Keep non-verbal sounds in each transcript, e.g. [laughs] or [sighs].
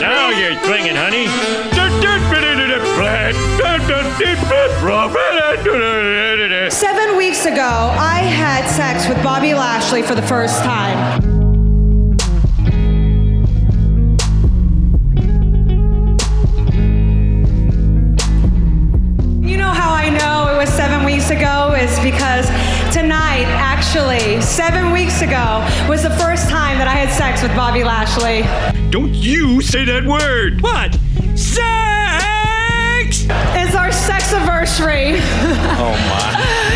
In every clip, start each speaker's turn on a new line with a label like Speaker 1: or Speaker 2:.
Speaker 1: Now you're swinging, honey. What
Speaker 2: Seven weeks ago, I had sex with Bobby Lashley for the first time. You know how I know it was seven weeks ago is because tonight, actually, seven weeks ago was the first time that I had sex with Bobby Lashley.
Speaker 1: Don't you say that word. What? Sex!
Speaker 2: It's our sex anniversary.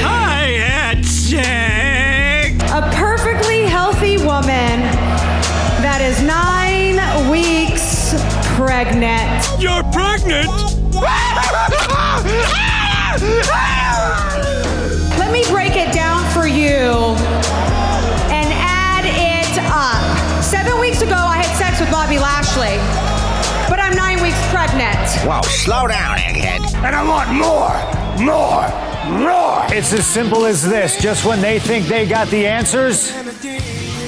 Speaker 1: I had sex!
Speaker 2: a perfectly healthy woman that is nine weeks pregnant.
Speaker 1: You're pregnant!
Speaker 2: Let me break it down for you and add it up. Seven weeks ago, I had sex with Bobby Lashley, but I'm nine weeks pregnant.
Speaker 3: [laughs] Wow, slow down, egghead. And I want more, more, more.
Speaker 4: It's as simple as this. Just when they think they got the answers,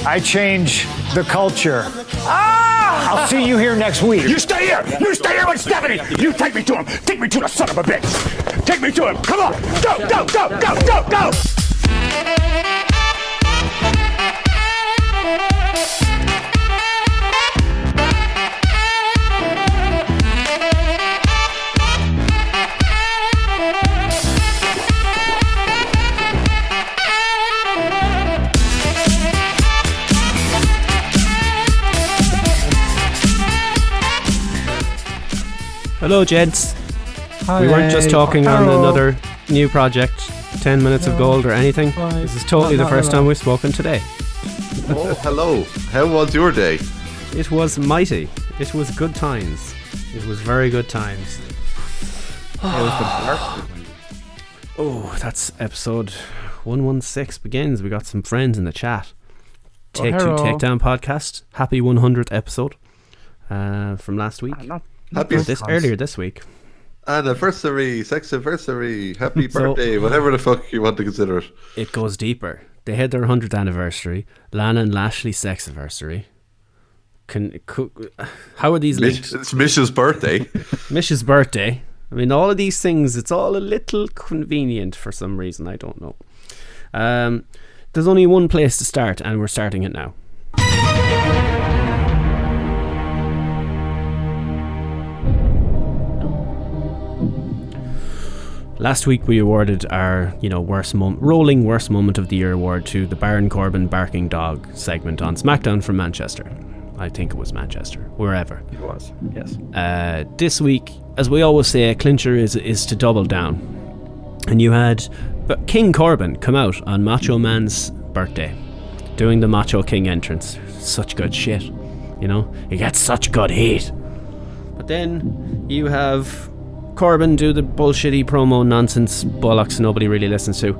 Speaker 4: I change the culture. Ah! I'll see you here next week.
Speaker 3: You stay here. You stay here with Stephanie. You take me to him. Take me to the son of a bitch. Take me to him. Come on. Go, go, go, go, go, go.
Speaker 5: Hello, gents. We weren't just talking on another new project, 10 minutes of gold or anything. This is totally the first time we've spoken today.
Speaker 6: Oh, hello. How was your day?
Speaker 5: It was mighty. It was good times. It was very good times. [sighs] Oh, that's episode 116 begins. We got some friends in the chat. Take
Speaker 7: hello.
Speaker 5: Two Takedown Podcast. Happy 100th episode uh, from last week.
Speaker 6: Happy
Speaker 5: This Earlier this week.
Speaker 6: anniversary, sex anniversary, happy
Speaker 5: So-
Speaker 6: birthday, whatever the fuck you want to consider it.
Speaker 5: it goes deeper. They had their 100th anniversary, Lana and Lashley's sex anniversary. Can, co- [sighs] how are these
Speaker 6: Mish,
Speaker 5: linked?
Speaker 6: it's Mish's [laughs] birthday.
Speaker 5: Mish's birthday. I mean, all of these things, it's all a little convenient for some reason. I don't know. Um, there's only one place to start, and we're starting it now. Last week we awarded our, you know, worst moment, rolling worst moment of the year award to the Baron Corbin barking dog segment on SmackDown from Manchester. I think it was Manchester, wherever. It was, yes. Uh, this week, as we always say, a clincher is is to double down, and you had but King Corbin come out on Macho Man's birthday, doing the Macho King entrance. Such good shit, you know. He gets such good heat. But then you have Corbin do the bullshitty promo nonsense bollocks nobody really listens to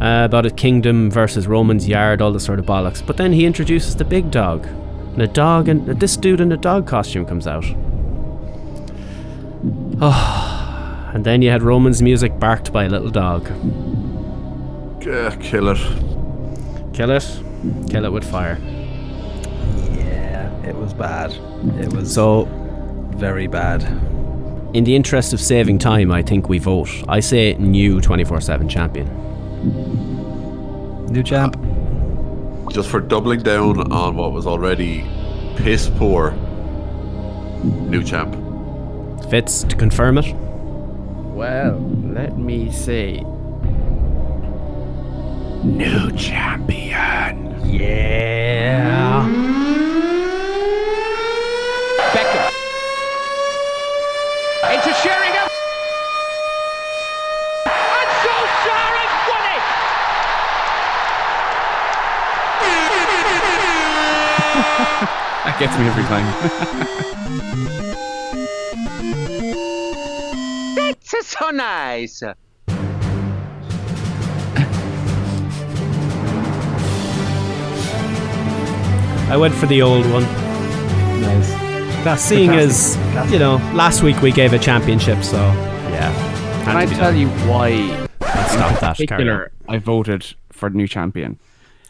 Speaker 5: uh, about a kingdom versus Roman's yard, all the sort of bollocks. But then he introduces the big dog, and a dog and this dude in a dog costume comes out. Oh, and then you had Roman's music barked by a little dog.
Speaker 6: Ah, Killer.
Speaker 5: Kill it, kill it with fire.
Speaker 7: It was bad. It was
Speaker 5: So
Speaker 7: very bad.
Speaker 5: In the interest of saving time, I think we vote. I say new 24 7 champion.
Speaker 7: New champ.
Speaker 6: Just for doubling down on what was already piss poor. New champ.
Speaker 5: Fitz, to confirm it?
Speaker 8: Well, let me see.
Speaker 3: New champion.
Speaker 8: Beckham. Into Sheringham. And Solskjaer has won it!
Speaker 7: [laughs] That gets me every time.
Speaker 8: It's so nice.
Speaker 5: I went for the old one.
Speaker 7: nice.
Speaker 5: That's seeing as, you know, last week we gave a championship, so. Yeah.
Speaker 8: Can I tell you why, in
Speaker 5: Stop that, Carry on.
Speaker 8: particular, I voted for new champion?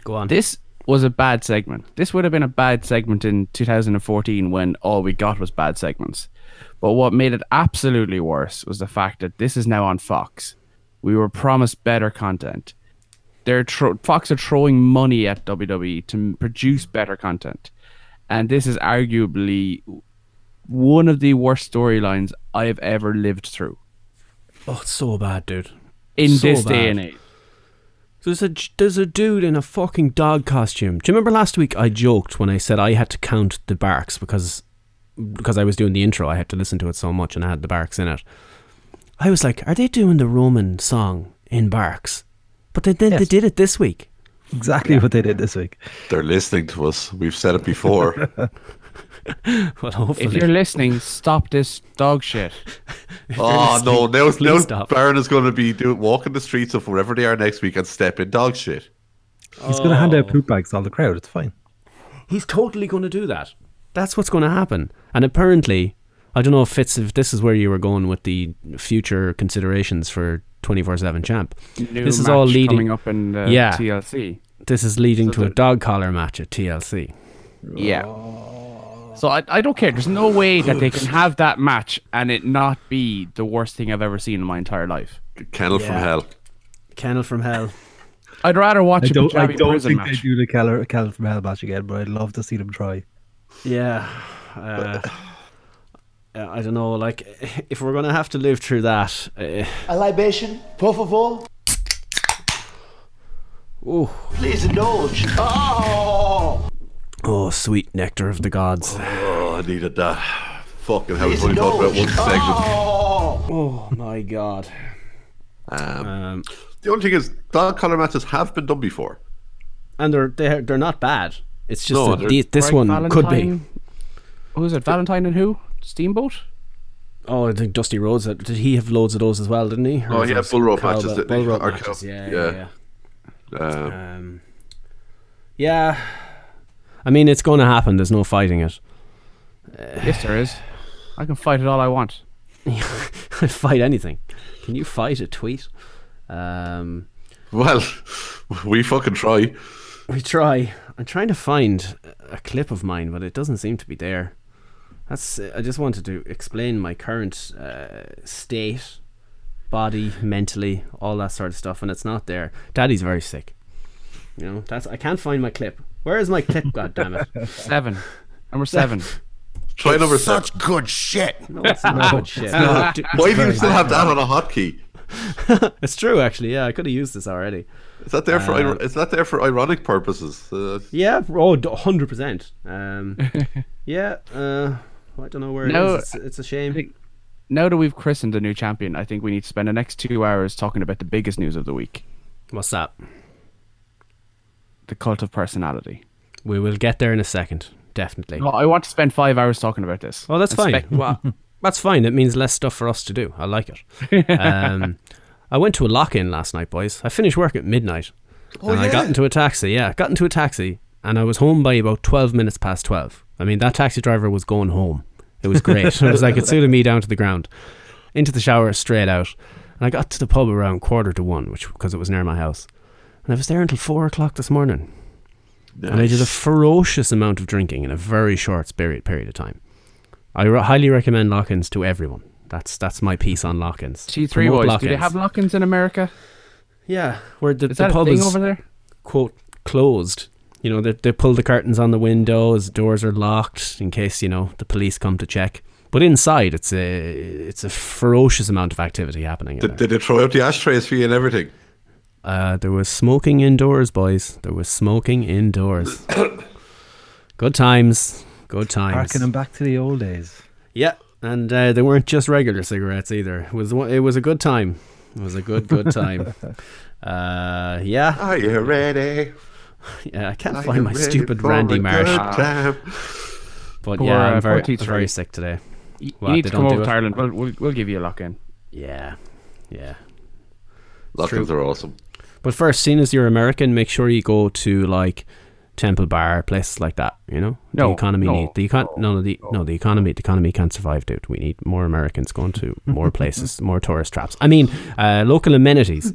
Speaker 5: Go on.
Speaker 8: This
Speaker 7: was a bad segment. This would have been a bad segment in 2014 when all we got was bad segments. But what made it absolutely worse was the fact that this is now on Fox. We were promised better content. They're tro- Fox are throwing money at WWE to m- produce better content. And this is arguably one of the worst storylines I've ever lived through
Speaker 5: Oh, it's so bad, dude.
Speaker 7: in
Speaker 5: So
Speaker 7: this
Speaker 5: bad.
Speaker 7: day and age.
Speaker 5: There's a there's a dude in a fucking dog costume. Do you remember last week I joked when I said I had to count the barks because because I was doing the intro, I had to listen to it so much and I had the barks in it. I was like, are they doing the Roman song in barks? But they, then they did it this week.
Speaker 9: Exactly what they did this week.
Speaker 6: They're listening to us. We've said it [laughs] before.
Speaker 5: [laughs]
Speaker 6: Oh,
Speaker 5: Well,
Speaker 7: If
Speaker 5: hopefully.
Speaker 7: you're listening, stop this dog shit.
Speaker 6: oh no! Now, now
Speaker 5: stop.
Speaker 6: Baron is going to be do, walking the streets of wherever they are next week and step in dog shit.
Speaker 9: He's going to hand out poop bags to all the crowd. It's fine.
Speaker 5: He's totally going to do that. That's what's going to happen. And apparently, I don't know if Fitz, if this is where you were going with the future considerations for 24 7 champ.
Speaker 7: New
Speaker 5: this is
Speaker 7: match
Speaker 5: all leading.
Speaker 7: coming up in the
Speaker 5: Yeah.
Speaker 7: TLC.
Speaker 5: This is leading to a dog collar match at TLC.
Speaker 7: Yeah. So I, I don't care. There's no way that they can have that match and it not be the worst thing I've ever seen in my entire life.
Speaker 6: Kennel from
Speaker 5: Yeah.
Speaker 6: hell.
Speaker 5: Kennel from hell.
Speaker 7: I'd rather watch
Speaker 9: I
Speaker 7: a
Speaker 9: don't, I
Speaker 7: Punjabi
Speaker 9: don't
Speaker 7: prison
Speaker 9: think they
Speaker 7: match.
Speaker 9: do the Keller, Keller from Hell match again, but I'd love to see them try.
Speaker 5: Yeah. Uh, uh, I don't know. Like, if we're gonna have to live through that, uh,
Speaker 10: A [laughs] libation, por favor.
Speaker 5: Ooh.
Speaker 10: Please indulge. Oh,
Speaker 5: oh, sweet nectar of the gods.
Speaker 6: Oh, I needed that. Fucking hell! We've
Speaker 10: Please
Speaker 6: only talked about one
Speaker 10: indulge.
Speaker 6: segment.
Speaker 10: Oh,
Speaker 5: Oh my god.
Speaker 6: Um,
Speaker 5: Um,
Speaker 6: the only thing is, dog collar matches have been done before.
Speaker 5: and they're they're they're not bad. It's just
Speaker 6: No,
Speaker 5: that
Speaker 6: they're-
Speaker 5: the, this
Speaker 7: Greg
Speaker 5: one could be.
Speaker 7: Valentine- Who is it? Valentine and who? Steamboat?
Speaker 5: Oh, I think Dusty Rhodes. uh, Did he have loads of those as well? Didn't he? Or
Speaker 6: Oh,
Speaker 5: was
Speaker 6: he
Speaker 5: it
Speaker 6: had bull rope
Speaker 5: cowbell-
Speaker 6: matches, didn't
Speaker 5: Bull
Speaker 6: he?
Speaker 5: rope
Speaker 6: Or
Speaker 5: matches.
Speaker 6: cow-
Speaker 5: Yeah,
Speaker 6: yeah.
Speaker 5: yeah. yeah.
Speaker 6: Um,
Speaker 5: Um, yeah. I mean, it's going to happen. There's no fighting it.
Speaker 7: Yes, there
Speaker 5: [laughs]
Speaker 7: is. I can fight it all I want.
Speaker 5: fight anything. Can you fight a tweet? Um,
Speaker 6: Well, [laughs] we fucking try.
Speaker 5: we try. I'm trying to find a clip of mine, but it doesn't seem to be there. That's. I just wanted to explain my current uh, state, body, mentally, all that sort of stuff, and it's not there. Daddy's very sick. You know, that's. I can't find my clip. Where is my clip? [laughs] God damn it!
Speaker 7: Seven. Number seven.
Speaker 6: Try number seven.
Speaker 5: No, it's not good shit. [laughs] Dude,
Speaker 6: Why do you still have that on a hotkey?
Speaker 5: It's true, actually. Yeah, I could have used this already.
Speaker 6: Is that there for ir- is that there for ironic purposes? Uh,
Speaker 5: Uh, Yeah, oh, d- 100%. [laughs] Um, yeah, uh, I don't know where
Speaker 7: No,
Speaker 5: it is. It's, it's a shame.
Speaker 7: think- now that we've christened the new champion, I think we need to spend the next two hours talking about the biggest news of the week
Speaker 5: What's that?
Speaker 7: the cult of personality.
Speaker 5: We will get there in a second, definitely.
Speaker 7: Well, I want to spend five hours talking about this.
Speaker 5: Oh, that's
Speaker 7: And
Speaker 5: fine.
Speaker 7: spec-
Speaker 5: [laughs] Well, that's fine. It means less stuff for us to do. I like it. Um, I went to a lock in last night, boys. I finished work at midnight.
Speaker 7: Oh,
Speaker 5: and I got into a taxi. Yeah, got into a taxi. And I was home by about 12 minutes past 12. I mean, that taxi driver was going home. It was
Speaker 7: [laughs]
Speaker 5: great. it was like, it suited me down to the ground. Into the shower, straight out. And I got to the pub around quarter to one, which because it was near my house. And I was there until four o'clock this morning. And I did a ferocious amount of drinking in a very short period period of time. I re- highly recommend lock-ins to everyone. That's that's my piece on lock-ins.
Speaker 7: T3
Speaker 5: Promote
Speaker 7: boys, do they have lock-ins in America?
Speaker 5: yeah, where the,
Speaker 7: Is
Speaker 5: the
Speaker 7: that a
Speaker 5: pub
Speaker 7: thing
Speaker 5: is
Speaker 7: over there?
Speaker 5: quote closed. You know, they they pull the curtains on the windows, doors are locked in case you know the police come to check. But inside, it's a it's a ferocious amount of activity happening. in
Speaker 6: did,
Speaker 5: there.
Speaker 6: did they throw out the ashtrays for you and everything?
Speaker 5: Uh, there was smoking indoors, boys. There was smoking indoors.
Speaker 6: [coughs]
Speaker 5: Good times. Good times.
Speaker 9: Harking them back to the old days.
Speaker 5: Yeah, and uh, they weren't just regular cigarettes either. It was one- it was a good time. It was a good good time. uh, yeah,
Speaker 6: Are you ready?
Speaker 5: yeah. I can't
Speaker 6: Are
Speaker 5: find
Speaker 6: you
Speaker 5: my
Speaker 6: ready
Speaker 5: stupid
Speaker 6: for
Speaker 5: Randy
Speaker 6: a
Speaker 5: Marsh,
Speaker 6: good time?
Speaker 5: but
Speaker 7: Poor,
Speaker 5: yeah,
Speaker 7: uh,
Speaker 5: I'm very,
Speaker 7: poor
Speaker 5: I'm very
Speaker 7: T3.
Speaker 5: sick today.
Speaker 7: You
Speaker 5: What,
Speaker 7: need
Speaker 5: they
Speaker 7: to come
Speaker 5: don't do
Speaker 7: over to
Speaker 5: it?
Speaker 7: Ireland. We'll, we'll, we'll give you a lock-in.
Speaker 5: Yeah, yeah.
Speaker 6: Lock-ins are awesome.
Speaker 5: But first, seeing as you're American, make sure you go to like Temple Bar, places like that. You know,
Speaker 7: No,
Speaker 5: the economy
Speaker 7: no,
Speaker 5: need the econ- no, no, the no, the economy, the economy can't survive, dude. We need more Americans going to more places, more tourist traps. I mean, uh, local amenities.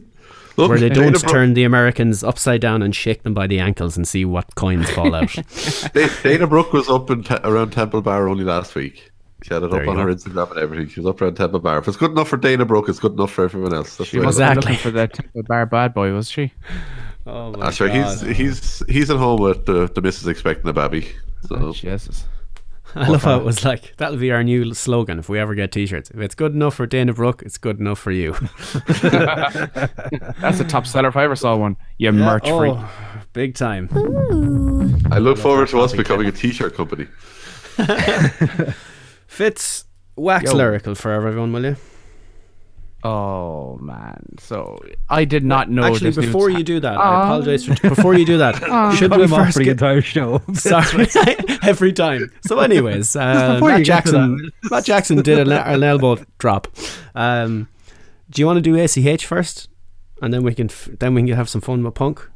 Speaker 5: where they don't
Speaker 6: Dana Bro-
Speaker 5: turn the Americans upside down and shake them by the ankles and see what coins fall out. [laughs]
Speaker 6: Da- [laughs] Dana Brooke was up in te- around Temple Bar only last week. She had it
Speaker 5: There
Speaker 6: up
Speaker 5: you
Speaker 6: on her Instagram and everything. She was up around Temple Bar. If it's good enough for Dana Brooke, it's good enough for everyone else. That's
Speaker 7: She
Speaker 6: the way it
Speaker 7: wasn't
Speaker 5: Exactly.
Speaker 7: looking for the Temple Bar bad boy,
Speaker 5: [laughs]
Speaker 7: was she?
Speaker 5: Oh my
Speaker 6: is. Actually, Ah, he's he's he's at home with the the missus expecting a baby.
Speaker 7: Oh,
Speaker 6: So
Speaker 7: Jesus.
Speaker 5: I love how it was like that'll be our new slogan if we ever get T-shirts. If it's good enough for Dana Brooke, it's good enough for you. [laughs]
Speaker 7: That's a top seller if I ever saw one. You merch freak.
Speaker 5: Oh, big time.
Speaker 6: I look forward to us becoming a t-shirt company.
Speaker 5: Fitz, wax
Speaker 7: Yo.
Speaker 5: lyrical for everyone, will you?
Speaker 7: Oh man. So I did not know.
Speaker 5: Actually,
Speaker 7: this new
Speaker 5: before
Speaker 7: ta-
Speaker 5: you do that, I apologize. For, before you do that, should we
Speaker 9: I'm off
Speaker 5: first
Speaker 9: for the
Speaker 5: get
Speaker 9: entire [laughs] show.
Speaker 5: Sorry, [laughs] every time. So, [laughs] anyways, uh,
Speaker 9: before
Speaker 5: Matt
Speaker 9: you get to
Speaker 5: Jackson. [laughs] Matt Jackson did an, an elbow drop. Um, do you want to do ACH first, and then we can f- then we can have some fun with punk?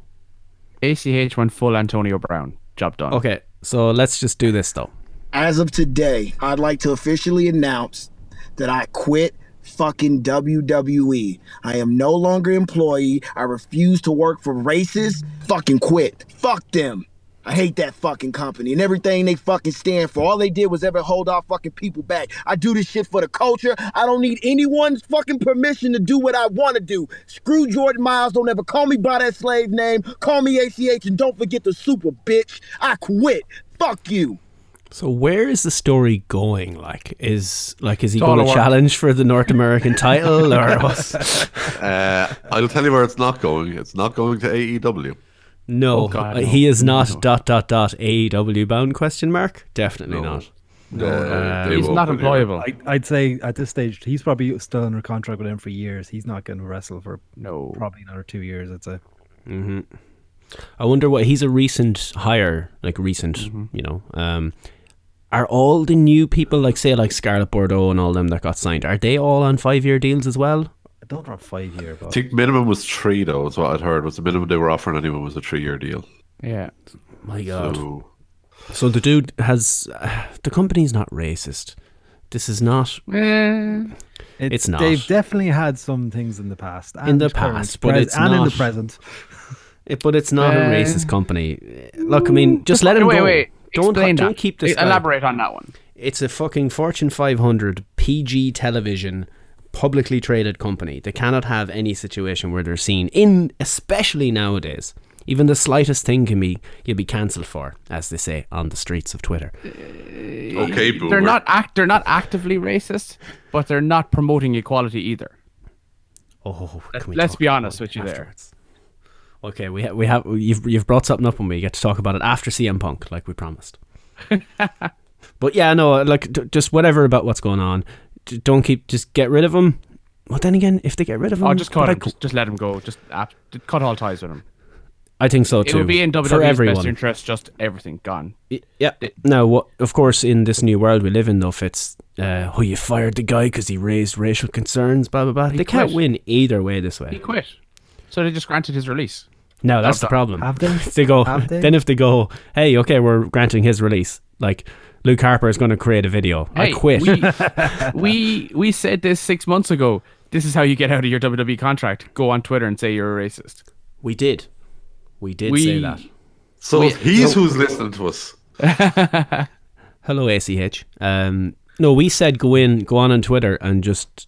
Speaker 7: ACH went full Antonio Brown. Job done.
Speaker 5: Okay, so let's just do this though.
Speaker 11: As of today, I'd like to officially announce that I quit fucking WWE. I am no longer employee. I refuse to work for racists. Fucking quit. Fuck them. I hate that fucking company and everything they fucking stand for. All they did was ever hold our fucking people back. I do this shit for the culture. I don't need anyone's fucking permission to do what I want to do. Screw Jordan Miles. Don't ever call me by that slave name. Call me ACH and don't forget the super bitch. I quit. Fuck you.
Speaker 5: So where is the story going? Like, is like is he
Speaker 7: all
Speaker 5: going
Speaker 7: a
Speaker 5: to
Speaker 7: work.
Speaker 5: challenge for the North American title [laughs] or what?
Speaker 6: Uh, I'll tell you where it's not going. It's not going to E AEW.
Speaker 5: No,
Speaker 7: Oh, God,
Speaker 5: uh,
Speaker 7: no.
Speaker 5: he is not dot dot dot AEW bound question mark. Definitely not.
Speaker 6: No, uh, they
Speaker 7: He's
Speaker 6: won't
Speaker 7: not
Speaker 6: really.
Speaker 7: employable.
Speaker 9: I, I'd say at this stage, he's probably still under contract with him for years. He's not going to wrestle for
Speaker 7: No.
Speaker 9: probably another two years. I'd say.
Speaker 5: I wonder what he's a recent hire, like recent,
Speaker 7: Mm-hmm.
Speaker 5: you know. Um, are all the new people like say like Scarlett Bordeaux and all them that got signed? Are they all on five year deals as well?
Speaker 9: I don't know five year,
Speaker 6: I
Speaker 9: but
Speaker 6: think minimum was three though. Is what I'd heard was the minimum they were offering anyone was a three-year deal.
Speaker 7: Yeah.
Speaker 5: My God! So,
Speaker 6: So
Speaker 5: the dude has [sighs] uh, the company's not racist. This is not It's not.
Speaker 9: They've definitely had some things in the past. And
Speaker 5: the
Speaker 9: current,
Speaker 5: past, but it's
Speaker 9: and in
Speaker 5: not-
Speaker 9: the present.
Speaker 5: It, but it's not a
Speaker 7: Uh,
Speaker 5: racist company. Look, I mean, just let him
Speaker 7: wait,
Speaker 5: go.
Speaker 7: wait.
Speaker 5: Don't
Speaker 7: Explain
Speaker 5: don't
Speaker 7: that.
Speaker 5: keep this. guy-
Speaker 7: Elaborate on that one.
Speaker 5: It's a fucking Fortune 500 PG television publicly traded company. They cannot have any situation where they're seen in, especially nowadays. Even the slightest thing can be you'll be cancelled for, as they say on the streets of Twitter.
Speaker 6: okay, boomer.
Speaker 7: They're not act. They're not actively racist, but they're not promoting equality either.
Speaker 5: Oh, can we
Speaker 7: let's
Speaker 5: talk
Speaker 7: be
Speaker 5: about
Speaker 7: honest
Speaker 5: it
Speaker 7: with you there.
Speaker 5: afterwards? Okay, we ha- we have you've you've brought something up and we get to talk about it after CM Punk, like we
Speaker 7: [laughs]
Speaker 5: promised. but yeah, no, like d- just whatever about what's going on. D- don't keep just get rid of him. Well, then again, if they get rid of him,
Speaker 7: Oh, just cut
Speaker 5: but
Speaker 7: him.
Speaker 5: I-
Speaker 7: Just, just let him go. Just ab- cut all ties with him.
Speaker 5: I think so
Speaker 7: It
Speaker 5: too.
Speaker 7: would be in WWE's
Speaker 5: for
Speaker 7: best
Speaker 5: everyone.
Speaker 7: interest. Just everything gone.
Speaker 5: Y- Yeah. Now, what? Of course, in this new world we live in, though, Fitz, uh, oh, you fired the guy because he raised racial concerns, blah blah blah. They can't
Speaker 7: quit.
Speaker 5: win either way this way.
Speaker 7: He quit. So they just granted his release.
Speaker 5: No, that's the problem.
Speaker 9: Have
Speaker 5: [laughs]
Speaker 9: they?
Speaker 5: If they go,
Speaker 9: Have they?
Speaker 5: then if they go, hey, okay, we're granting his release. Like Luke Harper is going to create a video. I
Speaker 7: Hey,
Speaker 5: quit. [laughs]
Speaker 7: We, we we said this six months ago. This is how you get out of your WWE contract. Go on Twitter and say you're a racist.
Speaker 5: We did. We did
Speaker 7: We
Speaker 5: say that.
Speaker 6: So he's who's listening to us.
Speaker 5: Hello, ACH. Um, no, we said go in, go on on Twitter and just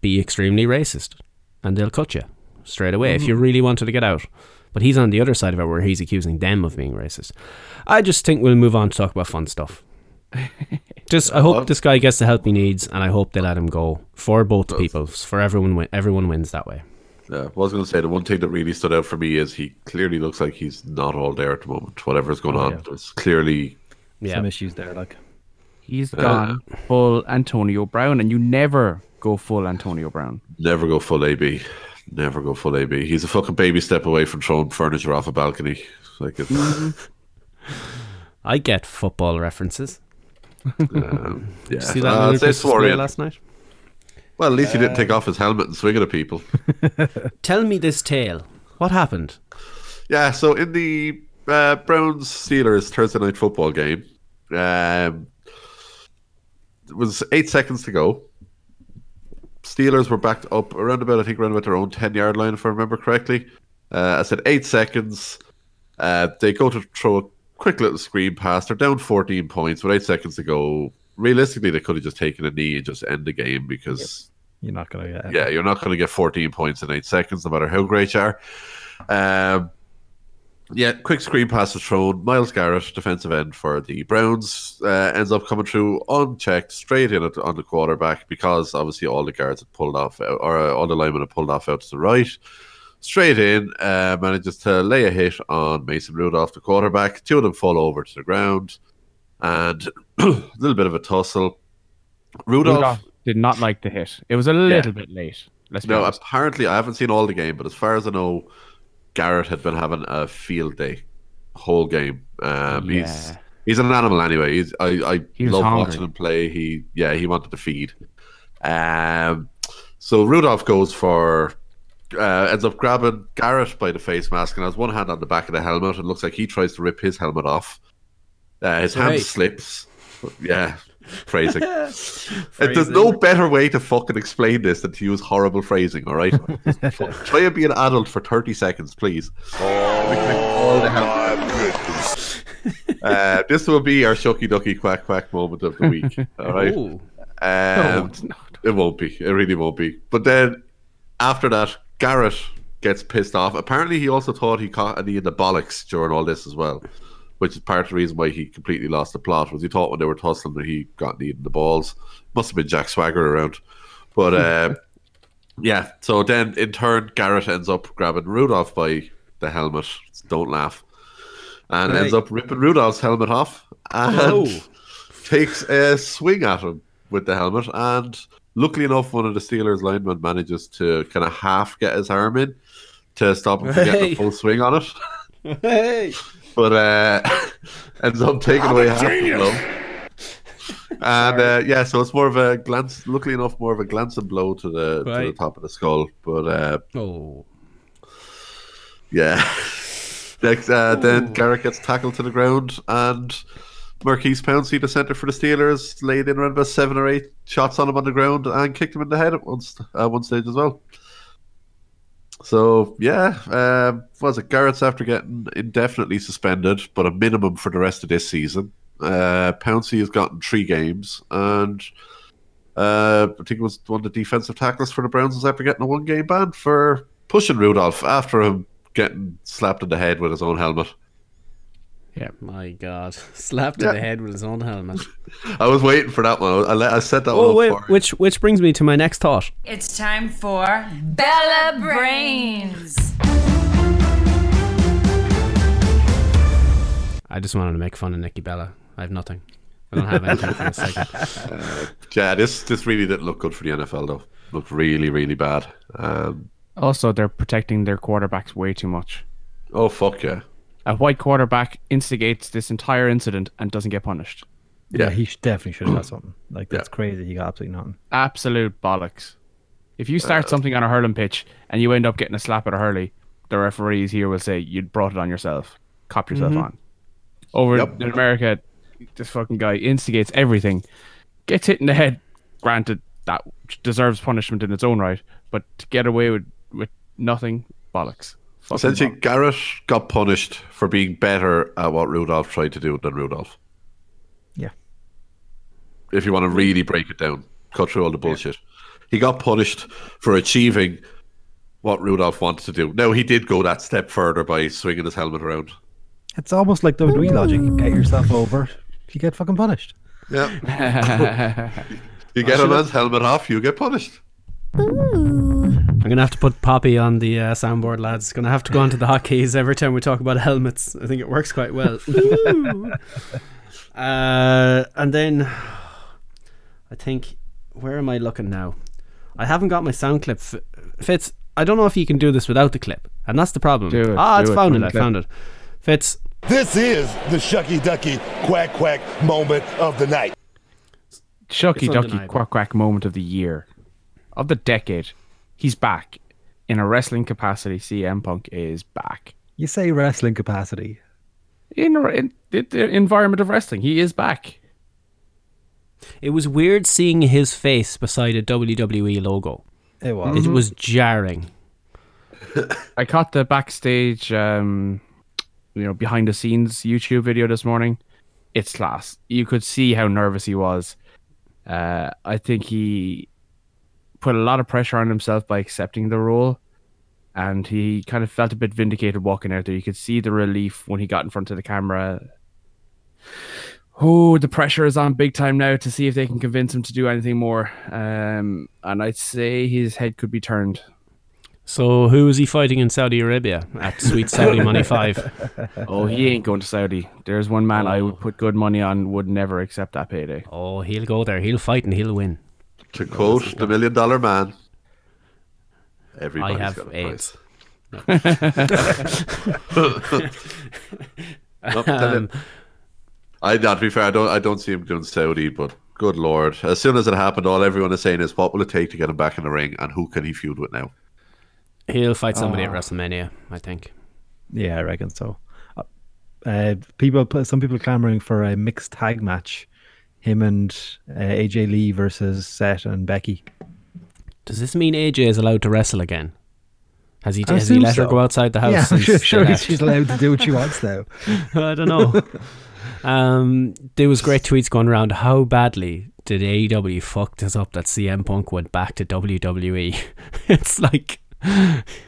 Speaker 5: be extremely racist, and they'll cut you straight away if you really wanted to get out. But he's on the other side of it, where he's accusing them of being racist. I just think we'll move on to talk about fun [laughs] stuff. just, I hope this guy gets the help he needs, and I hope they let him go for both people, for everyone. win- Everyone wins that way.
Speaker 6: Yeah, I was going to say the one thing that really stood out for me is he clearly looks like he's not all there at the moment. Whatever's
Speaker 7: Oh,
Speaker 6: going on, there's clearly
Speaker 5: Yeah,
Speaker 9: Some issues there, like
Speaker 7: He's
Speaker 5: Uh.
Speaker 7: gone full Antonio Brown, and you never go full Antonio Brown.
Speaker 6: never go full AB, never go full AB. He's a fucking baby step away from throwing furniture off a balcony. Like it's,
Speaker 5: Mm-hmm. I get football references.
Speaker 6: yeah,
Speaker 5: See that
Speaker 6: Uh,
Speaker 5: little
Speaker 6: it's- it's
Speaker 5: Christmas play
Speaker 6: worrying.
Speaker 5: last night.
Speaker 6: Well, at least he didn't take off his helmet and swing it at people.
Speaker 5: Tell me this tale. What happened?
Speaker 6: Yeah, so in the uh, Browns Steelers Thursday night football game, um, it was eight seconds to go. Steelers were backed up around about, I think, around about their own 10 yard line, if I remember correctly. Uh, I said eight seconds. Uh, they go to throw a quick little screen pass. They're down 14 points with eight seconds to go. Realistically, they could have just taken a knee and just end the game because
Speaker 9: You're not gonna get.
Speaker 6: yeah, you're not going to get 14 points in eight seconds, no matter how great you are. Um, yeah, quick screen pass was thrown. Miles Garrett, defensive end for the Browns, uh, ends up coming through unchecked, straight in at, on the quarterback because obviously all the guards had pulled off, out- or uh, all the linemen had pulled off out to the right. Straight in, uh, manages to lay a hit on Mason Rudolph, the quarterback. Two of them fall over to the ground, and [clears throat] a little bit of a tussle. Rudolph,
Speaker 7: Rudolph did not like the hit. It was a little bit late. Let's be
Speaker 6: no,
Speaker 7: honest.
Speaker 6: apparently I haven't seen all the game, but as far as I know, Garrett had been having a field day, whole game. Um, He's
Speaker 7: Yeah.
Speaker 6: he's an animal anyway. He's, I I
Speaker 7: He was
Speaker 6: love
Speaker 7: hungry.
Speaker 6: watching him play. He yeah he wanted to feed. Um, so Rudolph goes for uh, ends up grabbing Garrett by the face mask and has one hand on the back of the helmet and looks like he tries to rip his helmet off. Uh, his hand
Speaker 12: Right.
Speaker 6: slips. Yeah,
Speaker 7: [laughs]
Speaker 6: phrasing. It, there's
Speaker 12: Phrasing.
Speaker 6: no better way to fucking explain this than to use horrible phrasing. All
Speaker 7: [laughs]
Speaker 6: right, try and be an adult for thirty seconds, please. all the Uh, this will be our shucky ducky quack quack moment of
Speaker 12: [laughs]
Speaker 6: the week. All right.
Speaker 12: Ooh.
Speaker 6: Um,
Speaker 12: it's
Speaker 6: It won't be. It really won't be. But then after that, Garrett gets pissed off. Apparently, he also thought he caught a knee in the bollocks during all this as well, which is part of the reason why he completely lost the plot. Was he thought when they were tussling that he got knee in the balls? Must have been Jack Swagger around.
Speaker 12: [laughs]
Speaker 6: But uh, yeah, so then in turn, Garrett ends up grabbing Rudolph by the helmet. Don't laugh. And
Speaker 12: Right.
Speaker 6: ends up ripping Rudolph's helmet off and
Speaker 12: Oh.
Speaker 6: [laughs] takes a swing at him with the helmet. And luckily enough, one of the Steelers linemen manages to kind of half get his arm in to stop him from getting a
Speaker 12: Right.
Speaker 6: full swing on it.
Speaker 12: [laughs] Hey.
Speaker 6: But uh, [laughs] ends up taking
Speaker 12: I'm a
Speaker 6: away half the
Speaker 12: genius.
Speaker 6: blow. And uh, yeah, so it's more of a glance. Luckily enough, more of a glancing blow to the to the
Speaker 12: Right.
Speaker 6: top of the skull. But uh,
Speaker 5: oh,
Speaker 6: yeah. [laughs] Next, uh, then Garrett gets tackled to the ground, and Marquise Pouncey, the centre for the Steelers, laid in around about seven or eight shots on him on the ground and kicked him in the head at one, st- uh, one stage as well. So, yeah, um, was it Garrett's after getting indefinitely suspended, but a minimum for the rest of this season? Uh, Pouncey has gotten three games, and uh, I think it was one of the defensive tackles for the Browns was after getting a one game ban for pushing Rudolph after him getting slapped in the head with his own helmet.
Speaker 5: yeah, my God! [laughs] Slapped
Speaker 6: Yeah.
Speaker 5: in the head with his own helmet.
Speaker 6: I was waiting for that one. I, let, I set that one
Speaker 5: oh
Speaker 6: up
Speaker 5: wait,
Speaker 6: for
Speaker 5: which which brings me to my next thought.
Speaker 13: It's time for Bella Brains.
Speaker 5: I just wanted to make fun of Nikki Bella. I have nothing. I don't have anything
Speaker 12: [laughs]
Speaker 5: for this segment.
Speaker 6: Uh, yeah, this this really didn't look good for the NFL though. Looked really really bad. Um,
Speaker 7: Also, they're protecting their quarterbacks way too much.
Speaker 6: oh fuck yeah.
Speaker 7: A white quarterback instigates this entire incident and doesn't get punished.
Speaker 9: Yeah, he sh- definitely should have got something. Like that's crazy. He got absolutely nothing.
Speaker 7: Absolute bollocks. If you start something on a hurling pitch and you end up getting a slap at a hurley, the referees here will say you brought it on yourself. Cop yourself
Speaker 12: Mhm.
Speaker 7: on. Over in America, this fucking guy instigates everything, gets hit in the head. Granted, that deserves punishment in its own right, but to get away with, with nothing, bollocks. Fucking
Speaker 6: Essentially,
Speaker 7: bollocks.
Speaker 6: Garrett got punished for being better at what Rudolph tried to do than Rudolph.
Speaker 9: Yeah.
Speaker 6: If you want to really break it down, cut through all the bullshit. He got punished for achieving what Rudolph wanted to do. Now he did go that step further by swinging his helmet around.
Speaker 9: It's almost like WWE logic. You get yourself over, you get fucking punished.
Speaker 6: Yeah. [laughs] you get a
Speaker 9: Should've-
Speaker 6: man's helmet off, you get punished.
Speaker 5: I'm gonna have to put Poppy on the uh, soundboard, lads. Gonna have to go onto the hotkeys every time we talk about helmets. I think it works quite well.
Speaker 12: [laughs]
Speaker 5: [laughs] Ooh. uh, and then I think where am I looking now? I haven't got my sound clip. F- Fitz, I don't know if you can do this without the clip, and that's the problem.
Speaker 12: Do it,
Speaker 5: ah,
Speaker 12: do
Speaker 5: it's
Speaker 12: it,
Speaker 5: found
Speaker 12: put
Speaker 5: it.
Speaker 12: the
Speaker 5: I
Speaker 12: clip.
Speaker 5: found it. Fitz,
Speaker 14: This is the shucky ducky quack quack moment of the night.
Speaker 7: Shucky
Speaker 14: It's
Speaker 7: Ducky
Speaker 14: undeniable.
Speaker 7: Quack Quack moment of the year, of the decade. He's back in a wrestling capacity. CM Punk is back
Speaker 9: You say wrestling capacity.
Speaker 7: in, in the environment of wrestling. He is back.
Speaker 5: It was weird seeing his face beside a WWE logo.
Speaker 9: It was.
Speaker 5: It was jarring.
Speaker 7: I caught the backstage, um, you know, behind the scenes YouTube video this morning. It's class. You could see how nervous he was. Uh, I think he put a lot of pressure on himself by accepting the role, and he kind of felt a bit vindicated walking out there. You could see the relief when he got in front of the camera. Oh, the pressure is on big time now to see if they can convince him to do anything more. Um, and I'd say his head could be turned.
Speaker 5: So who is he fighting in Saudi Arabia at Sweet Saudi
Speaker 9: [laughs]
Speaker 5: Money Five?
Speaker 7: Oh, he ain't going to Saudi. There's one man I would put good money on would never accept that payday.
Speaker 5: Oh, he'll go there. He'll fight and he'll win.
Speaker 6: To quote the million dollar man, everybody's
Speaker 5: have
Speaker 6: got a
Speaker 5: AIDS.
Speaker 6: price. [laughs] Nope, tell him. I, not to be fair, I don't, I don't see him doing Saudi, but good lord. As soon as it happened, all everyone is saying is, what will it take to get him back in the ring and who can he feud with now?
Speaker 5: He'll fight somebody
Speaker 9: Ah.
Speaker 5: at WrestleMania, I think.
Speaker 9: Yeah, I reckon so. Uh, Uh, people, some people clamoring for a mixed tag match, him and uh, AJ Lee versus Seth and Becky.
Speaker 5: Does this mean AJ is allowed to wrestle again? Has he,
Speaker 9: I
Speaker 5: has he
Speaker 9: assume
Speaker 5: let her
Speaker 9: so.
Speaker 5: go outside the house?
Speaker 9: Yeah, [laughs] I'm
Speaker 5: since
Speaker 9: sure,
Speaker 5: they
Speaker 9: sure
Speaker 5: left?
Speaker 9: she's allowed to do what she
Speaker 5: [laughs]
Speaker 9: wants now.
Speaker 5: I don't
Speaker 7: [laughs]
Speaker 5: know. Um, there was great tweets going around. How badly did E AEW fuck this up that CM Punk went back to WWE? [laughs] it's like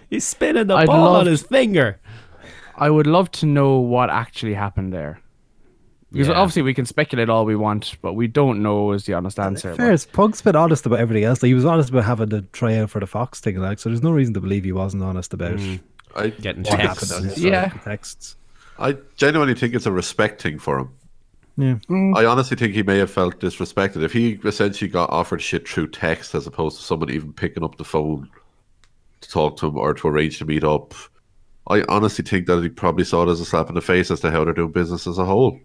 Speaker 5: he's spinning the
Speaker 7: I'd
Speaker 5: ball
Speaker 7: love-
Speaker 5: on his finger.
Speaker 7: I would love to know what actually happened there. Because
Speaker 9: Yeah.
Speaker 7: obviously we can speculate all we want, but we don't know is the honest answer.
Speaker 9: Fair, as Punk's been honest about everything else. Like, he was honest about having to try out for the Fox thing, like so. There's no reason to believe he wasn't honest about
Speaker 5: Mm.
Speaker 6: I,
Speaker 5: Getting
Speaker 9: what
Speaker 5: texts.
Speaker 9: happened on his
Speaker 7: Yeah.
Speaker 9: side, the texts.
Speaker 6: I genuinely think it's a respect thing for him.
Speaker 9: Yeah.
Speaker 6: I honestly think he may have felt disrespected if he essentially got offered shit through text as opposed to someone even picking up the phone to talk to him or to arrange to meet up. I honestly think that he probably saw it as a slap in the face as to how they're doing business as a whole.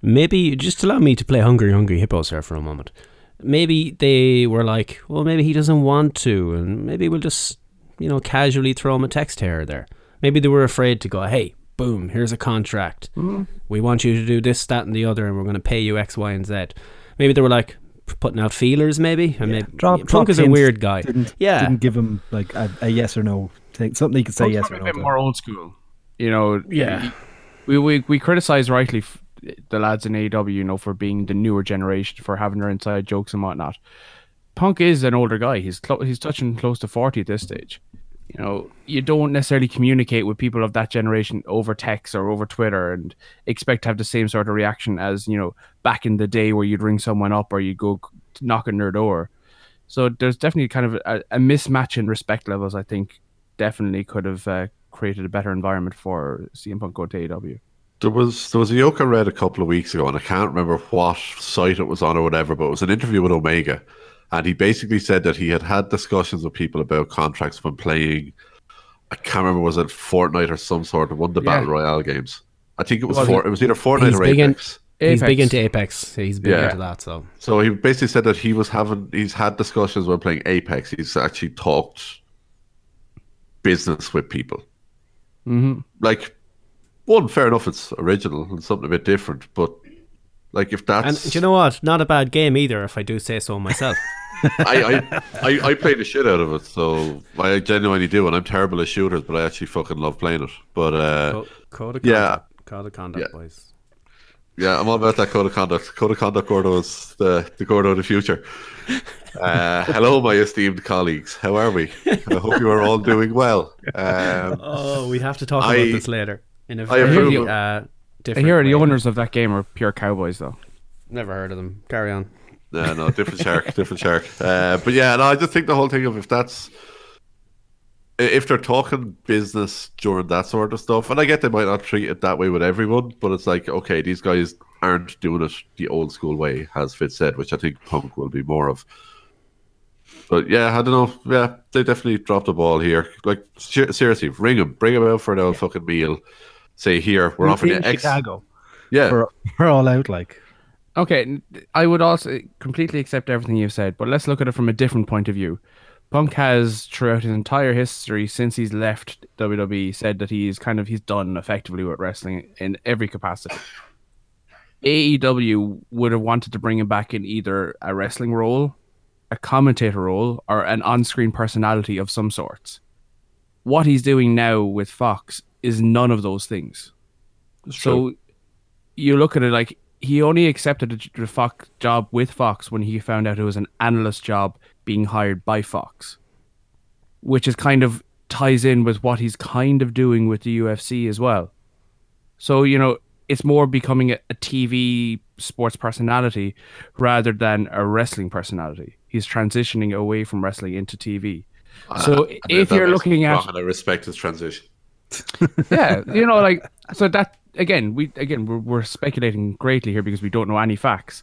Speaker 5: Maybe just allow me to play Hungry Hungry Hippos here for a moment. Maybe they were like, well, maybe he doesn't want to, and maybe we'll just, you know, casually throw him a text here or there. Maybe they were afraid to go, hey, boom, here's a contract.
Speaker 7: Mhm.
Speaker 9: Mm-hmm.
Speaker 5: We want you to do this, that, and the other, and we're going to pay you X, Y, and Z. Maybe they were like p- putting out feelers, maybe. And maybe
Speaker 9: Drop,
Speaker 5: Punk
Speaker 9: drop
Speaker 5: is a
Speaker 9: hints,
Speaker 5: weird guy.
Speaker 9: Didn't,
Speaker 5: yeah.
Speaker 9: didn't give him like a, a yes or no thing. Something he could say
Speaker 7: Punk's
Speaker 9: yes or
Speaker 7: probably
Speaker 9: no.
Speaker 7: a bit more old school. You know,
Speaker 5: Yeah.
Speaker 7: We we we criticize rightly f- the lads in AEW, you know, for being the newer generation for having their inside jokes and whatnot. Punk is an older guy. He's clo- he's touching close to forty at this stage. You know, you don't necessarily communicate with people of that generation over text or over Twitter and expect to have the same sort of reaction as you know back in the day where you'd ring someone up or you'd go c- knock on their door. So there's definitely kind of a, a mismatch in respect levels. I think definitely could have uh, created a better environment for CM Punk go to E AEW.
Speaker 6: There was there was a yoke I read a couple of weeks ago, and I can't remember what site it was on or whatever, but it was an interview with Omega, and he basically said that he had had discussions with people about contracts when playing. I can't remember was it Fortnite or some sort of one of the
Speaker 5: Yeah.
Speaker 6: battle royale games. I think it was
Speaker 5: Well,
Speaker 6: Fort, it was either Fortnite
Speaker 5: he's
Speaker 6: or
Speaker 5: big in-
Speaker 6: Apex.
Speaker 5: He's big into Apex. He's big
Speaker 6: Yeah.
Speaker 5: into that, so.
Speaker 6: So he basically said that he was having he's had discussions when playing Apex. He's actually talked business with people.
Speaker 7: Mm-hmm.
Speaker 6: Like one, fair enough, it's original and something a bit different, but like if that's
Speaker 5: And do you know what? Not a bad game either, if I do say so
Speaker 6: [laughs]
Speaker 5: myself.
Speaker 6: I, I, I, I play the shit out of it, so I genuinely do, and I'm terrible at shooters, but I actually fucking love playing it. But uh,
Speaker 5: Co- Oh, code of
Speaker 6: yeah,
Speaker 5: conduct. Code of conduct, boys.
Speaker 6: yeah, I'm all about that code of conduct. Code of conduct, Gordo is the, the Gordo of the future. Uh, hello, my esteemed colleagues. How are we? I hope you are all doing well. Um,
Speaker 5: Oh, we have to talk
Speaker 6: I-
Speaker 5: about this later. In a
Speaker 6: I
Speaker 5: very,
Speaker 6: approve.
Speaker 5: uh,
Speaker 7: I
Speaker 5: different
Speaker 7: hear the
Speaker 5: way.
Speaker 7: owners of that game are pure cowboys, though.
Speaker 5: Never heard of them. Carry on.
Speaker 6: No, no, different
Speaker 7: [laughs]
Speaker 6: shark, different shark. Uh, but yeah, no, I just think the whole thing of if that's i- if they're talking business during that sort of stuff, and I get they might not treat it that way with everyone, but it's like okay, these guys aren't doing it the old school way, as Fitz said, which I think Punk will be more of. But yeah, I don't know. Yeah, they definitely dropped the ball here. Like ser- seriously, ring him, bring him out for an old fucking meal. Say here, we're offering you
Speaker 9: in
Speaker 6: X.
Speaker 9: Chicago.
Speaker 6: Yeah,
Speaker 9: We're, we're all out like.
Speaker 7: Okay, n- I would also completely accept everything you've said, but let's look at it from a different point of view. Punk has, throughout his entire history since he's left E, WWE, said that he's kind of he's done effectively with wrestling in every capacity. AEW E would have wanted to bring him back in either a wrestling role, a commentator role, or an on screen personality of some sorts. What he's doing now with Fox is none of those things. so you look at it like he only accepted the j- the Fox job with Fox when he found out it was an analyst job being hired by Fox, which is kind of ties in with what he's kind of doing with the UFC as well. So you know, it's more becoming a, a TV sports personality rather than a wrestling personality. He's transitioning away from wrestling into TV. So
Speaker 6: I- I-
Speaker 7: if
Speaker 6: that
Speaker 7: you're
Speaker 6: makes
Speaker 7: looking
Speaker 6: me
Speaker 7: at
Speaker 6: laugh and I respect his transition.
Speaker 7: yeah, you know, like so that again, we again we're, we're speculating greatly here because we don't know any facts.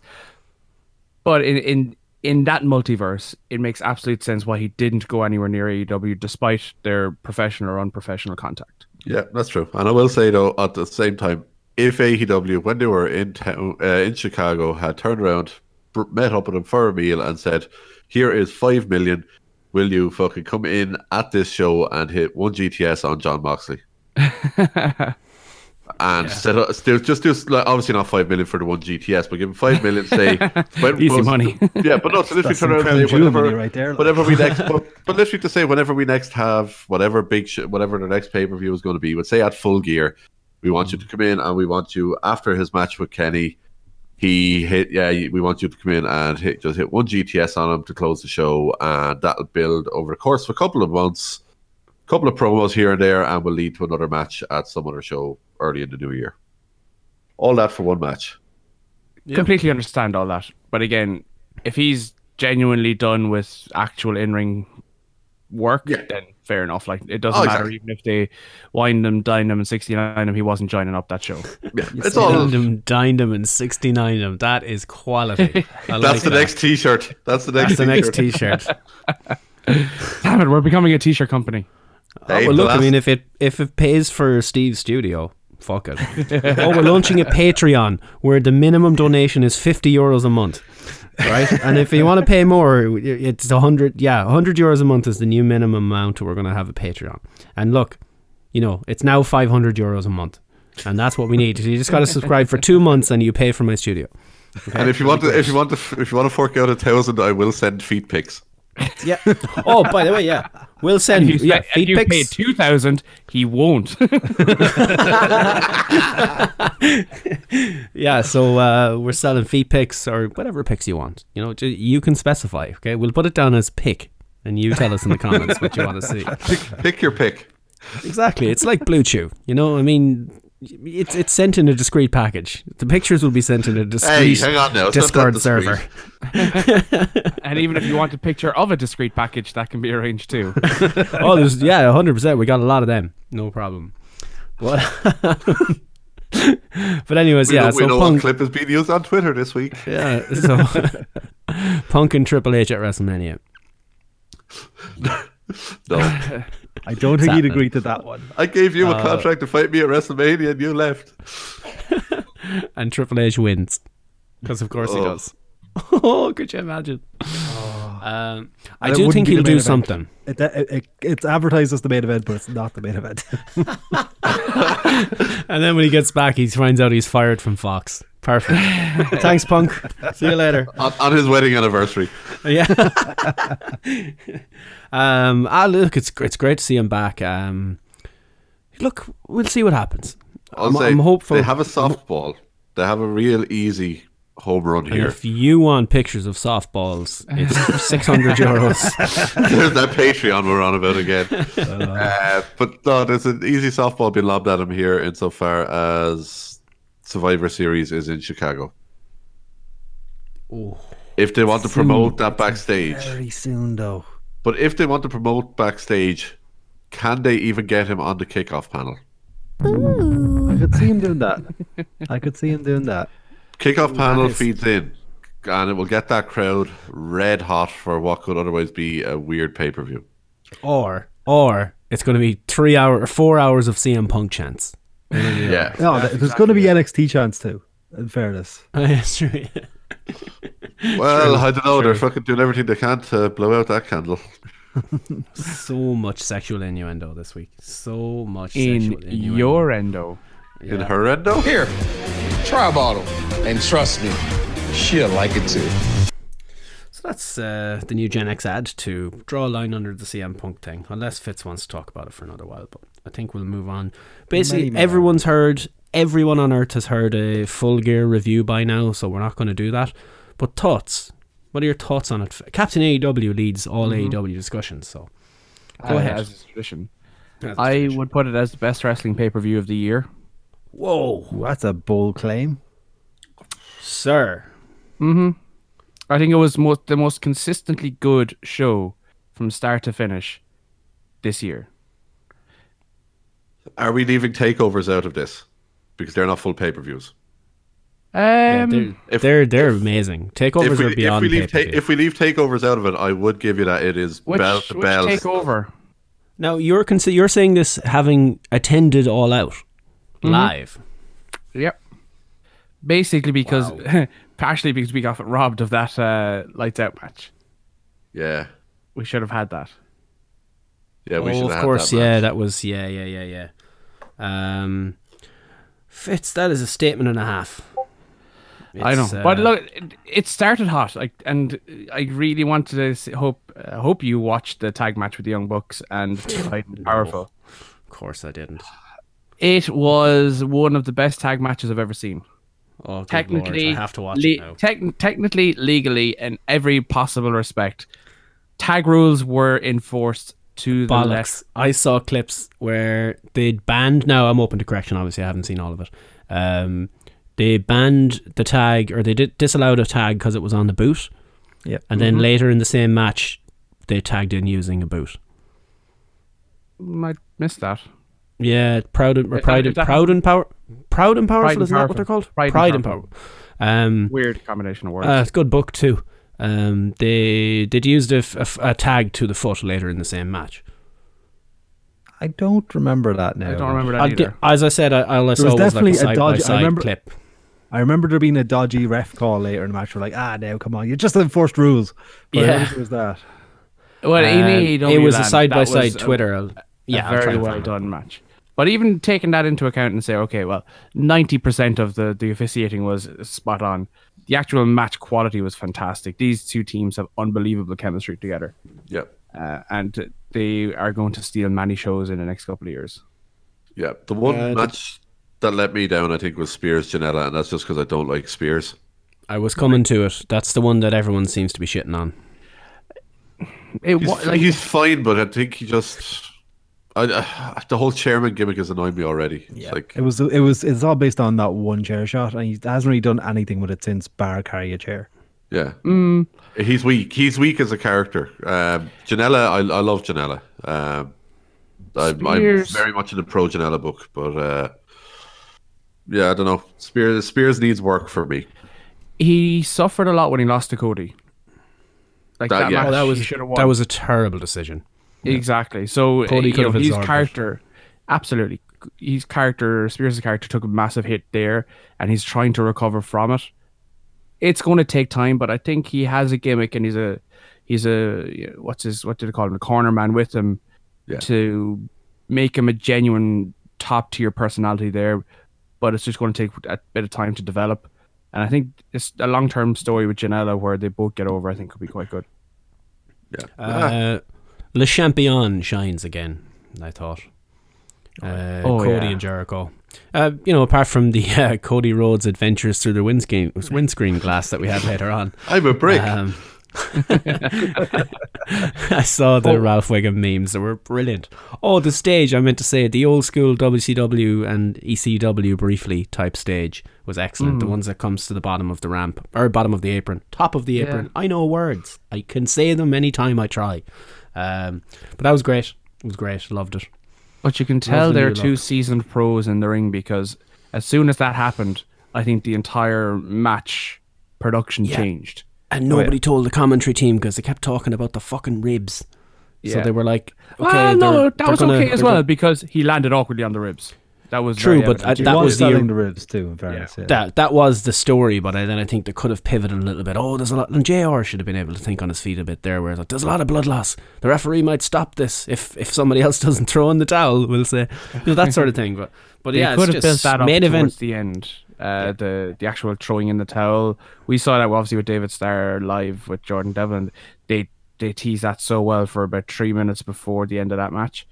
Speaker 7: But in in in that multiverse, it makes absolute sense why he didn't go anywhere near AEW despite their professional or unprofessional contact.
Speaker 6: Yeah, that's true. And I will say though, at the same time, if AEW, when they were in town uh, in Chicago, had turned around, br- met up with him for a meal, and said, "Here is five million. Will you fucking come in at this show and hit one GTS on John
Speaker 7: [laughs]
Speaker 6: Moxley?" And set up, still, just do like, obviously not five million for the one GTS, but give him five million.
Speaker 7: [laughs]
Speaker 6: Say, when-
Speaker 7: Easy
Speaker 6: was-
Speaker 7: money.
Speaker 6: [laughs] Yeah, but no, so literally
Speaker 9: That's some
Speaker 6: turn around
Speaker 9: crown
Speaker 6: and say
Speaker 9: jewel money
Speaker 6: whenever,
Speaker 9: right there, like.
Speaker 6: whenever we
Speaker 9: [laughs]
Speaker 6: next, but, but literally to say whenever we next have whatever big, sh- whatever the next pay per view is going to be, would say at full gear, we want you to come in and we want you after his match with Kenny, he hit yeah, we want you to come in and hit just hit one GTS on him to close the show, and that'll build over the course of a couple of months, couple of promos here and there, and will lead to another match at some other show early in the new year. All that for
Speaker 5: [laughs]
Speaker 6: one match.
Speaker 7: Completely understand all that. But again, if he's genuinely done with actual in ring work, then fair enough. Like it doesn't
Speaker 6: Oh,
Speaker 7: matter
Speaker 6: exactly.
Speaker 7: even if they wind him, dine him and sixty nine him, he wasn't joining up that show. [laughs]
Speaker 6: it's all-
Speaker 5: Dined him, dined him, and 69 him. That is
Speaker 6: [laughs]
Speaker 5: quality. I
Speaker 6: That's
Speaker 5: like
Speaker 6: the
Speaker 5: that.
Speaker 6: next T-shirt. That's the
Speaker 5: That's
Speaker 6: next.
Speaker 5: the
Speaker 6: [laughs]
Speaker 5: next
Speaker 6: t-shirt.
Speaker 5: t-shirt.
Speaker 7: Damn it, we're becoming a t-shirt company.
Speaker 5: Oh, well, look, I mean, if it if it pays for Steve's studio, fuck it. oh, we're launching a Patreon where the minimum donation is fifty euros a month, right? and if you want to pay more, it's hundred. Yeah, hundred euros a month is the new minimum amount. We're going to have a Patreon. And look, you know, it's now five hundred euros a month, and that's what we need. You just got to subscribe for two months, and you pay for my studio. Okay?
Speaker 6: and if you want to, if you want to, if you want to fork out a thousand, I will send feed pics.
Speaker 5: yeah. [laughs] Oh, by the way, yeah, we'll send
Speaker 7: And [laughs]
Speaker 5: you
Speaker 7: if you,
Speaker 5: yeah
Speaker 7: and
Speaker 5: feed
Speaker 7: you
Speaker 5: pics.
Speaker 7: pay two thousand, he won't. [laughs]
Speaker 5: Yeah, so uh, we're selling feet picks or whatever picks you want. You know, ju- you can specify. Okay, we'll put it down as pick, and you tell us in the comments what you want to see.
Speaker 6: [laughs] Pick, pick your pick.
Speaker 5: Exactly, it's like Blue Chew. You know, I mean, it's it's sent in a discrete package. The pictures will be sent in a discrete
Speaker 6: hang on now, it's not that
Speaker 5: Discord
Speaker 6: discreet. [laughs]
Speaker 5: server.
Speaker 7: and even if you want a picture of a discrete package, that can be
Speaker 6: [laughs]
Speaker 7: arranged too.
Speaker 5: oh, there's yeah, hundred percent. We got a lot of them. No problem. What? [laughs] but anyways,
Speaker 6: we
Speaker 5: yeah.
Speaker 6: know,
Speaker 5: so
Speaker 6: we know
Speaker 5: Punk,
Speaker 6: what clip is being used on Twitter this week.
Speaker 5: yeah, so [laughs] Punk and Triple H at WrestleMania.
Speaker 6: No,
Speaker 9: I don't think he'd
Speaker 5: Exactly.
Speaker 9: agree to that one.
Speaker 6: I gave you a
Speaker 5: Uh,
Speaker 6: contract to fight me at WrestleMania, and you left.
Speaker 5: and Triple H wins because of course he
Speaker 6: Oh.
Speaker 5: does. [laughs] oh, could you imagine? Um, I
Speaker 9: That
Speaker 5: do
Speaker 9: wouldn't
Speaker 5: think
Speaker 9: be the
Speaker 5: he'll
Speaker 9: main
Speaker 5: do
Speaker 9: event.
Speaker 5: something.
Speaker 9: It, it, it- it's advertised as the main event, but it's not the main event. [laughs]
Speaker 5: And then when he gets back, he finds out he's fired from Fox. [laughs] Perfect. Thanks, Punk. See you later.
Speaker 6: on, on his wedding anniversary.
Speaker 5: [laughs] Yeah. um, ah, look, it's gr- it's great to see him back. Um, look, we'll see what happens.
Speaker 6: I'll
Speaker 5: I'm,
Speaker 6: say
Speaker 5: I'm hopeful.
Speaker 6: they have a softball. They have a real easy home run
Speaker 5: and
Speaker 6: here.
Speaker 5: if you want pictures of softballs, [laughs] it's 600 euros.
Speaker 6: There's that Patreon we're on about again. Uh, but no, there's an easy softball being lobbed at him here insofar as Survivor Series is in Chicago.
Speaker 5: Oh.
Speaker 6: If they want to promote that backstage,
Speaker 9: Very soon, though.
Speaker 6: but if they want to promote backstage, can they even get him on the kickoff panel?
Speaker 9: I could see him doing that. I could see him doing that.
Speaker 6: Kickoff panel
Speaker 9: is-
Speaker 6: feeds in, and it will get that crowd red hot for what could otherwise be a weird pay per view.
Speaker 5: [laughs] or or it's going to be three hour or four hours of CM Punk chants.
Speaker 6: Yeah.
Speaker 9: No, there's going to be NXT chance too. In fairness,
Speaker 6: [laughs]
Speaker 5: That's true.
Speaker 6: Well, I don't know. They're fucking doing everything they can to blow out that candle.
Speaker 5: so much sexual innuendo this week. So much
Speaker 7: In
Speaker 5: sexual innuendo.
Speaker 7: your endo.
Speaker 6: In horrendo? Here.
Speaker 12: Try a bottle. And trust me, she'll like it too.
Speaker 5: So that's uh, the new Gen X ad to draw a line under the CM Punk thing, unless Fitz wants to talk about it for another while. But I think we'll move on. Basically,
Speaker 9: Maybe.
Speaker 5: everyone's heard, everyone on earth has heard a full gear review by now, so we're not going to do that. But thoughts? What are your thoughts on it? Captain AEW leads all
Speaker 6: Mm-hmm.
Speaker 7: Mhm.
Speaker 5: AEW discussions, so go
Speaker 7: Uh,
Speaker 5: ahead.
Speaker 7: As is tradition.
Speaker 5: As is
Speaker 7: I would put it as the best wrestling pay per view of the year.
Speaker 5: Whoa.
Speaker 7: That's a bold claim.
Speaker 5: Sir.
Speaker 7: hmm I think it was mo- the most consistently good show from start to finish this year.
Speaker 6: Are we leaving takeovers out of this? Because they're not full pay per views.
Speaker 7: Um,
Speaker 5: Yeah, they're, they're they're amazing. Takeovers
Speaker 6: If we,
Speaker 5: are beyond
Speaker 6: if, we leave ta-
Speaker 5: pay-per-view.
Speaker 6: if we leave takeovers out of it, I would give you that it is
Speaker 5: Which-
Speaker 6: bell to
Speaker 5: which
Speaker 6: bell.
Speaker 5: takeover? Now you're consi- you're saying this having attended All Out Mm-hmm.
Speaker 7: Mhm.
Speaker 5: live.
Speaker 7: Yep. Basically, because [laughs] partially because we got robbed of that uh, lights out match.
Speaker 6: Yeah.
Speaker 7: We should have had that.
Speaker 6: Yeah, we
Speaker 5: Oh,
Speaker 6: should have
Speaker 5: of
Speaker 6: had
Speaker 5: course.
Speaker 6: that, man.
Speaker 5: yeah, that was yeah, yeah, yeah, yeah. Um, Fitz, that is a statement and a half.
Speaker 7: I know,
Speaker 5: It's,
Speaker 7: but
Speaker 5: uh,
Speaker 7: look, it, it started hot, like, and I really wanted to s hope uh, hope you watched the tag match with the Young Bucks and Titan and Powerful.
Speaker 5: Of course, I didn't.
Speaker 7: It was one of the best tag matches I've ever seen.
Speaker 5: Oh, good
Speaker 7: technically,
Speaker 5: Lord, I have to watch it
Speaker 7: le-
Speaker 5: now.
Speaker 7: tec- technically, legally, in every possible respect, tag rules were enforced to the
Speaker 5: Bollocks!
Speaker 7: letter.
Speaker 5: I saw clips where they'd banned. Now I'm open to correction. Obviously, I haven't seen all of it. Um, they banned the tag, or they did disallowed a tag because it was on the boot.
Speaker 9: Yeah.
Speaker 5: And then
Speaker 7: Mhm.
Speaker 5: later in the same match, they tagged in using a boot.
Speaker 7: Mm, I missed that.
Speaker 5: Yeah, proud and
Speaker 7: Uh,
Speaker 5: or proud,
Speaker 7: is
Speaker 5: and
Speaker 7: that-
Speaker 5: proud and power, proud and powerful.
Speaker 7: Pride and
Speaker 5: isn't that what they're
Speaker 7: Powerful.
Speaker 5: called?
Speaker 7: Pride and
Speaker 5: power.
Speaker 7: Powerful.
Speaker 5: Um,
Speaker 7: Weird combination of words.
Speaker 5: Uh, it's a good book too. Um, they they'd used a, f- a f- a tag to the foot later in the same match.
Speaker 9: I don't remember that now.
Speaker 7: I don't remember that
Speaker 5: I
Speaker 7: either.
Speaker 5: di- as I said, I, all I
Speaker 9: There
Speaker 5: saw was,
Speaker 9: was definitely
Speaker 5: like a
Speaker 9: a
Speaker 5: side by
Speaker 9: dodgy. I
Speaker 5: side
Speaker 9: remember.
Speaker 5: clip.
Speaker 9: I remember there being a dodgy ref call later in the match. We're like, ah, now come on, you just enforced rules. But I
Speaker 5: Yeah.
Speaker 9: don't think it was that.
Speaker 7: Well, E
Speaker 5: Um,
Speaker 7: in AEW
Speaker 5: it was a
Speaker 7: land,
Speaker 5: side by
Speaker 7: that was
Speaker 5: side
Speaker 7: a-
Speaker 5: Twitter. I'll- yeah,
Speaker 7: a
Speaker 5: I'll try
Speaker 7: very
Speaker 5: and
Speaker 7: well
Speaker 5: find it.
Speaker 7: done match. But even taking that into account and say, okay, well, ninety percent of the the officiating was spot on. The actual match quality was fantastic. These two teams have unbelievable chemistry together,
Speaker 6: Yep.
Speaker 7: uh, and they are going to steal many shows in the next couple of years.
Speaker 6: Yeah. The one
Speaker 7: Uh, the-
Speaker 6: match that let me down, I think, was Spears Janela, and that's just because I don't like Spears.
Speaker 5: I was coming to it. That's the one that everyone seems to be shitting on.
Speaker 7: It
Speaker 6: He's,
Speaker 7: wa- like-
Speaker 6: he's fine, but I think he just. I, I, the whole chairman gimmick has annoyed me already. It's like,
Speaker 9: It was. It was. It's all based on that one chair shot, and he hasn't really done anything with it since Bar carry a chair.
Speaker 6: yeah.
Speaker 5: Mm.
Speaker 6: He's weak. He's weak as a character. Um, Janela, I, I love Janela. Um, I'm, I'm
Speaker 7: Spears-
Speaker 6: very much in the pro Janela book, but uh, yeah, I don't know. Spears, Spears needs work for me.
Speaker 7: He suffered a lot when he lost to Cody. Like
Speaker 6: That-
Speaker 7: that,
Speaker 6: yeah.
Speaker 7: match,
Speaker 6: Oh, that was-
Speaker 7: he should have won.
Speaker 5: That was a terrible decision.
Speaker 7: Exactly. So
Speaker 5: Cody
Speaker 7: Cody
Speaker 5: could
Speaker 7: you know,
Speaker 5: have
Speaker 7: his
Speaker 5: absorbed it.
Speaker 7: character, absolutely, his character, Spears' character, took a massive hit there, and he's trying to recover from it. It's going to take time, but I think he has a gimmick, and he's a he's a what's his what did they call him a corner man with him
Speaker 6: Yeah.
Speaker 7: to make him a genuine top tier personality there. But it's just going to take a bit of time to develop, and I think it's a long term story with Janela where they both get over. I think could be quite good.
Speaker 6: Yeah.
Speaker 5: Uh, Le Champion shines again. I thought. Uh,
Speaker 7: Oh,
Speaker 5: Cody
Speaker 7: yeah.
Speaker 5: and Jericho. Uh, you know, apart from the [laughs] uh, Cody Rhodes adventures through the windscreen windscreen glass that we had later on.
Speaker 6: I'm a brick.
Speaker 5: Um, [laughs] I saw the Ralph Wiggum memes that were brilliant. Oh, the stage, I meant to say, the old school WCW and ECW briefly type stage was excellent. The
Speaker 7: Mm.
Speaker 5: ones that comes to the bottom of the ramp, or bottom of the apron, top of the
Speaker 7: Yeah.
Speaker 5: apron. I know words. I can say them anytime I try. Um, but that was great. It was great. Loved it.
Speaker 7: But you can tell
Speaker 5: Lovely
Speaker 7: they're
Speaker 5: new
Speaker 7: two
Speaker 5: look.
Speaker 7: seasoned pros in the ring because as soon as that happened, I think the entire match production
Speaker 5: Yeah.
Speaker 7: changed.
Speaker 5: And
Speaker 7: Oh,
Speaker 5: nobody told the commentary team because they kept talking about the fucking ribs. So
Speaker 7: Yeah.
Speaker 5: they were like, okay,
Speaker 7: well, no,
Speaker 5: they're-
Speaker 7: that
Speaker 5: they're
Speaker 7: was
Speaker 5: gonna-
Speaker 7: okay as
Speaker 5: they're
Speaker 7: well
Speaker 5: gonna-
Speaker 7: because he landed awkwardly on the ribs. That was
Speaker 5: True,
Speaker 7: very
Speaker 5: but
Speaker 7: evident.
Speaker 5: I- that was the
Speaker 9: selling the ribs too. In fairness, yeah.
Speaker 5: that that was the story, but I, then I think they could have pivoted a little bit. Oh, there's a lot, and Jr. should have been able to think on his feet a bit there. Where it's like, there's a lot of blood loss. The referee might stop this if if somebody else [laughs] doesn't throw in the towel. We'll say you know, that sort of thing. But but
Speaker 7: They
Speaker 5: yeah,
Speaker 7: could
Speaker 5: it's
Speaker 7: have built
Speaker 5: just
Speaker 7: that up
Speaker 5: main
Speaker 7: towards
Speaker 5: event
Speaker 7: the end. uh, the the actual throwing in the towel. We saw that obviously with David Starr live with Jordan Devlin. They they teased that so well for about three minutes before the end of that match,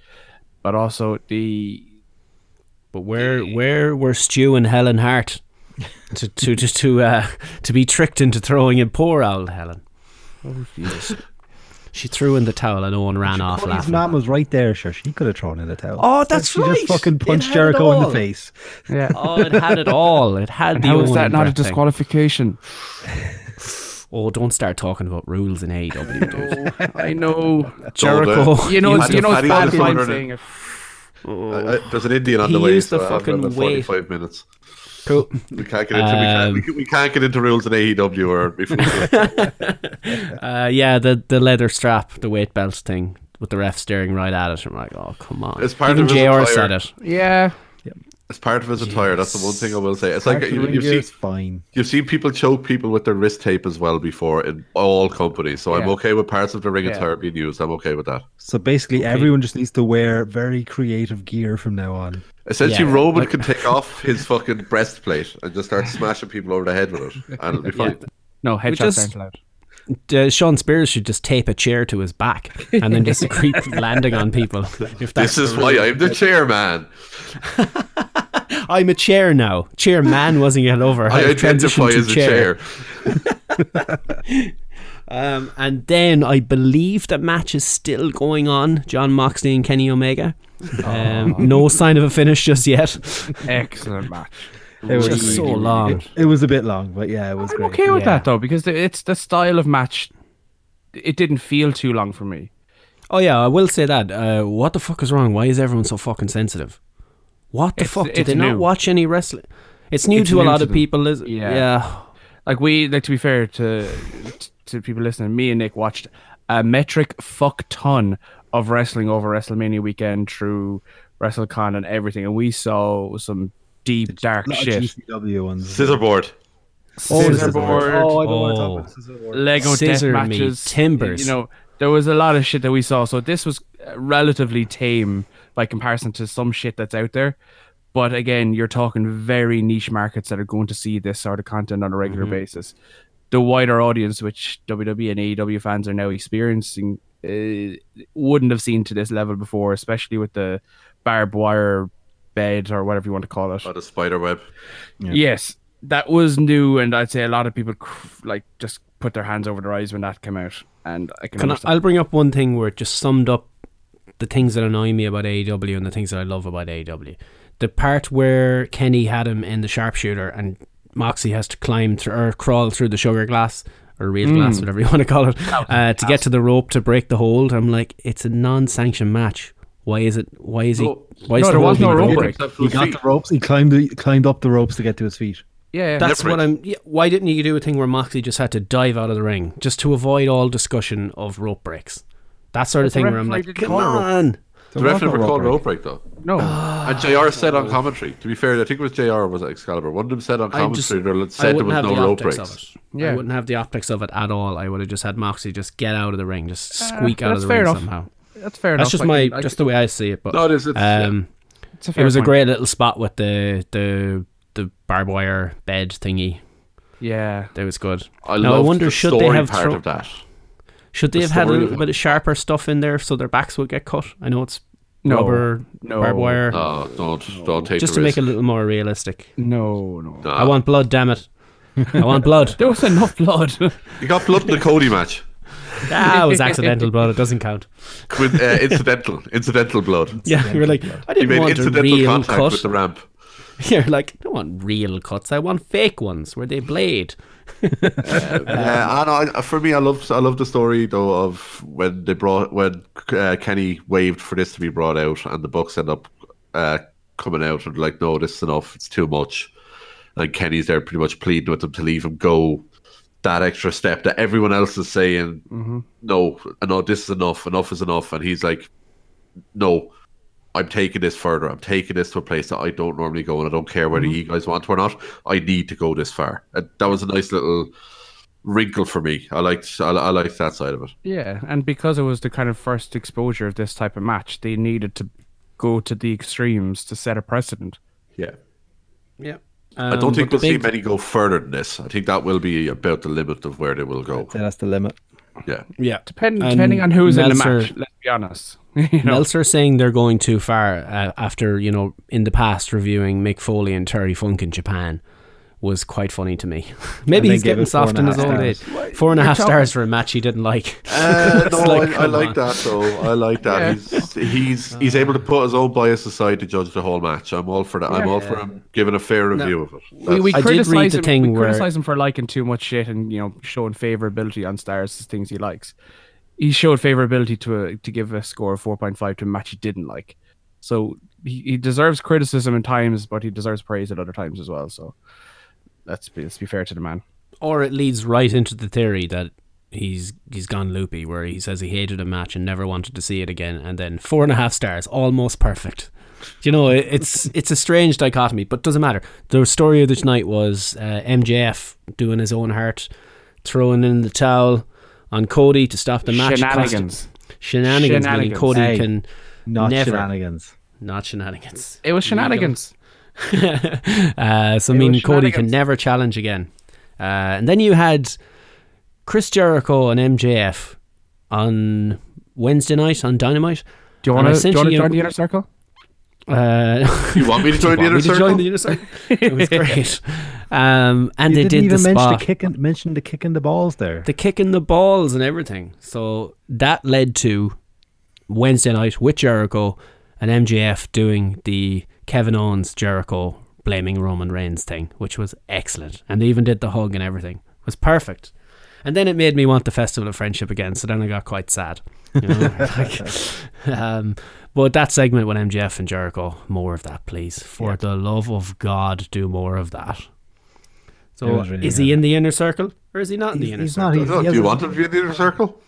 Speaker 7: but also the
Speaker 5: But where where were Stu and Helen Hart to to to to, uh, to be tricked into throwing in poor old Helen?
Speaker 9: Oh,
Speaker 5: Jesus! She threw in the towel and Owen ran off
Speaker 9: Cody's
Speaker 5: laughing.
Speaker 9: mom was right there. Sure, she could have thrown in the towel.
Speaker 5: Oh, that's
Speaker 9: she
Speaker 5: right.
Speaker 9: Just fucking
Speaker 5: It
Speaker 9: punched
Speaker 5: had it
Speaker 9: Jericho in the
Speaker 5: all.
Speaker 9: face.
Speaker 7: Yeah.
Speaker 5: Oh, it had it all. It had
Speaker 7: And
Speaker 5: the
Speaker 7: how is
Speaker 5: Owen
Speaker 7: that not a
Speaker 5: Brett thing.
Speaker 7: disqualification?
Speaker 5: Oh, don't start talking about rules in
Speaker 7: [laughs]
Speaker 5: AEW, dude.
Speaker 7: I know
Speaker 5: Jericho.
Speaker 7: You know,
Speaker 5: You
Speaker 7: it's, you
Speaker 5: had
Speaker 7: know,
Speaker 5: to fight
Speaker 7: it's bad
Speaker 5: the
Speaker 7: fun
Speaker 5: corner.
Speaker 7: saying it.
Speaker 6: I- I- there's an Indian on
Speaker 5: He
Speaker 6: the way.
Speaker 5: used the
Speaker 6: so I've got
Speaker 5: fucking
Speaker 6: about
Speaker 5: wave.
Speaker 6: Forty-five minutes.
Speaker 5: Cool.
Speaker 6: We can't get into we, can't, we,
Speaker 5: Um,
Speaker 6: can- we can't get into rules in AEW
Speaker 5: [laughs]
Speaker 6: or before.
Speaker 5: Uh, yeah, the the leather strap, the weight belt thing, with the ref staring right at it. I'm like, oh come on.
Speaker 6: It's part
Speaker 5: Even
Speaker 6: of his
Speaker 5: JR
Speaker 6: attire.
Speaker 5: said it.
Speaker 7: Yeah.
Speaker 6: It's part of his attire. That's the one thing I will say. It's
Speaker 9: Part
Speaker 6: like
Speaker 9: of the
Speaker 6: you,
Speaker 9: ring
Speaker 6: you've
Speaker 9: gear
Speaker 6: seen
Speaker 9: is fine.
Speaker 6: You've seen people choke people with their wrist tape as well before in all companies. So I'm
Speaker 9: Yeah.
Speaker 6: okay with parts of the ring
Speaker 9: Yeah.
Speaker 6: attire being used. I'm okay with that.
Speaker 9: So basically, everyone just needs to wear very creative gear from now on.
Speaker 6: Essentially, Roman can take off his fucking breastplate and
Speaker 5: [laughs]
Speaker 6: just start smashing people over the head with it, and it'll be fine.
Speaker 7: No,
Speaker 5: We
Speaker 7: headshots
Speaker 5: just-
Speaker 7: aren't allowed.
Speaker 5: Uh, Sean Spears should just tape a chair to his back and then just creep landing on people. If that's
Speaker 6: This is why I'm the chairman.
Speaker 5: I'm a chair now. Chair man wasn't yet over.
Speaker 6: I
Speaker 5: I've
Speaker 6: identify
Speaker 5: transitioned to
Speaker 6: as a chair.
Speaker 5: Um, and then I believe that match is still going on. John Moxley and Kenny Omega. Um, no sign of a finish just yet.
Speaker 7: Excellent match.
Speaker 9: It was
Speaker 5: Just so long.
Speaker 9: It, it was a bit long, but yeah, it was
Speaker 7: I'm
Speaker 9: great.
Speaker 7: okay with
Speaker 9: Yeah.
Speaker 7: that though because the- it's the style of match. It didn't feel too long for me.
Speaker 5: Oh yeah, I will say that. Uh, what the fuck is wrong? Why is everyone so fucking sensitive? What the
Speaker 7: It's-
Speaker 5: fuck? Did
Speaker 7: it's
Speaker 5: they
Speaker 7: new.
Speaker 5: not watch any wrestling? It's new
Speaker 7: It's
Speaker 5: to a lot of
Speaker 7: them.
Speaker 5: people. Is yeah. yeah.
Speaker 7: Like we like to be fair to to people listening, me and Nick watched a metric fuck ton of wrestling over WrestleMania weekend through WrestleCon and everything, and we saw some deep dark
Speaker 9: A lot of
Speaker 7: shit.
Speaker 9: GCW ones.
Speaker 6: Scissorboard.
Speaker 7: Scissorboard.
Speaker 9: Oh, I don't want to talk about scissorboard.
Speaker 7: Lego
Speaker 5: Scissor
Speaker 7: death
Speaker 5: me,
Speaker 7: matches,
Speaker 5: timbers.
Speaker 7: You know, there was a lot of shit that we saw. So this was uh, relatively tame by comparison to some shit that's out there. But again, you're talking very niche markets that are going to see this sort of content on a regular
Speaker 5: Mhm.
Speaker 7: basis. The wider audience, which WWE and AEW fans are now experiencing, uh, wouldn't have seen to this level before, especially with the barbed wire bed or whatever you want to call it.
Speaker 6: Or the spider web.
Speaker 7: Yes, that was new, and I'd say a lot of people cr- like just put their hands over their eyes when that came out, and I can.
Speaker 5: Can I,
Speaker 7: understand.
Speaker 5: I'll bring up one thing where it just summed up the things that annoy me about AEW and the things that I love about AEW. The part where Kenny had him in the sharpshooter and Moxie has to climb through or crawl through the sugar glass or real glass,
Speaker 7: Mm.
Speaker 5: whatever you want to call it, uh, to get to the rope to break the hold. I'm like, it's a non-sanctioned match. Why is it? Why is he?
Speaker 7: No,
Speaker 5: Why is
Speaker 7: no,
Speaker 5: the
Speaker 7: there
Speaker 5: whole
Speaker 7: was no
Speaker 5: thing
Speaker 7: rope
Speaker 5: broken?
Speaker 7: break.
Speaker 9: He got the ropes. He climbed. The, climbed up the ropes to get to his feet.
Speaker 7: yeah,
Speaker 5: That's what I'm. Yeah, why didn't you do a thing where Moxley just had to dive out of the ring just to avoid all discussion of rope breaks? That sort of
Speaker 7: But the
Speaker 5: thing where I'm
Speaker 7: referee
Speaker 5: like,
Speaker 7: didn't
Speaker 5: come
Speaker 7: call a rope.
Speaker 5: on.
Speaker 6: The ref never called rope break though.
Speaker 7: No.
Speaker 6: And JR said on commentary, to be fair, I think it was JR or was it Excalibur. One of them said on
Speaker 5: I just-
Speaker 6: commentary there
Speaker 5: I
Speaker 6: said there
Speaker 5: wouldn't
Speaker 6: was
Speaker 5: have
Speaker 6: no
Speaker 5: the
Speaker 6: rope
Speaker 5: optics
Speaker 6: breaks.
Speaker 5: Of it. I
Speaker 7: Yeah.
Speaker 5: wouldn't have the optics of it at all. I would have just had Moxley just get out of the ring, just squeak
Speaker 7: Uh,
Speaker 5: out
Speaker 7: that's
Speaker 5: of the
Speaker 7: fair
Speaker 5: ring
Speaker 7: enough.
Speaker 5: somehow.
Speaker 7: That's fair
Speaker 5: That's
Speaker 7: enough.
Speaker 5: just
Speaker 7: I
Speaker 5: my
Speaker 7: can- I
Speaker 5: just
Speaker 7: can-
Speaker 5: the way I see it. But
Speaker 6: No, it is, it's- yeah.
Speaker 5: um,
Speaker 7: It's a fair
Speaker 5: it was
Speaker 7: point.
Speaker 5: a great little spot with the the the barbed wire bed thingy.
Speaker 7: Yeah,
Speaker 5: That was good.
Speaker 6: I
Speaker 5: now I
Speaker 6: loved
Speaker 5: wonder
Speaker 6: the
Speaker 5: should they
Speaker 6: story
Speaker 5: have
Speaker 6: part
Speaker 5: thrown-
Speaker 6: of that.
Speaker 5: Should they
Speaker 6: The
Speaker 5: have had a
Speaker 6: story
Speaker 5: little
Speaker 6: of it.
Speaker 5: bit of sharper stuff in there so their backs would get cut? I know it's
Speaker 7: No.
Speaker 5: rubber,
Speaker 7: No.
Speaker 5: barbed wire,
Speaker 6: Uh, No, don't don't take
Speaker 5: just
Speaker 6: the
Speaker 5: to make
Speaker 6: risk. Uh,
Speaker 5: it a little more realistic.
Speaker 7: No, no.
Speaker 5: I want blood, damn it! I want blood.
Speaker 7: [laughs] There was enough blood.
Speaker 5: [laughs]
Speaker 6: You got blood in the Cody match
Speaker 5: That [laughs] was accidental blood. It doesn't count.
Speaker 6: with
Speaker 5: [laughs]
Speaker 6: uh, incidental incidental blood.
Speaker 5: Yeah, you were like, I
Speaker 6: He
Speaker 5: didn't
Speaker 6: made
Speaker 5: want a
Speaker 6: incidental
Speaker 5: real
Speaker 6: contact
Speaker 5: cut.
Speaker 6: with the ramp.
Speaker 5: [laughs] You're like, I don't want real cuts. I want fake ones where they blade.
Speaker 6: Yeah, I know. I- For me, I love I love the story though of when they brought when uh, Kenny waved for this to be brought out, and the Bucks end up uh, coming out and like, no, this is enough. It's too much. And Kenny's there, pretty much pleading with them to leave him go that extra step that everyone else is saying, no, uh, no, this is enough. Enough is enough. And he's like, no. I'm taking this further. I'm taking this to a place that I don't normally go, and I don't care whether you guys want to or not. I need to go this far. And that was a nice little wrinkle for me. I liked I, I liked that side of it.
Speaker 7: Yeah, and because it was the kind of first exposure of this type of match, they needed to go to the extremes to set a precedent.
Speaker 6: Yeah.
Speaker 5: Yep.
Speaker 6: I
Speaker 5: Um,
Speaker 6: don't think
Speaker 5: but
Speaker 6: we'll
Speaker 5: the
Speaker 6: see
Speaker 5: big-
Speaker 6: many go further than this. I think that will be about the limit of where they will go.
Speaker 9: that's the limit.
Speaker 6: Yeah.
Speaker 5: Yeah.
Speaker 7: Depend- depending on who's in the match, let's be honest.
Speaker 5: Meltzer saying they're going too far uh, after, you know, in the past reviewing Mick Foley and Terry Funk in Japan was quite funny to me. [laughs] Maybe
Speaker 9: And they
Speaker 5: he's
Speaker 9: gave
Speaker 5: getting
Speaker 9: it four
Speaker 5: soft
Speaker 9: and
Speaker 5: in
Speaker 9: a
Speaker 5: his
Speaker 9: half
Speaker 5: old age.
Speaker 9: stars.
Speaker 5: Four and a
Speaker 9: You're
Speaker 5: half
Speaker 9: talking-
Speaker 5: stars for a match he didn't like.
Speaker 6: Uh,
Speaker 5: [laughs] It's
Speaker 6: no,
Speaker 5: like,
Speaker 6: I, I
Speaker 5: come
Speaker 6: like
Speaker 5: on.
Speaker 6: that though. I like that. He's he's he's able to put his own bias aside to judge the whole match. I'm all for that. I'm all for
Speaker 5: Yeah.
Speaker 6: him giving a fair review of it.
Speaker 7: We, we
Speaker 5: I did read
Speaker 7: criticize
Speaker 5: the
Speaker 7: him.
Speaker 5: thing
Speaker 7: we
Speaker 5: where-
Speaker 7: criticize him for liking too much shit and you know showing favorability on stars to things he likes. He showed favorability to a, to give a score of four point five to a match he didn't like. So he, he deserves criticism in times, but he deserves praise at other times as well. So let's be let's be fair to the man.
Speaker 5: Or it leads right into the theory that he's he's gone loopy, where he says he hated a match and never wanted to see it again, and then four and a half stars, almost perfect. Do You know, it-
Speaker 7: [laughs]
Speaker 5: it's it's a strange dichotomy, but doesn't matter. The story of this night was uh, MJF doing his own heart, throwing in the towel on Cody to stop the match.
Speaker 7: Shenanigans.
Speaker 5: Shenanigans, meaning
Speaker 7: Shenanigans.
Speaker 5: Cody
Speaker 7: Hey,
Speaker 5: can
Speaker 9: not
Speaker 5: never-
Speaker 9: shenanigans.
Speaker 5: Not shenanigans.
Speaker 7: It was shenanigans.
Speaker 5: [laughs] Uh, so, I
Speaker 7: It
Speaker 5: mean,
Speaker 7: was
Speaker 5: Cody can
Speaker 7: shenanigans.
Speaker 5: never challenge again. Uh, and then you had Chris Jericho and MJF on Wednesday night on Dynamite.
Speaker 7: Do you
Speaker 5: And
Speaker 7: want to do you want
Speaker 5: essentially-
Speaker 7: to join the inner circle?
Speaker 5: Uh,
Speaker 6: You want me to
Speaker 5: do [laughs] you
Speaker 6: join
Speaker 5: want
Speaker 6: the inner
Speaker 5: me to join
Speaker 6: circle?
Speaker 5: the inner circle? It was great. Um, and
Speaker 9: you
Speaker 5: they
Speaker 9: didn't
Speaker 5: did
Speaker 9: even
Speaker 5: the
Speaker 9: mention
Speaker 5: spot.
Speaker 9: the kick and mention the kick in the balls there.
Speaker 5: the kick in the balls and everything. So that led to Wednesday night with Jericho and MJF doing the Kevin Owens Jericho blaming Roman Reigns thing, which was excellent. And they even did the hug and everything. It was perfect. And then it made me want the Festival of Friendship again, so then I got quite sad. You
Speaker 9: [laughs]
Speaker 5: know? like, um, but that segment with MJF and Jericho, more of that, please. For the love of God, do more of that.
Speaker 9: It
Speaker 5: So,
Speaker 9: was really
Speaker 5: is he in the inner circle or is he not in the
Speaker 9: He's-
Speaker 5: inner
Speaker 9: he's
Speaker 5: circle?
Speaker 9: not- he- he
Speaker 6: Do you
Speaker 9: hasn't-
Speaker 6: want him to be in the inner circle?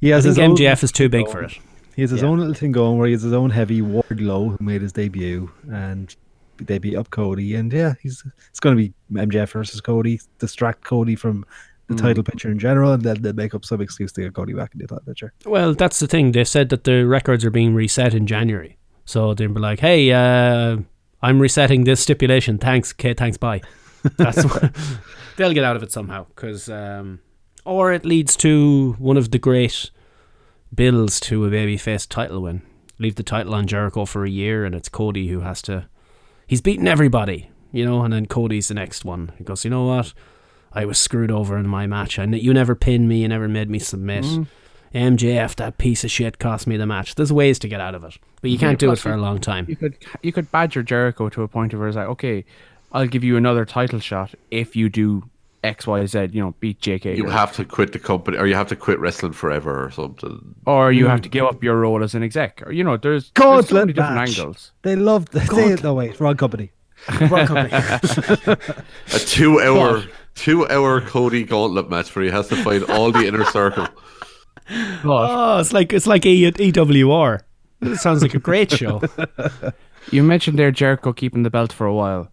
Speaker 9: He
Speaker 5: I
Speaker 9: has
Speaker 5: think
Speaker 9: his own-
Speaker 5: MJF is too big for it.
Speaker 9: He has his
Speaker 5: Yeah.
Speaker 9: own little thing going where he has his own heavy Wardlow who made his debut and they beat up Cody and yeah, he's it's gonna be MJF versus Cody, distract Cody from
Speaker 5: Hmm.
Speaker 9: the title picture in general, and then they make up some excuse to get Cody back into that picture.
Speaker 5: Well, that's the thing. They've said that the records are being reset in January. So they'll be like, hey, uh, I'm resetting this stipulation. Thanks. Okay, thanks. Bye. That's [laughs] what, they'll get out of it somehow. Cause, um, or it leads to one of the great bills to a babyface title win. Leave the title on Jericho for a year, and it's Cody who has to. He's beaten everybody, you know, and then Cody's the next one. He goes, you know what? I was screwed over in my match. I, ne- you never pinned me. You never made me submit.
Speaker 7: Mhm.
Speaker 5: MJF, that piece of shit, cost me the match. There's ways to get out of it, but you
Speaker 7: Mhm.
Speaker 5: can't do Mm-hmm. it
Speaker 7: Plus
Speaker 5: for a
Speaker 7: you-
Speaker 5: long time.
Speaker 7: You could you could badger Jericho to a point where it's like, okay, I'll give you another title shot if you do X, Y, Z. You know, beat JK.
Speaker 6: You
Speaker 7: or-
Speaker 6: have to quit the company, or you have to quit wrestling forever, or something.
Speaker 5: Oh,
Speaker 7: or you
Speaker 5: Hmm.
Speaker 7: have
Speaker 6: Mm.
Speaker 7: to give up your role as an exec. Or you know, there's, there's so many
Speaker 9: Gauntlet
Speaker 7: different
Speaker 9: match.
Speaker 7: angles.
Speaker 9: They love the they, no wait,
Speaker 5: [laughs]
Speaker 9: wrong company. Wrong company.
Speaker 6: A two-hour, two-hour Cody gauntlet match where he has to fight all
Speaker 5: [laughs]
Speaker 6: the inner circle.
Speaker 5: Oh, it's like it's like e- EWR. It sounds like a great [laughs] show.
Speaker 7: You mentioned there Jericho keeping the belt for a while.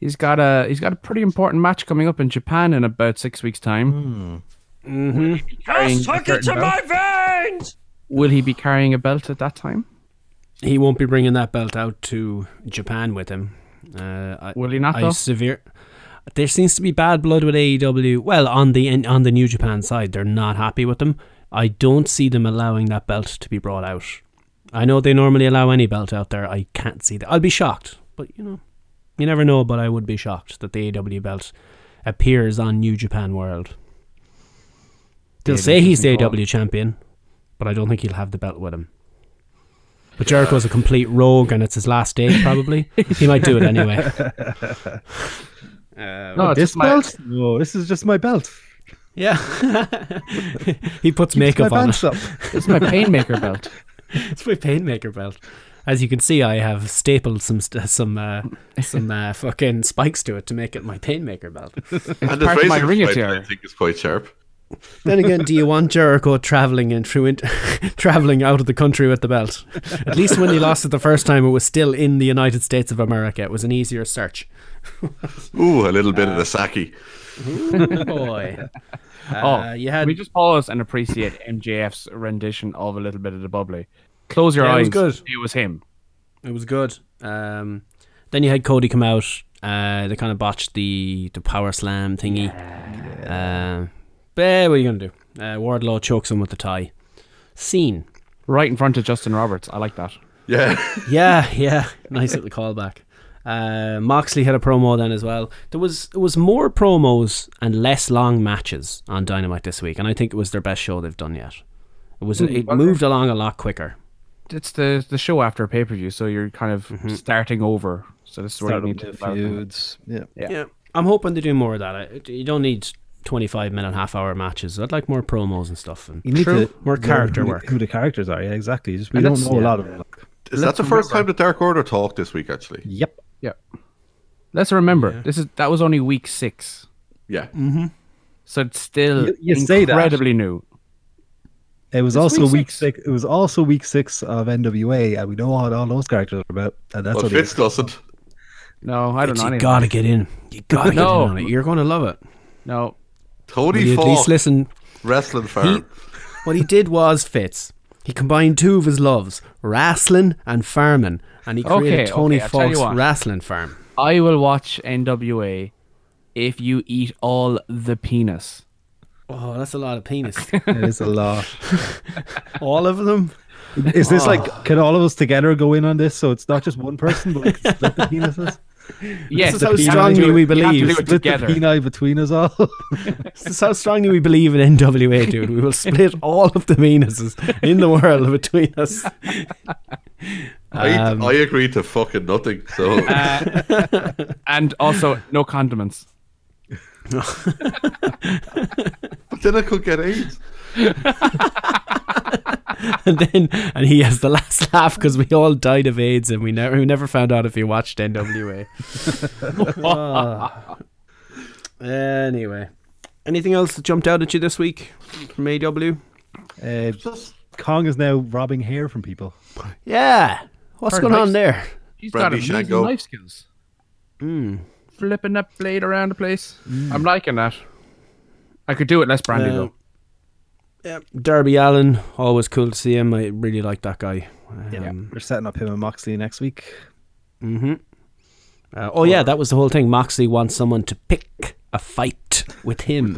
Speaker 7: He's got a he's got a pretty important match coming up in Japan in about six weeks'
Speaker 5: Hmm.
Speaker 7: time.
Speaker 5: Mm-hmm.
Speaker 7: Carrying
Speaker 1: Just
Speaker 7: a
Speaker 1: took it
Speaker 7: certain
Speaker 1: to
Speaker 7: belt.
Speaker 1: my veins!
Speaker 7: Will he be carrying a belt at that time?
Speaker 5: He won't be bringing that belt out to Japan with him. Uh, I,
Speaker 7: Will he not,
Speaker 5: I
Speaker 7: though?
Speaker 5: severe. There seems to be bad blood with AEW. Well, on the in- on the New Japan side, they're not happy with them. I don't see them allowing that belt to be brought out. I know they normally allow any belt out there. I can't see that. I'll be shocked, but you know, you never know. But I would be shocked that the AEW belt appears on New Japan World. They'll
Speaker 7: Dave,
Speaker 5: say he's the
Speaker 7: interesting call.
Speaker 5: AEW champion, but I don't think he'll have the belt with him. But Jericho's a complete rogue, and it's his last day. Probably he might do it anyway. Oh,
Speaker 7: No, it's
Speaker 9: this
Speaker 7: just my-
Speaker 9: belt? No, Oh, this is just my belt.
Speaker 5: Yeah. [laughs] he puts
Speaker 9: Keeps
Speaker 5: makeup
Speaker 9: my
Speaker 5: on
Speaker 9: pants
Speaker 5: it.
Speaker 9: up.
Speaker 7: It's my painmaker belt.
Speaker 5: [laughs] it's my painmaker belt. As you can see, I have stapled some st- some uh, some uh, fucking spikes to it to make it my painmaker belt.
Speaker 6: and
Speaker 7: part of my
Speaker 6: razor
Speaker 7: ring
Speaker 6: blade,
Speaker 7: attire.
Speaker 6: I think is quite sharp.
Speaker 5: [laughs] then again, do you want Jericho traveling in through in- [laughs] traveling out of the country with the belt? [laughs] At least when he lost it the first time, it was still in the United States of America. It was an easier search.
Speaker 6: Ooh, a little bit of the sake.
Speaker 5: Ooh, boy. [laughs]
Speaker 7: oh,
Speaker 5: Uh, you had
Speaker 7: we just pause and appreciate MJF's rendition of a little bit of the bubbly. Close your
Speaker 5: Yeah, it
Speaker 7: eyes.
Speaker 5: was good.
Speaker 7: It was him.
Speaker 5: It was good. Um, Then you had Cody come out. Uh, they kind of botched the, the power slam thingy. Uh, but eh, what are you going to do? Uh, Wardlow chokes him with the tie. Scene.
Speaker 7: Right in front of Justin Roberts. I like that.
Speaker 6: Yeah.
Speaker 5: yeah, [laughs] yeah. Nice little callback. Uh, Moxley had a promo then as well. There was it was more promos and less long matches on Dynamite this week, and I think it was their best show they've done yet. It was
Speaker 7: Mm,
Speaker 5: it
Speaker 7: okay.
Speaker 5: moved along a lot quicker.
Speaker 7: It's the the show after pay per view, so you're kind of starting over. So this is where you
Speaker 5: Starting
Speaker 7: need to
Speaker 5: with
Speaker 7: develop them.
Speaker 5: feuds.
Speaker 9: Yeah.
Speaker 7: yeah.
Speaker 5: I'm hoping to do more of that. I, you don't need 25 minute, half hour matches. I'd like more promos and stuff. And
Speaker 9: You need
Speaker 5: True.
Speaker 9: to
Speaker 5: more
Speaker 9: know
Speaker 5: character
Speaker 9: who the-
Speaker 5: work.
Speaker 9: Who the characters are, yeah, exactly. Just, we
Speaker 5: And
Speaker 9: don't
Speaker 5: that's-
Speaker 9: know
Speaker 5: yeah.
Speaker 9: a lot of them.
Speaker 6: Is that the first time the Dark Order talked this week? Actually,
Speaker 9: Yep.
Speaker 7: Yep. Let's remember this is that was only week six,
Speaker 6: yeah.
Speaker 5: Mm,
Speaker 9: Mm-hmm.
Speaker 7: so it's still
Speaker 9: You- you say that.
Speaker 7: incredibly new.
Speaker 9: It was
Speaker 7: It's
Speaker 9: also
Speaker 7: week
Speaker 9: week, six. It was also week six of NWA, and we know what all those characters are about. And that's
Speaker 6: Well,
Speaker 9: what
Speaker 6: Fitz doesn't.
Speaker 7: No, I don't
Speaker 5: Fitz,
Speaker 7: know.
Speaker 5: you
Speaker 7: anything.
Speaker 5: gotta get in. You gotta get
Speaker 7: No.
Speaker 5: in on it. You're gonna love it.
Speaker 7: No,
Speaker 5: Will
Speaker 6: Tony
Speaker 5: you at
Speaker 6: Falk,
Speaker 5: least listen.
Speaker 6: wrestling
Speaker 5: He,
Speaker 6: fan.
Speaker 5: what he did was Fitz. He combined two of his loves, wrestling and farming, and he created
Speaker 7: Okay,
Speaker 5: Tony
Speaker 7: okay, I'll tell you
Speaker 5: Falk's
Speaker 7: what.
Speaker 5: wrestling farm.
Speaker 7: I will watch NWA if you eat all the penis.
Speaker 5: Oh, that's a lot of penis.
Speaker 9: it is a lot.
Speaker 5: [laughs] All of them.
Speaker 9: Is this like? Can all of us together go in on this? So it's not just one person, but like split the penises.
Speaker 7: Yes,
Speaker 5: this is how
Speaker 7: the penis-
Speaker 5: strongly we
Speaker 7: You have to do
Speaker 5: believe.
Speaker 7: it
Speaker 9: Split
Speaker 7: together.
Speaker 9: the peni between us all. [laughs]
Speaker 5: This is how strongly we believe in NWA, dude. We will split all of the meanesses in the world between [laughs] us.
Speaker 6: I,
Speaker 5: Um, Uh,
Speaker 6: I agreed to fucking nothing.
Speaker 5: [laughs]
Speaker 6: So
Speaker 7: and also no condiments.
Speaker 6: but [laughs] then I could get AIDS.
Speaker 5: and [laughs] then and he has the last [laughs] laugh because we all died of AIDS and we never we never found out if you watched NWA. Ah. anyway, anything else that jumped out at you this week from AW?
Speaker 9: Uh, Kong is now robbing hair from people.
Speaker 5: Yeah, what's
Speaker 7: Her
Speaker 5: going on
Speaker 7: life's-
Speaker 5: there?
Speaker 7: He's
Speaker 6: Brandy
Speaker 7: got amazing
Speaker 6: Shango.
Speaker 7: life skills.
Speaker 5: Hmm.
Speaker 7: Flipping that blade around the place. I'm liking that. I could do it less brandy
Speaker 5: Uh,
Speaker 7: though.
Speaker 5: Darby Allen, always cool to see him. I really like that guy.
Speaker 9: Yeah, Um, we're setting up him and Moxley next week.
Speaker 5: Mm-hmm. Uh, oh yeah, that was the whole thing. Moxley wants someone to pick a fight with him, [laughs]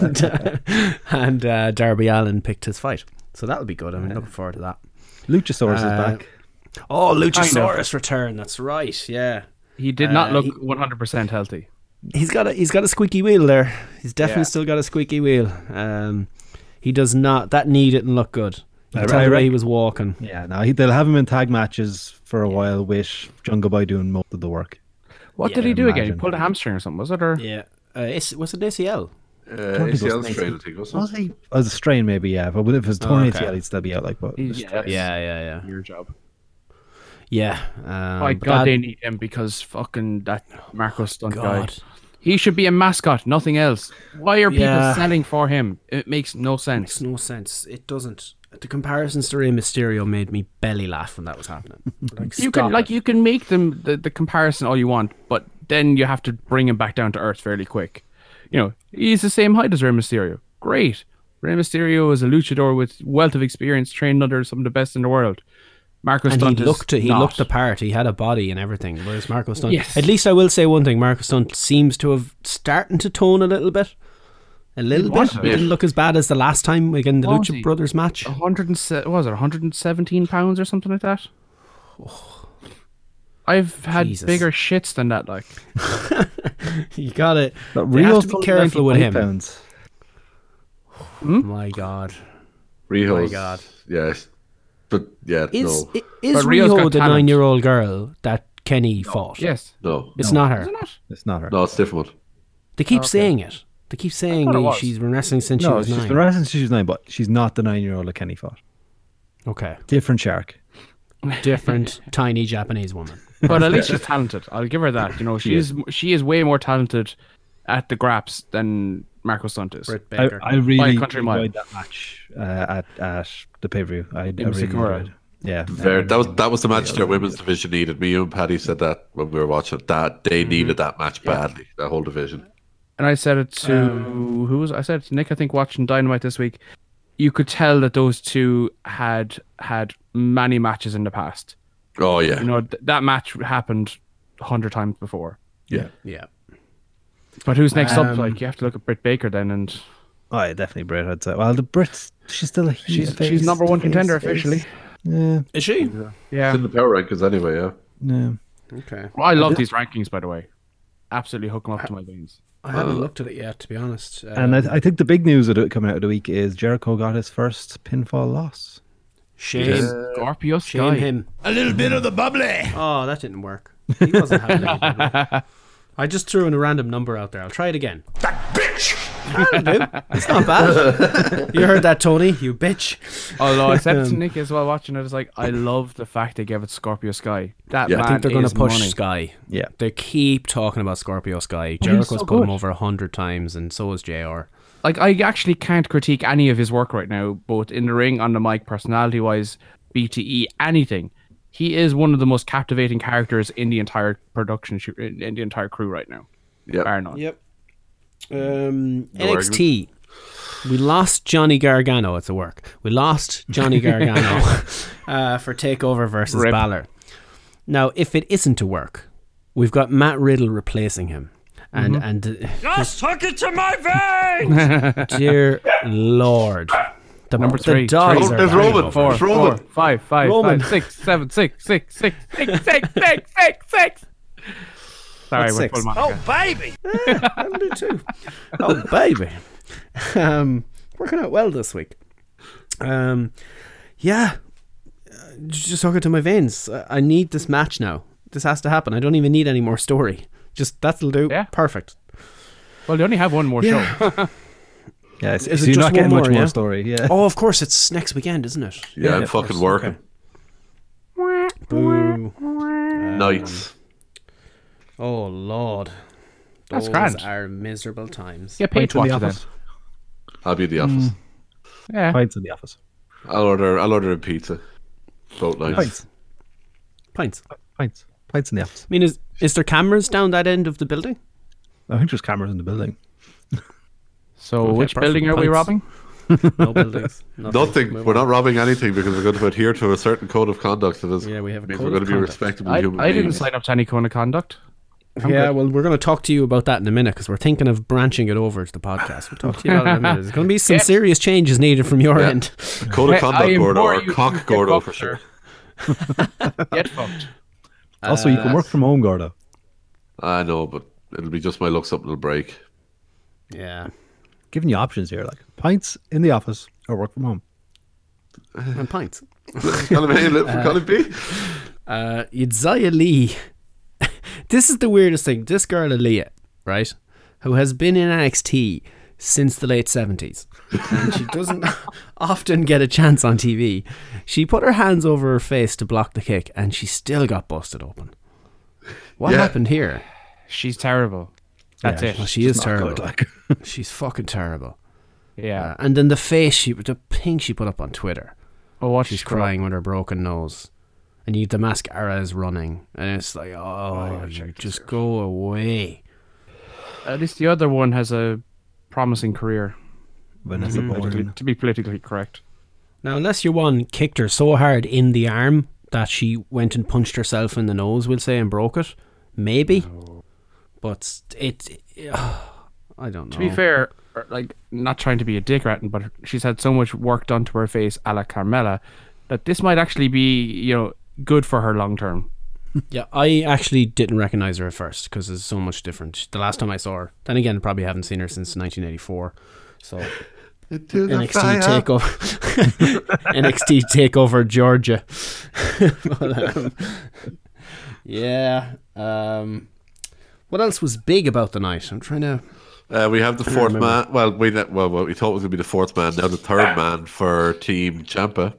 Speaker 5: and, uh, and, uh, Darby Allen picked his fight. So that'll be good. I'm looking forward to that.
Speaker 9: Luchasaurus
Speaker 5: Uh,
Speaker 9: is back.
Speaker 5: Oh,
Speaker 7: Kind
Speaker 5: Luchasaurus return. That's right. Yeah,
Speaker 7: He did not
Speaker 5: uh,
Speaker 7: look
Speaker 5: he-
Speaker 7: 100% healthy.
Speaker 5: he's got a he's got a squeaky wheel there. He's definitely
Speaker 7: Yeah.
Speaker 5: still got a squeaky wheel. Um, he does not. That knee didn't look good. You
Speaker 9: I
Speaker 5: can tell
Speaker 9: re-
Speaker 5: the
Speaker 9: I
Speaker 5: way he
Speaker 9: reckon-
Speaker 5: was walking.
Speaker 9: Yeah, no, he, they'll have him in tag matches for a while with Jungle Boy doing most of the work.
Speaker 7: What
Speaker 5: Yeah,
Speaker 7: did he do again? He
Speaker 9: imagine.
Speaker 7: pulled a hamstring or something, was it? Or
Speaker 5: Yeah, uh, it's, was it ACL?
Speaker 6: Uh,
Speaker 9: Probably those
Speaker 6: ACL
Speaker 9: things.
Speaker 6: strain, I think.
Speaker 5: Oh,
Speaker 6: wasn't it?
Speaker 9: Was he? As a strain, maybe, yeah. But if it's torn
Speaker 5: okay.
Speaker 9: ACL, he'd still be out like, but.
Speaker 7: He's- that's
Speaker 5: Yeah, yeah, yeah,
Speaker 7: Your job.
Speaker 5: yeah. Um,
Speaker 7: My
Speaker 5: but
Speaker 7: God,
Speaker 5: that-
Speaker 7: they need him because fucking that Marco stunt guy.
Speaker 5: Oh God.
Speaker 7: He should be a mascot, nothing else. Why are people
Speaker 5: Yeah.
Speaker 7: selling for him? It makes no
Speaker 5: makes
Speaker 7: sense.
Speaker 5: no sense. It doesn't. The comparisons to Rey Mysterio made me belly laugh when that was happening. [laughs] Like,
Speaker 7: You can like you can make them the, the comparison all you want, but then you have to bring him back down to earth fairly quick. You know, he's the same height as Rey Mysterio. Great. Rey Mysterio is a luchador with wealth of experience, trained under some of the best in the world. Marco
Speaker 5: and
Speaker 7: Stunt
Speaker 5: he
Speaker 7: is
Speaker 5: looked he
Speaker 7: not.
Speaker 5: looked the part. He had a body and everything. Whereas Marco Stunt,
Speaker 7: Yes.
Speaker 5: at least I will say one thing: Marco Stunt seems to have starting to tone a little bit. A little bit.
Speaker 7: was
Speaker 5: He
Speaker 7: a bit.
Speaker 5: didn't look as bad as the last time like in the
Speaker 7: Was
Speaker 5: Lucha
Speaker 7: he?
Speaker 5: Brothers match.
Speaker 7: A hundred and se- what was it 117 pounds or something
Speaker 5: [sighs]
Speaker 7: like that? I've had
Speaker 5: Jesus.
Speaker 7: bigger shits than that. Like
Speaker 5: You got it.
Speaker 9: But
Speaker 5: You have
Speaker 9: Rio's
Speaker 5: to be
Speaker 9: only
Speaker 5: careful with
Speaker 9: 95
Speaker 5: him.
Speaker 9: pounds.
Speaker 5: My God,
Speaker 6: Riho's,
Speaker 5: my God.
Speaker 6: Yes, but yeah,
Speaker 5: is
Speaker 6: no,
Speaker 5: i- is
Speaker 7: But Rio's
Speaker 5: Rio
Speaker 7: got
Speaker 5: the
Speaker 7: talent.
Speaker 5: nine-year-old girl that Kenny fought?
Speaker 7: yes,
Speaker 6: no,
Speaker 5: it's not her.
Speaker 9: It's not her.
Speaker 6: no, it's a different one.
Speaker 5: They keep saying it. They keep saying
Speaker 7: thought it
Speaker 5: that
Speaker 7: was.
Speaker 5: she's been wrestling since she
Speaker 9: No,
Speaker 5: was
Speaker 9: she's
Speaker 5: nine.
Speaker 9: been wrestling since she was nine, but she's not the nine year old that Kenny fought.
Speaker 5: Okay.
Speaker 9: Different shark.
Speaker 5: different tiny Japanese woman.
Speaker 7: but at least she's talented. I'll give her
Speaker 5: [laughs]
Speaker 7: that. You know, she's she is way more talented at the graps than Marco Stunt is.
Speaker 5: Britt
Speaker 9: I,
Speaker 5: Baker.
Speaker 9: I really
Speaker 7: country
Speaker 9: enjoyed
Speaker 7: mile.
Speaker 9: that match uh, at, at the pay per view. I, I really
Speaker 7: Sekura.
Speaker 9: enjoyed Yeah.
Speaker 6: There, that was that was the match their women's division needed. Me and Patty said that when we were watching that they
Speaker 5: Mm-hmm.
Speaker 6: needed that match badly. That whole division.
Speaker 7: and I said it to who was I said it to Nick. I think watching Dynamite this week, you could tell that those two had had many matches in the past.
Speaker 6: Oh yeah,
Speaker 7: You know, th- that match happened hundred times before.
Speaker 6: Yeah.
Speaker 5: Yeah.
Speaker 7: But who's next
Speaker 9: Um,
Speaker 7: up? Like you have to look at Britt Baker then, and
Speaker 9: Oh, yeah, definitely Brit. I'd say. Well, the Brits, she's still a heel
Speaker 7: She's-
Speaker 9: face,
Speaker 7: she's number one
Speaker 9: face,
Speaker 7: contender
Speaker 9: face.
Speaker 7: officially.
Speaker 9: Yeah.
Speaker 5: Is she?
Speaker 7: Yeah.
Speaker 6: It's in the power rankings anyway, yeah.
Speaker 9: Yeah.
Speaker 5: Okay.
Speaker 7: Well, I love
Speaker 9: did-
Speaker 7: these rankings by the way. Absolutely hook 'em up to my veins.
Speaker 5: I haven't looked at it yet, to be honest.
Speaker 9: And
Speaker 5: Um,
Speaker 9: I, I think the big news of the, coming out of the week is Jericho got his first pinfall loss.
Speaker 5: shame,
Speaker 7: Scorpio
Speaker 5: shame
Speaker 7: Sky.
Speaker 5: him.
Speaker 1: A little bit of the bubbly.
Speaker 5: Oh, that didn't work. He wasn't having any [laughs] bubbly. I just threw in a random number out there. I'll try it again. That bitch. That'll do. It's not [laughs] bad. you heard that, Tony? You bitch.
Speaker 7: Although I
Speaker 5: [laughs]
Speaker 7: said to
Speaker 5: Um,
Speaker 7: Nick as well watching it, I was like, I love the fact they gave it Scorpio Sky. That
Speaker 5: I think they're
Speaker 7: going
Speaker 5: gonna
Speaker 7: to
Speaker 5: push Sky.
Speaker 9: Yeah.
Speaker 5: They keep talking about Scorpio Sky.
Speaker 7: he's
Speaker 5: Jericho's
Speaker 7: so
Speaker 5: put him
Speaker 7: good.
Speaker 5: over a hundred times, and so is Jr.
Speaker 7: Like I actually can't critique any of his work right now, both in the ring, on the mic, personality wise, BTE, E, anything. He is one of the most captivating characters in the entire production shoot in in the entire crew right now.
Speaker 6: Yeah.
Speaker 7: Bar none.
Speaker 5: Yep. Um,
Speaker 7: No
Speaker 5: NXT. We lost Johnny Gargano. It's a work. We lost
Speaker 7: [laughs]
Speaker 5: Johnny Gargano uh, for Takeover versus
Speaker 7: Rip.
Speaker 5: Balor. Now, if it isn't to work, we've got Matt Riddle replacing him, and
Speaker 7: Mm-hmm.
Speaker 5: and uh,
Speaker 1: Just hook it to my veins.
Speaker 7: [laughs]
Speaker 5: dear lord, the
Speaker 7: Number
Speaker 5: the
Speaker 7: three.
Speaker 5: dogs
Speaker 7: three
Speaker 5: are running over.
Speaker 7: Four, four, five, five,
Speaker 5: Roman.
Speaker 7: five, six, seven, six, six, six, six, six, six, six, six. Sorry,
Speaker 5: What's
Speaker 7: we're
Speaker 5: six?
Speaker 7: full
Speaker 1: oh,
Speaker 7: Monica.
Speaker 1: baby.
Speaker 5: I'll do two. Oh, baby. Um, working out well this week. Um, yeah. Uh, j- Just hook it to my veins. I I need this match now. This has to happen. I don't even need any more story. Just that'll do.
Speaker 7: Yeah. [laughs]
Speaker 5: Perfect.
Speaker 7: Well, they only have one more
Speaker 5: Yeah.
Speaker 7: show.
Speaker 9: Yeah, it's,
Speaker 5: Is
Speaker 9: so
Speaker 5: it
Speaker 9: you're
Speaker 5: just
Speaker 9: not getting
Speaker 5: one
Speaker 9: much
Speaker 5: more,
Speaker 9: more
Speaker 5: yeah?
Speaker 9: story. Yeah.
Speaker 5: Oh, of course, it's next weekend, isn't it?
Speaker 6: Yeah,
Speaker 9: Yeah,
Speaker 6: I'm
Speaker 9: of
Speaker 6: fucking
Speaker 5: course,
Speaker 6: working.
Speaker 5: okay. Boo.
Speaker 6: Nights.
Speaker 5: Oh, Lord.
Speaker 7: That's
Speaker 5: Those
Speaker 7: grand.
Speaker 5: are miserable times.
Speaker 7: Get paid
Speaker 9: Pints
Speaker 7: to watch
Speaker 9: in the
Speaker 7: it then.
Speaker 9: office.
Speaker 6: I'll be in the office.
Speaker 5: Mm.
Speaker 7: Yeah.
Speaker 9: Pints in the office.
Speaker 6: I'll order I'll order a pizza. Boat nights.
Speaker 9: Pints.
Speaker 5: Pints. I
Speaker 9: Pints. Pints in the office.
Speaker 5: mean, is, is there cameras down that end of the building?
Speaker 9: I think there's cameras in the building.
Speaker 7: So,
Speaker 5: Okay,
Speaker 7: which
Speaker 5: perfect.
Speaker 7: building are we
Speaker 5: Pints.
Speaker 7: robbing? [laughs]
Speaker 5: No buildings. nothing.
Speaker 6: Nothing.
Speaker 5: Move
Speaker 6: We're
Speaker 5: on.
Speaker 6: not robbing anything because we're going to adhere to a certain code of conduct that is.
Speaker 5: Yeah, we have a
Speaker 6: means
Speaker 5: code
Speaker 6: we're
Speaker 5: of
Speaker 6: going to be
Speaker 5: conduct.
Speaker 6: respectable
Speaker 7: I,
Speaker 6: human
Speaker 7: I didn't
Speaker 6: beings.
Speaker 7: sign up to any code of conduct.
Speaker 5: yeah, well, we're going to talk to you about that in a minute because we're thinking of branching it over to the podcast. We'll talk to you about it in a minute. There's going to be some
Speaker 7: Yeah.
Speaker 5: serious changes needed from your
Speaker 6: Yeah.
Speaker 5: end.
Speaker 6: Code
Speaker 7: Hey,
Speaker 6: of
Speaker 7: I
Speaker 6: conduct,
Speaker 7: implore
Speaker 6: Gordo, or
Speaker 7: you to
Speaker 6: cock
Speaker 7: get
Speaker 6: Gordo
Speaker 7: fucked,
Speaker 6: for sure.
Speaker 7: [laughs] Get fucked.
Speaker 9: Also, you can work from home, Gordo.
Speaker 6: I know, but it'll be just my looks up and it'll
Speaker 7: [laughs]
Speaker 6: break.
Speaker 5: Yeah.
Speaker 9: Giving you options here, like pints in the office or work from home.
Speaker 5: [laughs] And pints.
Speaker 6: Colin A, little from Colin B.
Speaker 5: Uh, Idzaya Lee. [laughs] this is the weirdest thing. This girl, Aaliyah, right, who has been in NXT since the late 70s, and she doesn't [laughs] often get a chance on TV. She put her hands over her face to block the kick, and she still got busted open. What
Speaker 6: Yeah.
Speaker 5: happened here?
Speaker 7: She's terrible. That's it.
Speaker 5: Well, she is
Speaker 9: Not
Speaker 5: terrible.
Speaker 9: good, like.
Speaker 5: She's fucking terrible.
Speaker 7: yeah.
Speaker 5: Uh, and then the face she, the ping she put up on Twitter.
Speaker 7: Well, watch
Speaker 5: She's
Speaker 7: this girl.
Speaker 5: crying with her broken nose, and you, the mascara is running, and it's like, oh, you just go away.
Speaker 7: At least the other one has a promising career.
Speaker 9: [laughs] Vanessa
Speaker 7: To be,
Speaker 9: Boyden.
Speaker 7: to be politically correct.
Speaker 5: Now, unless your one kicked her so hard in the arm that she went and punched herself in the nose, we'll say, and broke it, maybe. But it, [sighs] I don't know.
Speaker 7: To be fair, er, like not trying to be a dick ratting, but she's had so much work done to her face, a la Carmella, that this might actually be you know good for her long term.
Speaker 5: Yeah, I actually didn't recognize her at first because it's so much different. The last time I saw her, then again, probably haven't seen her since 1984. So NXT takeover, [laughs] NXT takeover Georgia. [laughs] But, um, yeah. Um, what else was big about the night? I'm trying to.
Speaker 6: Uh, we have the fourth man. Well, we ne- well, well, we thought it was going to be the fourth man. Now the
Speaker 7: Ah.
Speaker 6: third man for Team Champa,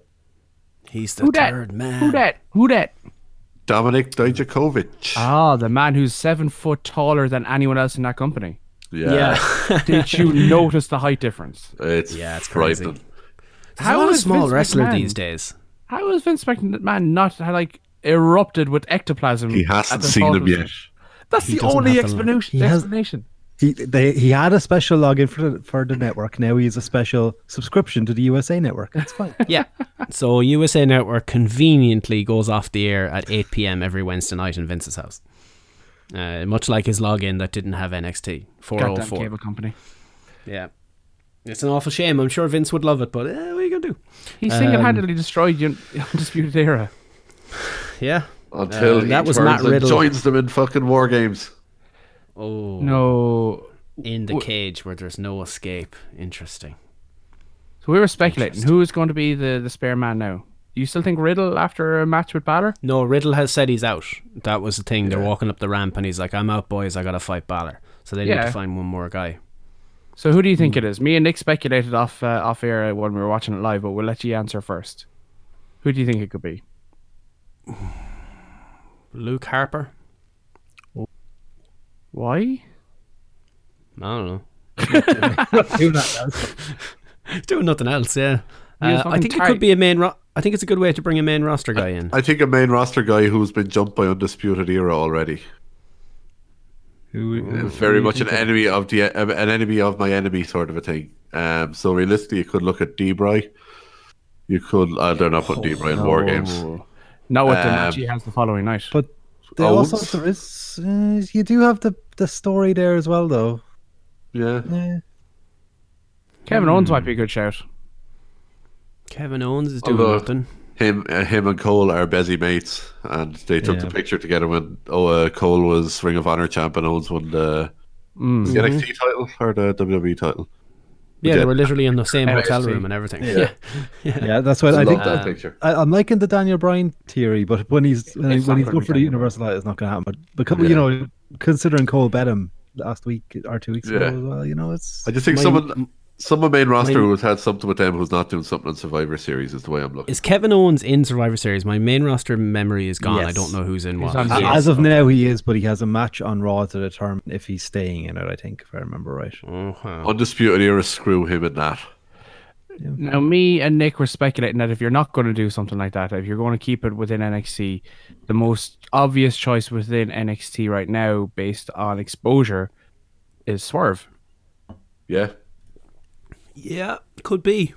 Speaker 5: He's the
Speaker 7: Who dat?
Speaker 5: third man.
Speaker 7: Who that? Who that?
Speaker 6: Dominic Dijakovic.
Speaker 7: Ah, the man who's seven foot taller than anyone else in that company.
Speaker 6: yeah.
Speaker 7: [laughs]
Speaker 5: Yeah.
Speaker 7: Did you notice the height difference?
Speaker 6: it's
Speaker 5: Yeah, it's crazy.
Speaker 6: frightening.
Speaker 5: There's a lot of
Speaker 7: is
Speaker 5: small
Speaker 7: Vince
Speaker 5: wrestler
Speaker 7: McMahon-
Speaker 5: these days.
Speaker 7: How has Vince McMahon not like erupted with ectoplasm?
Speaker 6: He
Speaker 7: at
Speaker 6: hasn't
Speaker 7: the
Speaker 6: seen
Speaker 7: thought
Speaker 6: him
Speaker 7: of
Speaker 6: yet.
Speaker 7: it? That's the
Speaker 5: doesn't
Speaker 7: only
Speaker 5: have the-
Speaker 7: explanation.
Speaker 9: He has-
Speaker 7: explanation.
Speaker 9: He, they, he had a special login for the, for the network. Now he has a special subscription to the USA network. That's [laughs] fine.
Speaker 5: Yeah. so USA Network conveniently goes off the air at 8 p.m. every Wednesday night in Vince's house. uh, much like his login that didn't have NXT.
Speaker 7: Goddamn
Speaker 5: 404.
Speaker 7: cable company.
Speaker 5: Yeah. It's an awful shame. I'm sure Vince would love it, but eh, what are you going to do?
Speaker 7: He
Speaker 5: Um,
Speaker 7: single-handedly destroyed the [laughs] Undisputed Era.
Speaker 5: Yeah.
Speaker 6: Until
Speaker 5: Uh,
Speaker 6: he
Speaker 5: that was
Speaker 6: turns
Speaker 5: Matt
Speaker 6: and
Speaker 5: Riddle.
Speaker 6: joins them in fucking war games.
Speaker 5: Oh.
Speaker 7: No.
Speaker 5: In the
Speaker 7: W-
Speaker 5: cage where there's no escape. Interesting.
Speaker 7: So we were speculating who is going to be the, the spare man now. You still think Riddle after a match with Balor?
Speaker 5: No, Riddle has said he's out. That was the thing. They're walking up the ramp and he's like, I'm out, boys. I got to fight Balor. So they need
Speaker 7: Yeah.
Speaker 5: to find one more guy.
Speaker 7: So who do you
Speaker 5: Hmm.
Speaker 7: think it is? Me and Nick speculated off uh, off air when we were watching it live, but we'll let you answer first. Who do you think it could be?
Speaker 5: Luke Harper?
Speaker 7: Why?
Speaker 5: I don't know.
Speaker 9: Do that, lads.
Speaker 5: Doing nothing else, yeah.
Speaker 6: He was
Speaker 5: Uh, I
Speaker 6: fucking
Speaker 5: think it
Speaker 6: tight.
Speaker 5: could be a main. Ro- I think it's a good way to bring a main roster guy in.
Speaker 6: I think a main roster guy who's been jumped by Undisputed Era already.
Speaker 9: Who,
Speaker 6: Very much an enemy of the of- an enemy of my enemy sort of a thing. Um, so realistically, you could look at Debray. You could. Uh, they're not putting Debray in
Speaker 5: Oh,
Speaker 6: war games.
Speaker 7: Not with the
Speaker 6: Um,
Speaker 7: match he has the following night.
Speaker 9: But There
Speaker 6: Owens?
Speaker 9: also there is uh, you do have the the story there as well though.
Speaker 6: Yeah.
Speaker 9: Yeah.
Speaker 7: Kevin
Speaker 5: hmm.
Speaker 7: Owens might be a good shout.
Speaker 5: Kevin Owens is doing
Speaker 6: Although-
Speaker 5: nothing.
Speaker 6: Him, uh, him, and Cole are busy mates, and they took the
Speaker 5: Yeah.
Speaker 6: picture together when oh, uh, Cole was Ring of Honor champ and Owens won the,
Speaker 5: Mm.
Speaker 6: the NXT title or the WWE title.
Speaker 5: Yeah,
Speaker 6: Yeah.
Speaker 5: they were literally in the same
Speaker 6: NXT.
Speaker 5: hotel room and everything.
Speaker 6: Yeah.
Speaker 5: Yeah,
Speaker 9: Yeah, that's what I,
Speaker 6: Love
Speaker 9: think.
Speaker 6: that picture.
Speaker 9: I, I'm liking the Daniel Bryan theory, but when he's when, he-
Speaker 7: It's
Speaker 9: when
Speaker 7: not
Speaker 9: he's
Speaker 7: gonna
Speaker 9: good
Speaker 7: be
Speaker 9: for the Universal title, it's not going to happen. But because, you know, considering Cole Bedham last week or two weeks ago
Speaker 6: Yeah.
Speaker 9: as well, you know, it's
Speaker 6: I just think
Speaker 9: My-
Speaker 6: someone, someone main roster
Speaker 5: my-
Speaker 6: who's had something with them who's not doing something on Survivor Series is the way I'm looking.
Speaker 5: [laughs] Is Kevin Owens in Survivor Series? My main roster memory is gone. I
Speaker 9: Yes.
Speaker 5: don't know who's in
Speaker 9: He's
Speaker 5: what.
Speaker 9: on- as of now he is, but he has a match on Raw to determine if he's staying in it. I think, if I remember right.
Speaker 6: Mm. Undisputed era, screw him in that.
Speaker 7: Now, me and Nick were speculating that if you're not going to do something like that, if you're going to keep it within NXT, the most obvious choice within NXT right now, based on exposure, is [laughs] Swerve.
Speaker 6: Yeah,
Speaker 5: yeah, could be.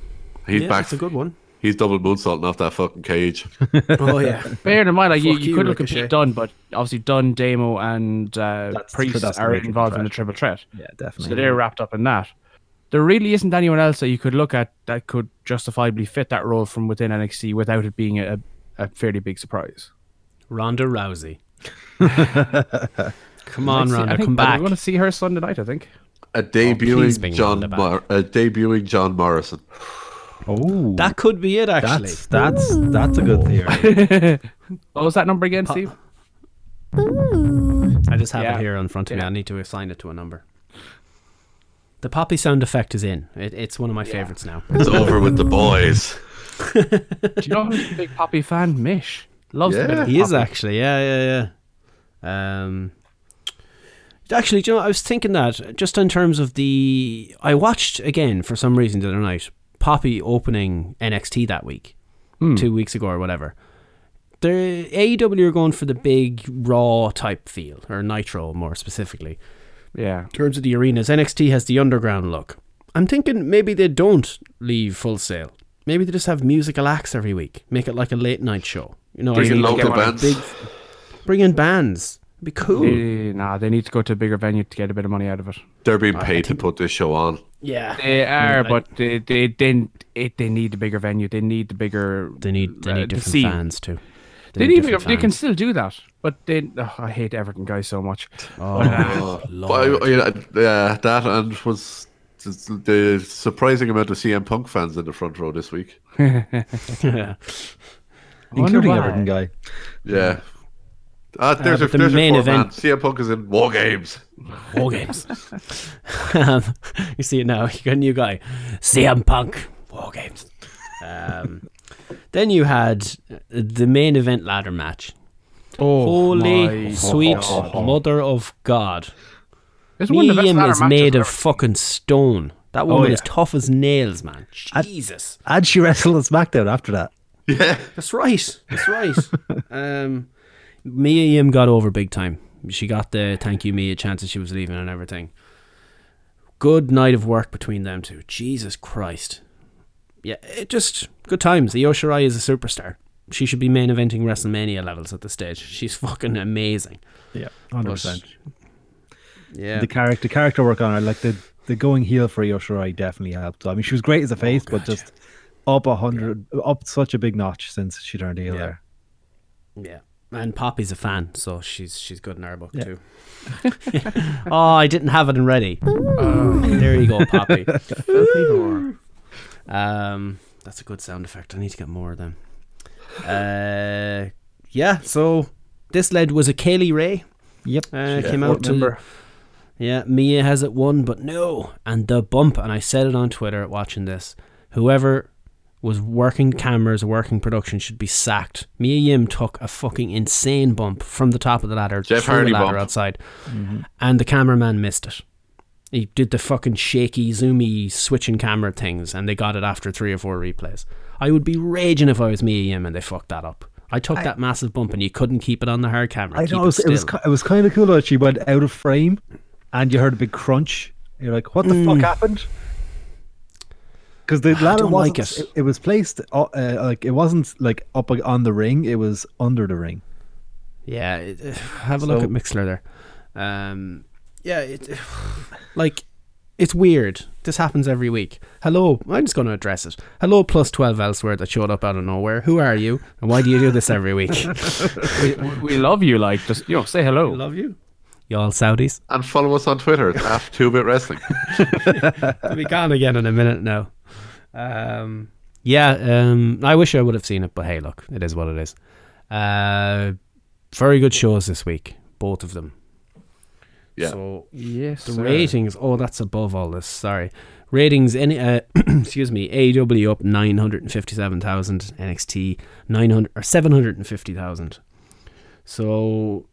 Speaker 6: he's
Speaker 5: yeah,
Speaker 6: back.
Speaker 5: That's a good one.
Speaker 6: He's double moonsaulting off that
Speaker 5: [laughs]
Speaker 6: fucking cage.
Speaker 5: Oh yeah.
Speaker 7: Bear in mind, like you,
Speaker 5: Fuck
Speaker 7: you
Speaker 5: you,
Speaker 7: could look at
Speaker 5: Ricochet.
Speaker 7: Pete Dunne, but obviously Dunn, Damo, and uh, Priest
Speaker 9: that's the
Speaker 7: are
Speaker 9: main
Speaker 7: involved
Speaker 9: threat.
Speaker 7: in the triple threat.
Speaker 9: Yeah, definitely.
Speaker 7: So they're wrapped up in that. There really isn't anyone else that you could look at that could justifiably fit that role from within NXT without it being a, a fairly big surprise.
Speaker 5: Ronda
Speaker 6: [laughs]
Speaker 5: Rousey. come on,
Speaker 7: I'd see- I
Speaker 5: Ronda,
Speaker 7: think
Speaker 5: come
Speaker 7: that
Speaker 5: back.
Speaker 7: We're going to see her Sunday night, I think.
Speaker 6: A
Speaker 5: please
Speaker 6: debuting
Speaker 5: bring
Speaker 6: John,
Speaker 5: Ronda back.
Speaker 6: Mar- a debuting John Morrison.
Speaker 9: Oh,
Speaker 5: That could be it. Actually,
Speaker 9: that's that's that's a good
Speaker 6: [laughs]
Speaker 9: theory.
Speaker 7: What was that number again, Steve?
Speaker 5: I just have
Speaker 7: Yeah.
Speaker 5: it here in front of me. I need to assign it to a number. The poppy sound effect is in. It, it's one of my favorites now.
Speaker 6: It's over with the boys.
Speaker 5: [laughs]
Speaker 7: Do you know who's a big Poppy fan? Mish. Loves a bit of
Speaker 5: He is
Speaker 7: Poppy.
Speaker 5: actually, yeah, yeah, yeah. Um, actually, do you know, I was thinking that just in terms of the, I watched again for some reason the other night Poppy opening NXT that week, two weeks ago or whatever. The AEW are going for the big Raw type feel or Nitro more specifically.
Speaker 7: Yeah.
Speaker 5: In terms of the arenas, NXT has the underground look. I'm thinking maybe they don't leave full sale. Maybe they just have musical acts every week. Make it like a late night show. You know, what I
Speaker 6: Bringing
Speaker 5: mean?
Speaker 6: local
Speaker 5: Like a
Speaker 6: bands.
Speaker 5: big- bring in bands. It'd be cool.
Speaker 7: Eh, Nah, they need to go to a bigger venue to get a bit of money out of it.
Speaker 6: They're being paid to put this show on.
Speaker 5: [laughs] Yeah.
Speaker 7: They are,
Speaker 5: I-
Speaker 7: but they they then it they need the bigger venue. They need the bigger.
Speaker 5: They need they
Speaker 7: uh,
Speaker 5: need
Speaker 7: the
Speaker 5: different
Speaker 7: scene.
Speaker 5: fans too.
Speaker 7: They, need bigger.
Speaker 5: different
Speaker 7: They can
Speaker 5: fans.
Speaker 7: still do that, but then oh, I hate Everton guys so much.
Speaker 5: Oh,
Speaker 6: [laughs] But
Speaker 5: Lord.
Speaker 6: I, you know, yeah, that and was the surprising amount of CM Punk fans in the front row this week.
Speaker 9: including Everton guy.
Speaker 6: Yeah. Uh, there's
Speaker 5: Hmm. but
Speaker 6: a,
Speaker 5: the
Speaker 6: there's
Speaker 5: main
Speaker 6: a
Speaker 5: event-
Speaker 6: event. CM Punk is in War Games.
Speaker 5: War games. [laughs]
Speaker 7: [laughs]
Speaker 5: um, you see it now. You got a new guy, CM Punk. War games. Um, then you had uh, the main event ladder match.
Speaker 7: Oh,
Speaker 5: Holy
Speaker 7: my-
Speaker 5: sweet mother of God!
Speaker 7: It's one of the best
Speaker 5: Liam
Speaker 7: ladder
Speaker 5: is
Speaker 7: matches
Speaker 5: made of
Speaker 7: ever.
Speaker 5: fucking stone. That
Speaker 9: Oh,
Speaker 5: woman
Speaker 9: yeah.
Speaker 5: is tough as nails, man. Jesus.
Speaker 9: And she wrestled on SmackDown after that.
Speaker 5: That's right. That's right. [laughs] um, Mia Yim got over big time. She got the thank you Mia chances she was leaving and everything. Good night of work between them two. Jesus Christ. Yeah, it just good times. Io Shirai is a superstar. She should be main eventing WrestleMania levels at this stage. She's fucking amazing.
Speaker 9: Yeah, 100%.
Speaker 5: Yeah.
Speaker 9: The character, the character work on her, like the the going heel for Yoshirai definitely helped. I mean, she was great as a face, but just up a hundred, up such a big notch since she turned heel there.
Speaker 5: Yeah. And Poppy's a fan, so she's she's good in our book
Speaker 9: Yeah.
Speaker 5: too. [laughs] oh, I didn't have it in ready. there you go, Poppy. um, that's a good sound effect. I need to get more of them. Uh, yeah. So this lead was a Kaylee Ray.
Speaker 9: Yep.
Speaker 5: Uh,
Speaker 15: Yeah,
Speaker 5: came
Speaker 15: fourth
Speaker 5: out to
Speaker 15: member.
Speaker 5: yeah, Mia has it won, but no. And the bump, and I said it on Twitter watching this. Whoever was working cameras, working production, should be sacked. Mia Yim took a fucking insane bump from the top of the ladder,
Speaker 6: Jeff
Speaker 5: through
Speaker 6: Hardy
Speaker 5: the ladder
Speaker 6: bump.
Speaker 5: outside,
Speaker 9: Mm-hmm.
Speaker 6: Mhm.
Speaker 5: and the cameraman missed it. He did the fucking shaky, zoomy, switching camera things, and they got it after three or four replays. I would be raging if I was Mia Yim and they fucked that up. I took
Speaker 9: I-
Speaker 5: that massive bump, and you couldn't keep it on the hard camera.
Speaker 9: I
Speaker 5: Keep
Speaker 9: know it was, it was
Speaker 5: still.
Speaker 9: ki- it was kind of cool that she went out of frame, and you heard a big crunch. You're like, what the
Speaker 5: Hmm.
Speaker 9: fuck happened? Because the ladder
Speaker 5: don't like
Speaker 9: wasn't, it. It, was placed uh, uh, like it wasn't like up on the ring; it was under the ring.
Speaker 5: Yeah, it, [sighs] have a look
Speaker 9: So-
Speaker 5: at Mixler there. Um, yeah, it, [sighs] like it's weird. This happens every week. Hello, I'm just going to address it. Hello, plus twelve elsewhere that showed up out of nowhere. Who are you, and why do you do this every week?
Speaker 7: we, we love you, like just you know, say hello.
Speaker 5: love you. Y'all Saudis.
Speaker 6: And follow us
Speaker 5: [laughs]
Speaker 6: on Twitter. It's at Two Bit Wrestling.
Speaker 5: We'll be gone again in a minute now. Um, yeah, um, I wish I would have seen it, but hey, look, it is what it is. Uh, very good shows this week, both of them.
Speaker 6: Yeah.
Speaker 5: So
Speaker 7: yes,
Speaker 5: the
Speaker 7: sir.
Speaker 5: ratings. Oh, that's above all this. Sorry, ratings. Any, uh, [clears throat] excuse me. AEW up nine hundred and fifty-seven thousand. NXT nine hundred or seven hundred and fifty thousand. So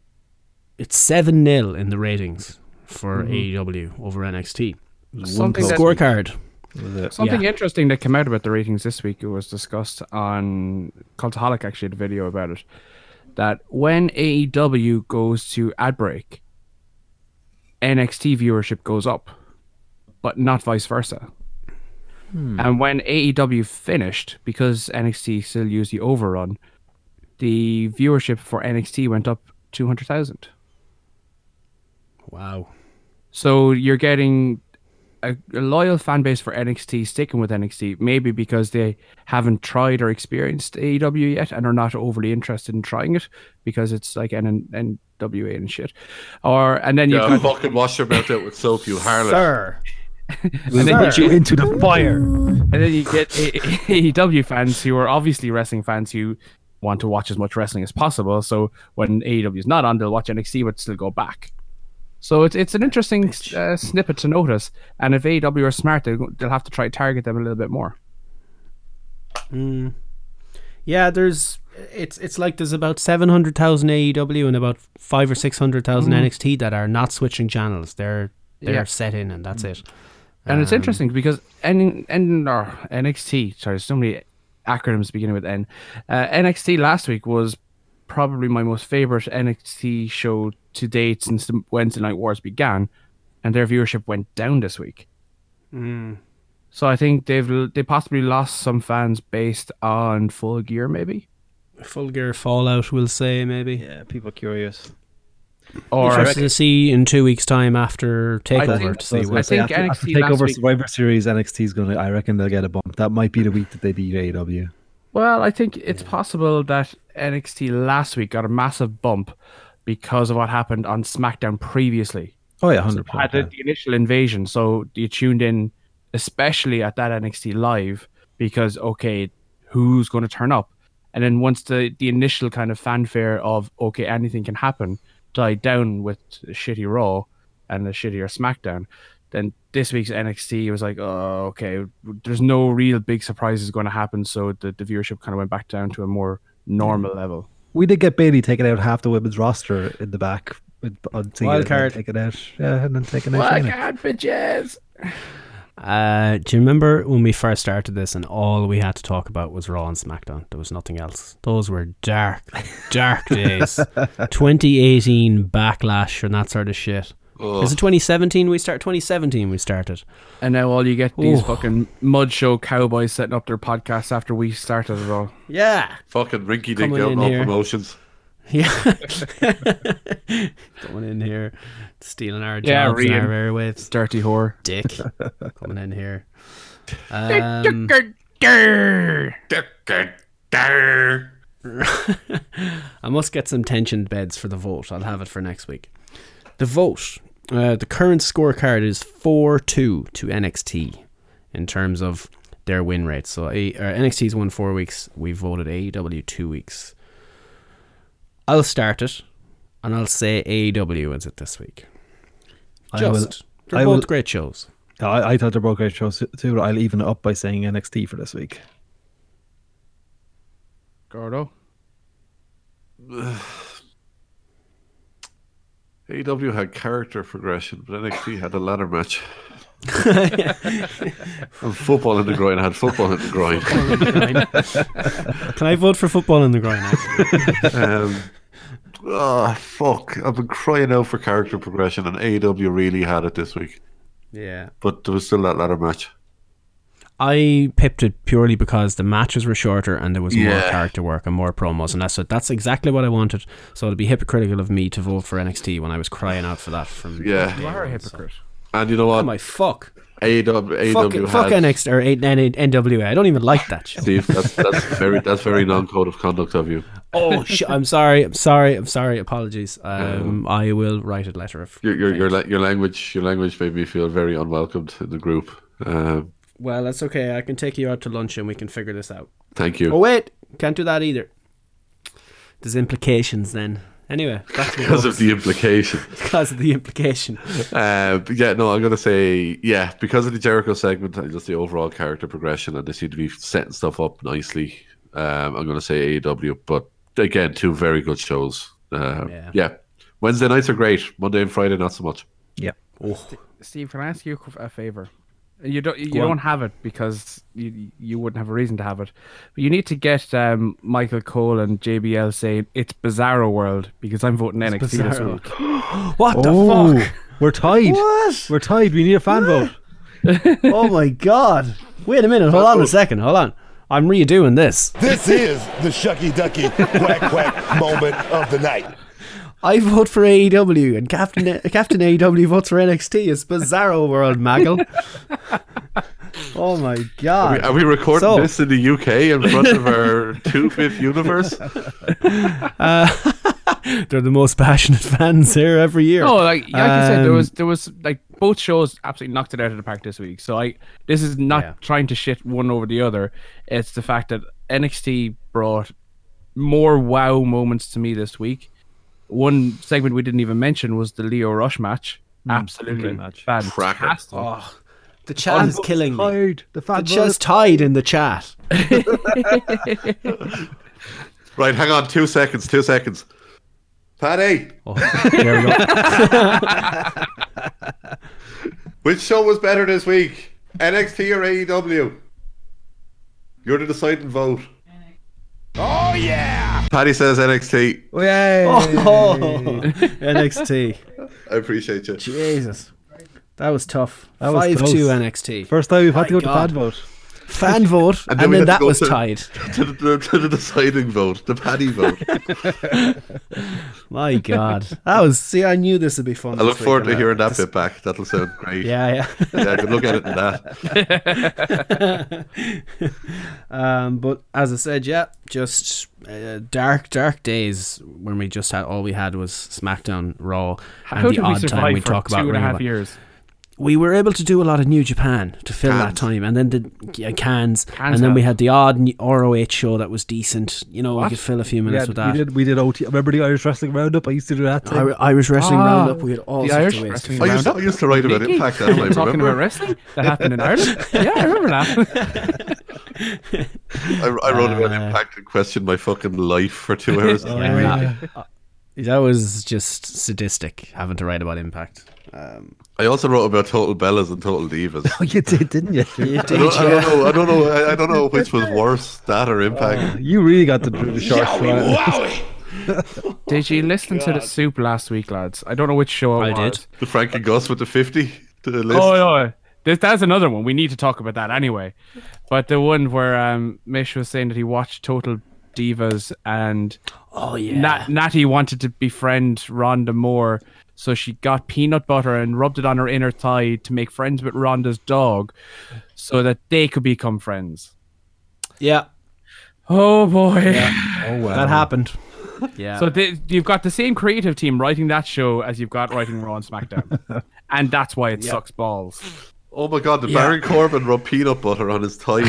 Speaker 5: it's seven 0 in the ratings for
Speaker 7: Mhm.
Speaker 5: AEW over NXT.
Speaker 7: Something that-
Speaker 5: scorecard.
Speaker 7: Something
Speaker 5: Yeah.
Speaker 7: interesting that came out about the ratings this week it was discussed on Cultaholic actually had a video about it. That when AEW goes to ad break, NXT viewership goes up, but not vice versa. And when AEW finished, because NXT still used the overrun, the viewership for NXT went up two hundred thousand.
Speaker 5: Wow.
Speaker 7: So you're getting a, a loyal fan base for NXT sticking with NXT, maybe because they haven't tried or experienced AEW yet and are not overly interested in trying it because it's like N- N- NWA and shit. Or and then you
Speaker 6: yeah,
Speaker 7: got-
Speaker 6: fucking wash your mouth out with soap, you harlot.
Speaker 9: [laughs]
Speaker 5: Sir.
Speaker 7: and then
Speaker 9: Put you into the fire.
Speaker 7: and then you get E AEW fans who are obviously wrestling fans who want to watch as much wrestling as possible. So when AEW is not on, they'll watch NXT but still go back. So it's it's an interesting uh, snippet to notice. And if AEW are smart, they'll, they'll have to try to target them a little bit more.
Speaker 5: Mm. Yeah, there's it's it's like there's about seven hundred thousand AEW and about five or six hundred thousand
Speaker 7: Mm.
Speaker 5: NXT that are not switching channels. They're they're
Speaker 7: Yeah.
Speaker 5: set in and that's it.
Speaker 7: And it's
Speaker 5: Um,
Speaker 7: interesting because N, N or NXT, sorry, so many acronyms beginning with N. Uh, NXT last week was probably my most favorite NXT show to date since the Wednesday Night Wars began, and their viewership went down this week.
Speaker 5: Mm.
Speaker 7: So I think they've l- they possibly lost some fans based on Full Gear, maybe,
Speaker 5: Full Gear Fallout, we'll say maybe.
Speaker 15: Yeah, people curious.
Speaker 7: or
Speaker 5: interested to see in two weeks' time after Takeover to see what.
Speaker 7: think
Speaker 9: after, after
Speaker 7: NXT last
Speaker 9: Takeover
Speaker 7: week-
Speaker 9: Survivor Series, NXT is gonna. I reckon they'll get a bump. That might be the week that they beat E AEW.
Speaker 7: Well, I think it's possible that NXT last week got a massive bump because of what happened on SmackDown previously.
Speaker 9: Oh yeah, hundred
Speaker 7: At the,
Speaker 9: percent.
Speaker 7: the initial invasion, so you tuned in, especially at that NXT live, because okay, who's going to turn up? And then once the the initial kind of fanfare of okay, anything can happen died down with the shitty Raw and the shittier SmackDown, then this week's NXT was like, oh, okay, there's no real big surprises going to happen, so the, the viewership kind of went back down to a more normal level.
Speaker 9: We did get Bailey taking out half the women's roster in the back. With, on Cena
Speaker 7: Wild
Speaker 9: and then
Speaker 7: card.
Speaker 9: taking out, yeah, and then taking out.
Speaker 7: Wild
Speaker 9: Shayna.
Speaker 7: card, bitches.
Speaker 5: Uh, do you remember when we first started this and all we had to talk about was Raw and SmackDown? There was nothing else. Those were dark, dark days. 2018 backlash and that sort of shit. Is it 2017 we start? 2017 we started.
Speaker 7: And now all you get these
Speaker 5: Ooh.
Speaker 7: fucking mud show cowboys setting up their podcasts after we started it all.
Speaker 5: Yeah.
Speaker 6: Fucking rinky dink
Speaker 5: Coming in
Speaker 6: out and all
Speaker 5: here.
Speaker 6: promotions.
Speaker 5: Yeah. Coming in here, stealing our jobs
Speaker 7: Yeah,
Speaker 5: and our
Speaker 7: Rian.
Speaker 5: airwaves.
Speaker 7: Dirty whore.
Speaker 5: Dick. Coming in here. Um, I must get some tension beds for the vote. I'll have it for next week. The vote. Uh, the current scorecard is 4 2 to NXT in terms of their win rate. So A- uh, NXT's won four weeks. We voted AEW two weeks. I'll start it and I'll say AEW wins it this week. Just.
Speaker 9: I will-
Speaker 5: They're
Speaker 9: I
Speaker 5: both
Speaker 9: will-
Speaker 5: great shows.
Speaker 9: No, I, I thought they're both great shows too. but I'll even it up by saying NXT for this week.
Speaker 7: Gordo.
Speaker 6: AEW E had character progression, but NXT had a
Speaker 5: [laughs]
Speaker 6: ladder match. and football in the groin had football in the groin.
Speaker 5: Can I vote for football in the groin? actually?
Speaker 6: um, oh, fuck. I've been crying out for character progression, and AEW really had it this week.
Speaker 5: [laughs] Yeah.
Speaker 6: But there was still that ladder match.
Speaker 5: I pipped it purely because the matches were shorter and there was more
Speaker 6: Yeah.
Speaker 5: character work and more promos, and that's what, that's exactly what I wanted. So it'd be hypocritical of me to vote for NXT when I was crying out for that from
Speaker 6: Yeah.
Speaker 5: day one, so.
Speaker 6: And you know what? E
Speaker 5: Oh my fuck.
Speaker 6: AEW,
Speaker 5: Fuck,
Speaker 6: AEW
Speaker 5: fuck
Speaker 6: had,
Speaker 5: NXT or eight- N- N- NWA. I don't even like that
Speaker 6: [laughs]
Speaker 5: shit.
Speaker 6: Steve, that's, that's very that's very non code of conduct of you.
Speaker 5: Oh shit! I'm sorry. I'm sorry. I'm sorry. Apologies. Um, I will write a letter of.
Speaker 6: Your your your, la- your language your language made me feel very unwelcomed in the group. Um,
Speaker 5: Well, that's okay. I can take you out to lunch and we can figure this out.
Speaker 6: thank you.
Speaker 5: Oh wait, can't do that either. There's implications then. Anyway, back to the [laughs]
Speaker 6: because of
Speaker 5: votes.
Speaker 6: the implication.
Speaker 5: because of the implication.
Speaker 6: Uh, but yeah, no, I'm gonna say yeah because of the Jericho segment and just the overall character progression, and they seem to be setting stuff up nicely. Um, I'm gonna say AEW, but again, two very good shows. Uh, yeah. Wednesday nights are great. Monday and Friday, not so much.
Speaker 9: Yeah.
Speaker 7: Steve, can I ask you a favor? You don't you
Speaker 6: Go on.
Speaker 7: don't have it because you you wouldn't have a reason to have it. But you need to get um, Michael Cole and JBL saying it's Bizarro World because I'm voting NXT this
Speaker 9: Bizarro.
Speaker 7: week.
Speaker 5: What
Speaker 9: oh,
Speaker 7: [laughs]
Speaker 9: We're tied. What? We're tied. We need a fan vote.
Speaker 5: oh my god! Wait a minute. Hold on a second. Hold on. I'm redoing this.
Speaker 14: This is the Shucky Ducky Quack Quack moment of the night.
Speaker 5: I vote for
Speaker 9: E
Speaker 5: AEW and
Speaker 9: [laughs]
Speaker 5: Captain Captain AEW votes for NXT. It's bizarro world, [laughs] Maggle. oh my
Speaker 6: Are
Speaker 5: god!
Speaker 6: we, are we recording
Speaker 5: So-
Speaker 6: this in the UK in front of our two fifth universe?
Speaker 5: Uh, they're the most passionate [laughs] fans here every year.
Speaker 7: No,
Speaker 9: Oh,
Speaker 7: like like I said, there
Speaker 5: Um,
Speaker 7: was there was like both shows absolutely knocked it out of the park this week. So I this is not trying to shit one over the other. It's the fact that NXT brought more wow moments to me this week. One segment we didn't even mention was the Leo Rush match.
Speaker 5: Mm,
Speaker 7: absolutely
Speaker 5: great
Speaker 7: match.
Speaker 5: match.
Speaker 7: fantastic.
Speaker 5: Oh, the chat is killing me.
Speaker 9: Tied. The
Speaker 5: The
Speaker 9: fan vote.
Speaker 5: chat's tied in the chat.
Speaker 6: Right, hang on, two seconds, two seconds. Paddy,
Speaker 5: There we go.
Speaker 6: which show was better this week, NXT or AEW? You're the deciding vote.
Speaker 3: Oh yeah!
Speaker 6: Paddy says NXT.
Speaker 9: [laughs] Yay.
Speaker 5: Oh, [laughs] NXT.
Speaker 6: I appreciate you.
Speaker 5: Jesus, that was tough.
Speaker 9: That was
Speaker 5: Five
Speaker 9: close.
Speaker 5: two NXT.
Speaker 9: First time we've had to
Speaker 5: My
Speaker 9: go to
Speaker 5: God.
Speaker 9: fan vote.
Speaker 5: [laughs] Fan vote, and then,
Speaker 6: we had to
Speaker 5: that
Speaker 6: go
Speaker 5: was
Speaker 6: to-
Speaker 5: tied.
Speaker 6: [laughs] To the, to, the deciding vote, the Paddy vote.
Speaker 5: [laughs] My God, that was. See, I knew this would be fun.
Speaker 6: I look
Speaker 5: this week,
Speaker 6: forward to
Speaker 5: and I-
Speaker 6: hearing that
Speaker 5: this-
Speaker 6: bit back. That'll sound great.
Speaker 5: Yeah, yeah. [laughs]
Speaker 6: yeah, good look at it in that.
Speaker 5: um, but as I said, yeah, just uh, dark, dark days when we just had all we had was SmackDown, Raw,
Speaker 7: How
Speaker 5: and the
Speaker 7: did we
Speaker 5: odd time
Speaker 7: survive
Speaker 5: we
Speaker 7: for
Speaker 5: talk about
Speaker 7: two and a
Speaker 5: Ring of
Speaker 7: half
Speaker 5: Honor.
Speaker 7: years?
Speaker 5: We were able to do a lot of New Japan to fill that
Speaker 6: Cans.
Speaker 5: time, and then the yeah, cans,
Speaker 7: Cans
Speaker 5: and then we
Speaker 7: help.
Speaker 5: had the odd n- ROH show that was decent. You know, we could fill a few
Speaker 9: We,
Speaker 5: minutes
Speaker 9: had,
Speaker 5: with
Speaker 9: we
Speaker 5: that.
Speaker 9: did. We did OT. Remember the Irish wrestling roundup? I used to do that.
Speaker 5: I,
Speaker 9: Thing.
Speaker 5: Irish wrestling
Speaker 7: Ah,
Speaker 5: roundup. We had all
Speaker 7: the
Speaker 5: sorts
Speaker 7: Irish
Speaker 5: of ways to
Speaker 7: wrestling
Speaker 5: fill
Speaker 6: I
Speaker 5: it.
Speaker 6: used, I used to write about
Speaker 7: Mickey,
Speaker 6: Impact that I
Speaker 7: talking about
Speaker 6: remember.
Speaker 7: wrestling that happened in Ireland.
Speaker 5: [laughs]
Speaker 7: Yeah, I
Speaker 6: [laughs]
Speaker 7: remember that.
Speaker 6: I, I wrote about Impact and questioned my fucking life for two hours.
Speaker 5: Yeah, that, that was just sadistic having to write about impact. Um,
Speaker 6: I also wrote about Total Bellas and Total Divas.
Speaker 9: Oh, [laughs] you did, didn't you? you,
Speaker 6: I don't, I don't know. I don't know. I, I don't know which was worse, that or Impact.
Speaker 5: [laughs]
Speaker 9: really got the, the short straw.
Speaker 3: Wowie!
Speaker 7: Did you listen to the soup last week, lads? I don't know which show it I was. did.
Speaker 6: The Frank and Gus with the fifty to the list.
Speaker 7: Oh no, This- that's another one. We need to talk about that anyway. But the one where um, Mish was saying that he watched Total Divas and
Speaker 5: oh yeah,
Speaker 7: Nat- Natty wanted to befriend Rhonda Moore, so she got peanut butter and rubbed it on her inner thigh to make friends with Rhonda's dog, so that they could become friends.
Speaker 5: Yeah.
Speaker 7: Oh boy.
Speaker 5: Oh wow. That happened. Yeah.
Speaker 7: So they, you've got the same creative team writing that show as you've got writing Raw and SmackDown, and that's why it
Speaker 6: Yeah.
Speaker 7: sucks balls.
Speaker 6: Oh my god, did
Speaker 7: Yeah.
Speaker 6: Baron Corbin rub peanut butter on
Speaker 5: [laughs]
Speaker 6: his tie?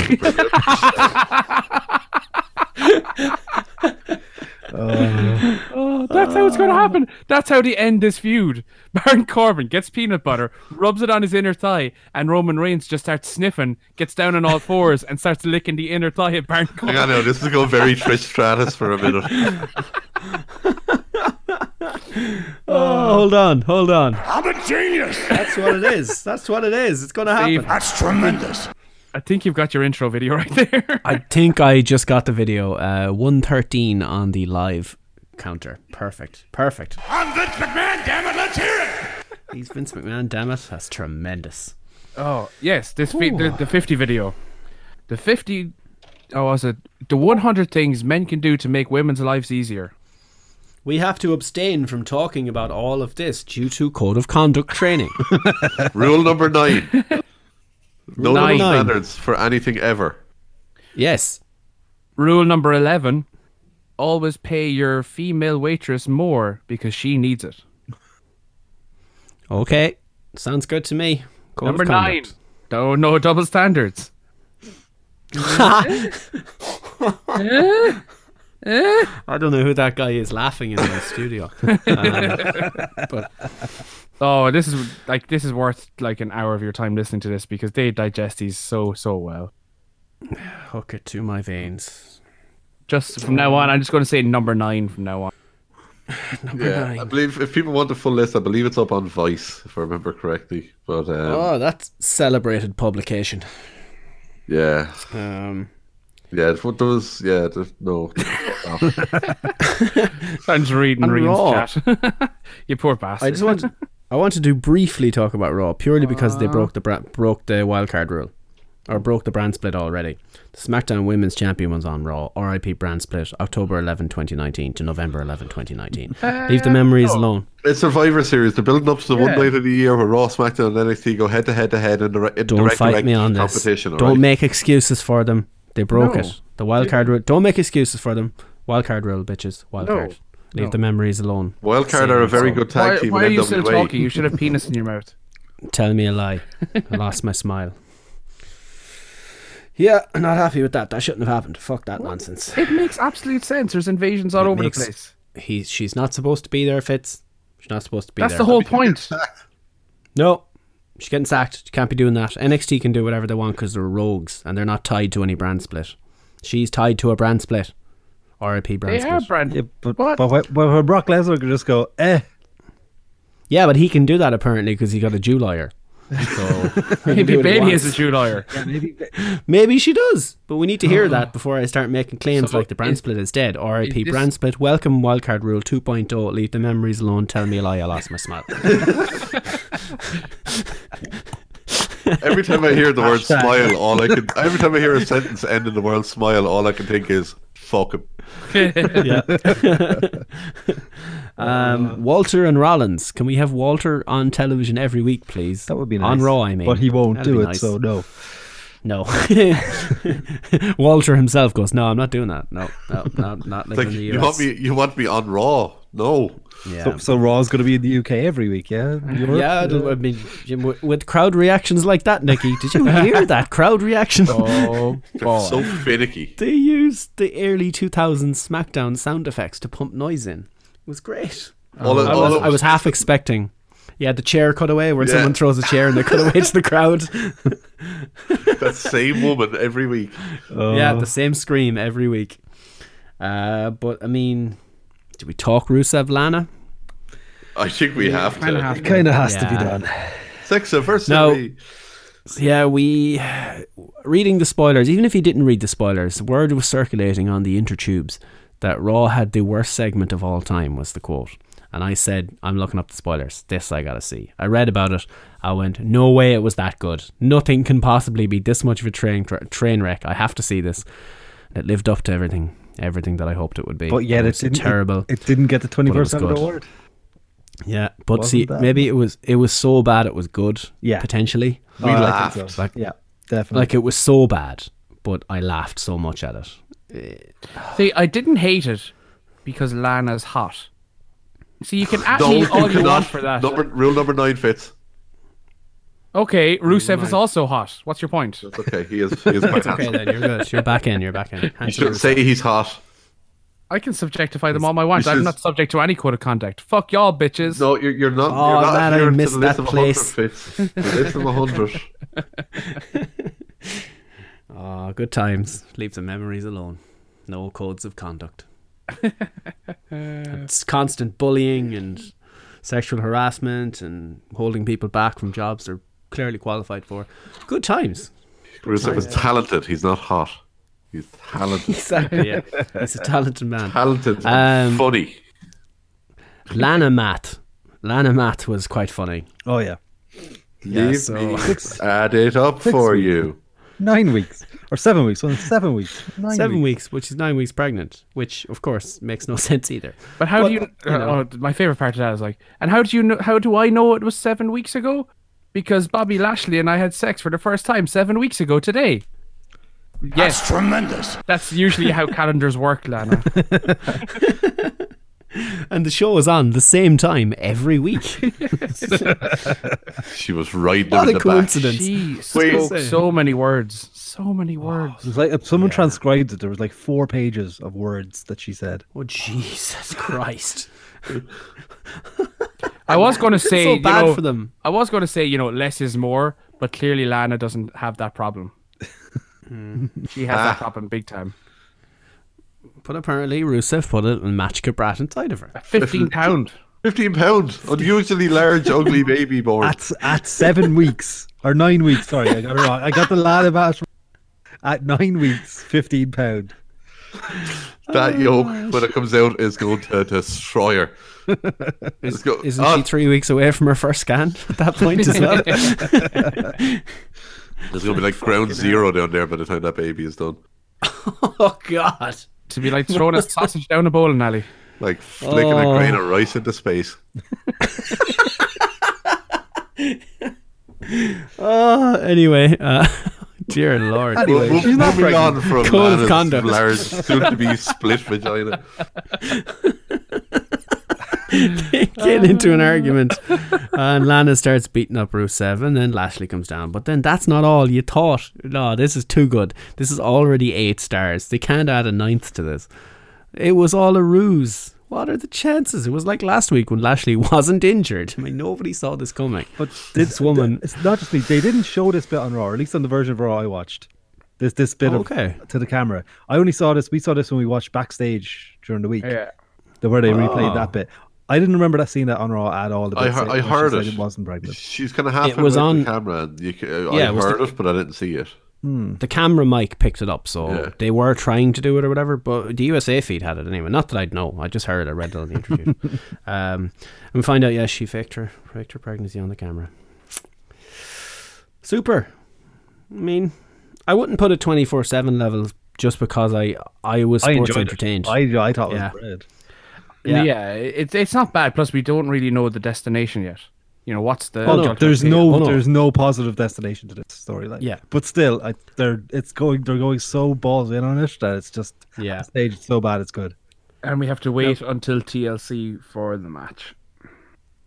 Speaker 7: Oh, that's how it's going to happen. That's how they end this feud. [laughs] Baron Corbin gets peanut butter, rubs it on his inner thigh, and Roman Reigns just starts sniffing, gets down on [laughs] all fours, and starts licking the inner thigh of Baron Corbin.
Speaker 6: Hang on now, this is going very Trish Stratus for a minute.
Speaker 5: Oh, hold on, hold on.
Speaker 1: I'm a genius.
Speaker 15: That's what it is. That's what it is. It's going to happen.
Speaker 7: Steve. That's tremendous. I think you've got your intro video right [laughs] there.
Speaker 5: I think I just got the video. Uh, one thirteen on the live counter. Perfect. Perfect.
Speaker 1: I'm Vince McMahon. Damn it, let's hear it.
Speaker 5: He's Vince McMahon. Damn it, that's tremendous.
Speaker 7: Oh yes, this fe- the, the fifty video, the fifty. Oh, was it the one hundred things men can do to make women's lives easier?
Speaker 5: We have to abstain from talking about all of this due to code of conduct training.
Speaker 6: Rule number nine. No double
Speaker 5: Nine.
Speaker 6: standards for anything ever.
Speaker 5: Yes.
Speaker 7: Rule number eleven: always pay your female waitress more because she needs it.
Speaker 5: Okay, sounds good to me. Code
Speaker 7: number
Speaker 5: of
Speaker 7: nine:
Speaker 5: conduct.
Speaker 7: no, no double standards.
Speaker 5: I don't know who that guy is laughing in the studio. Um, but
Speaker 7: Oh, this is like this is worth like an hour of your time listening to this because they digest these so so well.
Speaker 5: hook it to my veins.
Speaker 7: Just from now on, I'm just going to say number nine from now on. [laughs]
Speaker 6: Yeah, I believe if people want the full list, I believe it's up on Vice, if I remember correctly. But um,
Speaker 5: oh, that's celebrated publication.
Speaker 6: yeah,
Speaker 5: Um,
Speaker 6: yeah, what there was, yeah, there,
Speaker 5: [laughs]
Speaker 6: no. Oh.
Speaker 7: Sounds reading
Speaker 5: And
Speaker 7: Reed's
Speaker 5: raw.
Speaker 7: chat. [laughs] you poor bastard.
Speaker 5: I just
Speaker 7: [laughs]
Speaker 5: want I want to do briefly talk about Raw purely because they broke the bra- broke the wildcard rule or broke the brand split already. The SmackDown Women's Champion was on Raw. RIP brand split October 11, 2019 to November 11, 2019. Leave the memories alone.
Speaker 6: It's Survivor Series. They're building up to the one
Speaker 5: Yeah.
Speaker 6: night of the year where Raw, SmackDown, and NXT go head to head to head in, dire- in
Speaker 5: Don't
Speaker 6: direct
Speaker 5: fight
Speaker 6: direct
Speaker 5: me on this.
Speaker 6: competition.
Speaker 5: Don't
Speaker 6: all right?
Speaker 5: make excuses for them. They broke
Speaker 6: No.
Speaker 5: it. The wildcard rule. Don't make excuses for them. Wildcard rule, bitches. Wildcard. card. Leave
Speaker 7: No.
Speaker 5: the memories alone.
Speaker 6: Wildcard are a very good tag
Speaker 7: why,
Speaker 6: team.
Speaker 7: why are
Speaker 6: in
Speaker 7: you still
Speaker 6: NWA.
Speaker 7: talking? You should have penis in your mouth.
Speaker 5: Tell me a lie. I lost my smile. [laughs] Yeah, not happy with that. That shouldn't have happened. Fuck that nonsense.
Speaker 7: [laughs] It makes absolute sense. There's invasions all
Speaker 5: It
Speaker 7: over
Speaker 5: makes-
Speaker 7: the place.
Speaker 5: He, she's not supposed to be there, Fitz. She's not supposed to be
Speaker 7: That's
Speaker 5: there.
Speaker 7: the
Speaker 5: [laughs]
Speaker 7: whole point.
Speaker 5: No, she's getting sacked. She can't be doing that. NXT can do whatever they want because they're rogues and they're not tied to any brand split. She's tied to a brand split. RIP brand
Speaker 7: They
Speaker 5: split.
Speaker 7: are brand.
Speaker 9: Yeah, but, but why- but why Brock Lesnar could just go, eh.
Speaker 5: Yeah, but he can do that apparently because he got a Jew lawyer.
Speaker 7: [laughs]
Speaker 5: So
Speaker 7: Maybe Bailey is a Jew lawyer.
Speaker 5: Maybe she does, but we need to hear that before I start making claims
Speaker 7: Oh. So
Speaker 5: like the brand
Speaker 7: is-
Speaker 5: split is dead. RIP
Speaker 7: is this-
Speaker 5: brand split. Welcome wildcard rule 2.0. Leave the memories alone. Tell me a lie. I lost my
Speaker 7: [laughs]
Speaker 5: smile.
Speaker 6: [laughs] Every time I hear the
Speaker 7: [laughs]
Speaker 6: word
Speaker 5: Hashtag.
Speaker 6: smile, all I can every time I hear a sentence end in the word smile, all I can think is fuck him.
Speaker 5: [laughs] yeah. um, Walter and Rollins. Can we have Walter on television every week, please? That would be On
Speaker 9: nice.
Speaker 5: Raw, I mean.
Speaker 9: But he won't
Speaker 5: That'd
Speaker 9: do
Speaker 5: be
Speaker 9: it,
Speaker 5: nice.
Speaker 9: so no.
Speaker 5: No. [laughs] Walter himself goes, no, I'm not doing that. No, no, no not
Speaker 6: It's
Speaker 5: living
Speaker 6: like
Speaker 5: in the US.
Speaker 6: you want me you want me on Raw? No.
Speaker 9: So, so Raw's going to be in the UK every week, yeah? Europe?
Speaker 5: Yeah, it'll- I mean, you- with- with crowd reactions like that, Nikki, did you hear that crowd reaction?
Speaker 7: Oh,
Speaker 6: They're so finicky.
Speaker 5: [laughs] They used the early 2000s SmackDown sound effects to pump noise in. It was great.
Speaker 7: uh,
Speaker 6: All it-
Speaker 5: I,
Speaker 6: all
Speaker 5: was,
Speaker 6: it
Speaker 5: I was half expecting. Yeah, the chair cutaway where
Speaker 6: Yeah.
Speaker 5: someone throws a chair and they cut away to the crowd.
Speaker 6: That same woman every week.
Speaker 5: Yeah, the same scream every week. Uh, but I mean, do we talk Rusev Lana?
Speaker 6: I think we have to.
Speaker 9: Kind of has to be
Speaker 5: Yeah.
Speaker 9: done.
Speaker 6: Sex versus
Speaker 5: No. So, yeah, we reading the spoilers. Even if you didn't read the spoilers, word was circulating on the intertubes that Raw had the worst segment of all time, was the quote. And I said, I'm looking up the spoilers. This I gotta see. I read about it. I went, no way it was that good. Nothing can possibly be this much of a train, tra- train wreck. I have to see this. And it lived up to everything, everything that I hoped it would be.
Speaker 9: But yet it
Speaker 5: was
Speaker 9: didn't- it-
Speaker 5: terrible.
Speaker 9: it didn't get the
Speaker 5: but it was
Speaker 9: 24/7
Speaker 5: good.
Speaker 9: award.
Speaker 5: Yeah, but
Speaker 9: Wasn't
Speaker 5: see,
Speaker 9: that
Speaker 5: maybe it was it was so bad it was good.
Speaker 9: Yeah.
Speaker 5: potentially.
Speaker 9: Oh, I think so.
Speaker 5: Like,
Speaker 9: yeah, definitely.
Speaker 5: Like it was so bad, but I laughed so much at it.
Speaker 7: [laughs] See, I didn't hate it because Lana's hot. See, you can at
Speaker 6: No,
Speaker 7: me
Speaker 6: you
Speaker 7: all you
Speaker 6: cannot.
Speaker 7: want for that.
Speaker 6: Number, rule number nine fits.
Speaker 7: Okay, Rusev is
Speaker 6: Right.
Speaker 7: also hot. What's your point?
Speaker 6: Okay, he is. He is quite
Speaker 5: It's okay
Speaker 6: handsome.
Speaker 5: then. You're good. You're back in. You're back in.
Speaker 6: You shouldn't say he's hot.
Speaker 7: I can subjectify them all I want.
Speaker 6: this
Speaker 7: I'm
Speaker 6: is-
Speaker 7: not subject to any code of conduct. Fuck y'all, bitches.
Speaker 6: No, you're, you're not.
Speaker 7: Oh,
Speaker 6: you're not
Speaker 7: man, I
Speaker 6: adherent to
Speaker 7: missed
Speaker 6: the list
Speaker 7: that
Speaker 6: of 100
Speaker 7: place.
Speaker 6: fits. The list of
Speaker 7: [laughs]
Speaker 6: 100.
Speaker 5: Ah, good times. Leave the memories alone. No codes of conduct. it's constant bullying and sexual harassment and holding people back from jobs they're clearly qualified for. Good times.
Speaker 6: Rusev is talented. He's not hot. He's talented.
Speaker 5: Exactly. [laughs] Yeah. He's a talented man.
Speaker 6: Talented.
Speaker 5: Um,
Speaker 6: funny.
Speaker 5: Lana Matt. Lana Matt was quite funny.
Speaker 9: Oh yeah.
Speaker 5: Yeah,
Speaker 6: Leave
Speaker 5: [laughs] so-
Speaker 6: me add it up
Speaker 9: Six
Speaker 6: for
Speaker 9: weeks.
Speaker 6: you.
Speaker 9: Nine weeks or seven weeks? Well, seven weeks. Nine
Speaker 5: Seven weeks, which is nine weeks pregnant, which of course makes no [laughs] sense either.
Speaker 7: But how do you?
Speaker 5: know.
Speaker 7: oh, my favorite part of that is like, and how do you know? How do I know it was seven weeks ago? Because Bobby Lashley and I had sex for the first time seven weeks ago today. Yes,
Speaker 1: That's tremendous.
Speaker 7: That's
Speaker 1: [laughs]
Speaker 7: usually how calendars work, Lana.
Speaker 5: And the show is on the same time every [laughs] week.
Speaker 6: She was right
Speaker 5: What
Speaker 6: down
Speaker 5: a
Speaker 6: the
Speaker 5: coincidence.
Speaker 7: She
Speaker 6: Wait.
Speaker 7: spoke so many words. So many words.
Speaker 9: It was like if someone transcribed it. There was like four pages of words that she said.
Speaker 5: Oh Jesus Christ!
Speaker 7: I was going to
Speaker 5: It's
Speaker 7: say,
Speaker 5: so bad
Speaker 7: you know,
Speaker 5: for them.
Speaker 7: I was going to say, you know, less is more, but clearly Lana doesn't have that problem. she has that problem big time.
Speaker 5: But apparently Rusev put it and Matchka Brat inside of her.
Speaker 9: [laughs]
Speaker 7: Fifteen pound. [laughs]
Speaker 6: Fifteen pound. Unusually large, ugly baby born.
Speaker 9: At at seven [laughs] weeks or nine weeks. Sorry, I got it wrong. I got the lad about at nine weeks, fifteen pound.
Speaker 6: That yolk, when it comes out, is going to destroy her.
Speaker 5: [laughs]
Speaker 6: It's go-
Speaker 5: Isn't
Speaker 6: Ah,
Speaker 5: she three weeks away from her first scan at that point as [laughs] well?
Speaker 6: There's going to be like ground zero down there by the time that baby is done.
Speaker 5: oh God!
Speaker 7: To be like throwing a sausage down a bowling alley.
Speaker 6: Like flicking
Speaker 5: Oh.
Speaker 6: a grain of rice into space.
Speaker 5: Oh, anyway, uh, [laughs] dear Lord.
Speaker 9: Anyway,
Speaker 6: Mo-
Speaker 9: she's not
Speaker 6: moving on from
Speaker 9: pregnant.
Speaker 5: Code of
Speaker 6: Lana's
Speaker 5: conduct.
Speaker 6: large, soon-to-be split
Speaker 5: [laughs]
Speaker 6: vagina.
Speaker 5: [laughs] get into an argument. and Lana starts beating up Rusev, and then Lashley comes down. But then that's not all. You thought, no, this is too good. This is already eight stars. They can't add a ninth to this. It was all a ruse. What are the chances? It was like last week when Lashley [laughs] wasn't injured. I mean, nobody saw this coming.
Speaker 9: But
Speaker 5: this woman,
Speaker 9: It's not just me. They didn't show this bit on Raw, or at least on the version of Raw I watched. This this bit
Speaker 5: Okay.
Speaker 9: of to the camera. I only saw this. We saw this when we watched backstage during the week.
Speaker 7: Yeah.
Speaker 9: the where they
Speaker 5: Oh.
Speaker 9: replayed that bit. I didn't remember that scene that on Raw at all. The
Speaker 6: I,
Speaker 9: bit
Speaker 6: heard,
Speaker 9: said-
Speaker 6: I
Speaker 9: when she
Speaker 6: heard
Speaker 9: said
Speaker 6: it.
Speaker 9: it wasn't pregnant.
Speaker 6: She's kind of half
Speaker 5: was on-
Speaker 6: the camera. And you, ca- I
Speaker 5: Yeah, it was
Speaker 6: heard
Speaker 5: the-
Speaker 6: it, but I didn't see it.
Speaker 5: the camera mic picked it up, so
Speaker 6: Yeah.
Speaker 5: they were trying to do it or whatever. But the USA feed had it anyway. Not that I'd know. I just heard. it. I read it on the interview.
Speaker 9: [laughs]
Speaker 5: um, and we find out, yes, she faked her, faked her pregnancy on the camera. Super. I mean, I wouldn't put it twenty four seven level just because I I was
Speaker 9: I
Speaker 5: sports
Speaker 9: enjoyed
Speaker 5: entertained.
Speaker 9: it. I I thought it
Speaker 5: Yeah.
Speaker 9: was bread.
Speaker 5: Yeah.
Speaker 7: Yeah, it's it's not bad. Plus, we don't really know the destination yet. You know, what's the?
Speaker 9: Oh, no,
Speaker 7: ultimate
Speaker 9: there's
Speaker 7: date?
Speaker 9: no,
Speaker 5: Oh, no.
Speaker 9: there's no positive destination to this storyline.
Speaker 5: Yeah.
Speaker 9: but still, I, they're it's going they're going so balls in on it that it's just
Speaker 5: Yeah.
Speaker 9: staged so bad it's good.
Speaker 7: and we have to wait until TLC for the match.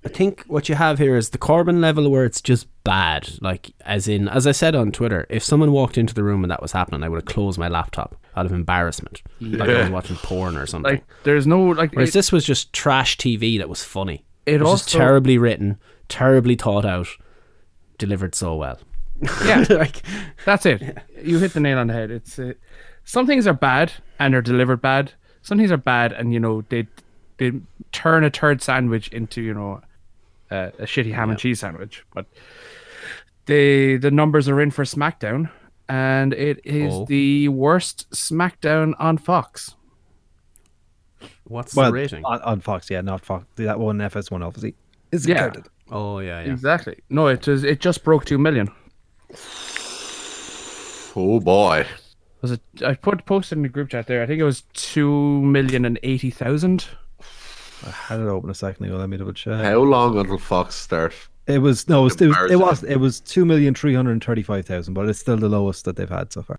Speaker 5: I think what you have here is the Corbin level where it's just bad. Like, as in, as I said on Twitter, if someone walked into the room and that was happening, I would have closed my laptop out of embarrassment. Like I was watching porn or something.
Speaker 7: Like, there's no like.
Speaker 5: Whereas
Speaker 7: it-
Speaker 5: this was just trash TV that was funny.
Speaker 7: It
Speaker 5: It was just
Speaker 7: also-
Speaker 5: terribly written, terribly thought out, delivered so well.
Speaker 7: Yeah.
Speaker 5: [laughs] like,
Speaker 7: That's it. You hit the nail on the head. It's uh, some things are bad and are delivered bad. Some things are bad and you know they they turn a turd sandwich into you know uh, a shitty ham and cheese sandwich. But the the numbers are in for SmackDown, and it is
Speaker 5: Oh.
Speaker 7: the worst SmackDown on Fox.
Speaker 5: What's
Speaker 9: well, uh,
Speaker 5: the rating?
Speaker 9: On, on Fox, yeah, not Fox. That one FS1 obviously is
Speaker 7: Yeah.
Speaker 9: counted.
Speaker 5: Oh yeah, yeah.
Speaker 7: Exactly. No, it is. It just broke two million.
Speaker 6: Oh boy.
Speaker 7: Was it? I put posted in the group chat there. I think it was two million and eighty thousand.
Speaker 9: I had it open a second ago. Let me double check.
Speaker 6: How long until Fox start?
Speaker 9: It was no, it was it was it
Speaker 6: Embarrassing.
Speaker 9: was, it was two million three hundred thirty-five thousand, but it's still the lowest that they've had so far.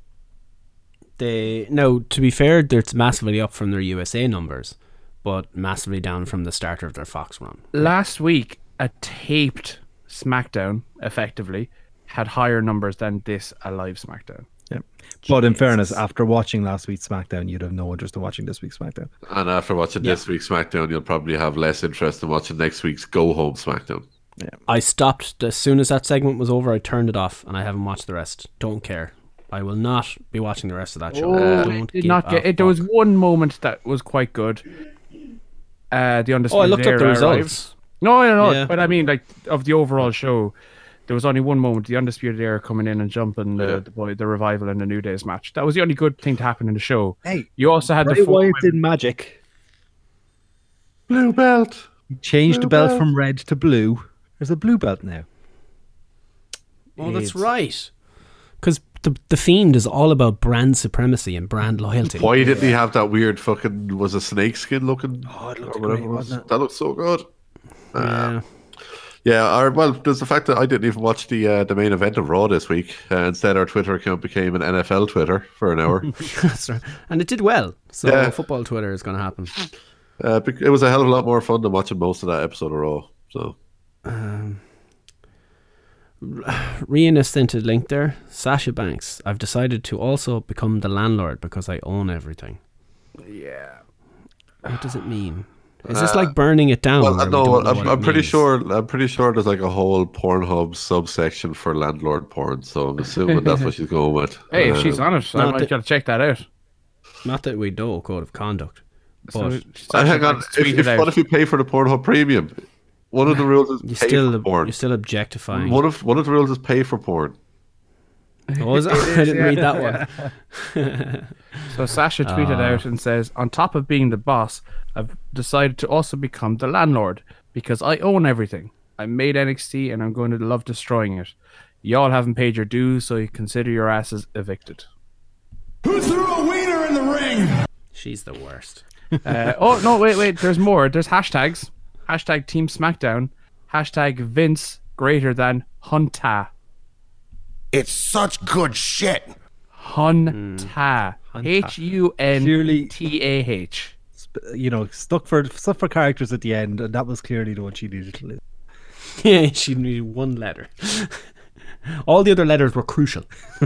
Speaker 5: They no. To be fair, they're massively up from their USA numbers, but massively down from the starter of their Fox run.
Speaker 7: Last week, a taped SmackDown effectively had higher numbers than this a live SmackDown.
Speaker 9: Yeah. But in fairness, after watching last week's SmackDown, you'd have no interest in watching this week's SmackDown.
Speaker 6: And after watching this week's SmackDown, you'll probably have less interest in watching next week's Go Home SmackDown.
Speaker 5: I stopped as soon as that segment was over. I turned it off, and I haven't watched the rest. Don't care. I will not be watching the rest of that show.
Speaker 7: Oh,
Speaker 5: Uh, Don't
Speaker 7: it did
Speaker 5: give
Speaker 7: not get
Speaker 5: a
Speaker 7: it. There was one moment that was quite good. Uh, the undisputed.
Speaker 5: Oh, I looked up the
Speaker 7: Era
Speaker 5: results.
Speaker 7: arrived. No, no, no.
Speaker 5: Yeah.
Speaker 7: But I mean, like of the overall show, there was only one moment: the undisputed era coming in and jumping the the, boy, the revival and the New Days match. That was the only good thing to happen in the show.
Speaker 9: Hey,
Speaker 7: you also had the
Speaker 9: Bray
Speaker 7: four
Speaker 9: Wyatt
Speaker 7: women-
Speaker 9: did magic.
Speaker 6: Blue belt.
Speaker 9: He changed the
Speaker 7: Blue
Speaker 9: belt
Speaker 7: belt.
Speaker 9: from red to blue. There's a blue belt now.
Speaker 5: Oh, that's
Speaker 9: It's-
Speaker 5: right. Because the the fiend is all about brand supremacy and brand loyalty. [laughs]
Speaker 6: Why didn't he have that weird fucking was a snake skin looking?
Speaker 9: Oh, it
Speaker 6: looked
Speaker 9: great, wasn't it?
Speaker 6: That looks so good. Uh, yeah. Or, well, there's the fact that I didn't even watch the uh, the main event of Raw this week. Uh, instead, our Twitter account became an NFL Twitter for an hour.
Speaker 5: That's right. And it did well. So
Speaker 6: Yeah.
Speaker 5: football Twitter is going to happen.
Speaker 6: uh, bec- it was a hell of a lot more fun than watching most of that episode of Raw. So
Speaker 5: Um, Reinnocented link there. Sasha Banks. I've decided to also become the landlord because I own everything.
Speaker 7: Yeah.
Speaker 5: What does it mean? Is this
Speaker 6: Uh,
Speaker 5: like burning it down?
Speaker 6: Well,
Speaker 5: where
Speaker 6: I
Speaker 5: we
Speaker 6: know,
Speaker 5: don't know
Speaker 6: I'm,
Speaker 5: what
Speaker 6: I'm
Speaker 5: it
Speaker 6: pretty
Speaker 5: means?
Speaker 6: sure. I'm pretty sure there's like a whole Pornhub subsection for landlord porn. So I'm assuming that's what she's going with.
Speaker 7: Hey, if she's
Speaker 6: Um,
Speaker 7: on it, I
Speaker 5: not
Speaker 7: might
Speaker 5: that-
Speaker 7: gotta check that out.
Speaker 5: Not that we know code of conduct,
Speaker 7: So
Speaker 5: but
Speaker 7: it's
Speaker 6: Uh, hang
Speaker 7: actually
Speaker 6: on.
Speaker 7: like
Speaker 6: If,
Speaker 7: tweeted
Speaker 6: if,
Speaker 7: out.
Speaker 6: what if you pay for the Pornhub premium? One of the rules is
Speaker 5: you
Speaker 6: pay
Speaker 5: still
Speaker 6: for
Speaker 5: you're
Speaker 6: porn.
Speaker 5: still objectifying.
Speaker 6: One of one of the rules is pay for porn.
Speaker 5: Oh,
Speaker 9: [laughs]
Speaker 5: is it? I didn't read that one.
Speaker 7: So Sasha tweeted
Speaker 5: Ah.
Speaker 7: out and says, "On top of being the boss, I've decided to also become the landlord because I own everything. I made NXT and I'm going to love destroying it. Y'all haven't paid your dues, so you consider your asses
Speaker 5: [laughs]
Speaker 7: evicted."
Speaker 1: Who threw a wiener in the ring?
Speaker 5: She's the worst. [laughs]
Speaker 7: Uh, oh no, wait, wait. There's more. There's hashtags. Hashtag Team SmackDown. Hashtag Vince greater than Hunta.
Speaker 1: It's such good shit.
Speaker 5: Hmm.
Speaker 7: Hunta. H U N T A H.
Speaker 9: You know, stuck for stuck for characters at the end, and that was clearly the one she needed to lose.
Speaker 5: Yeah, she needed one letter. [laughs] All the other letters were crucial.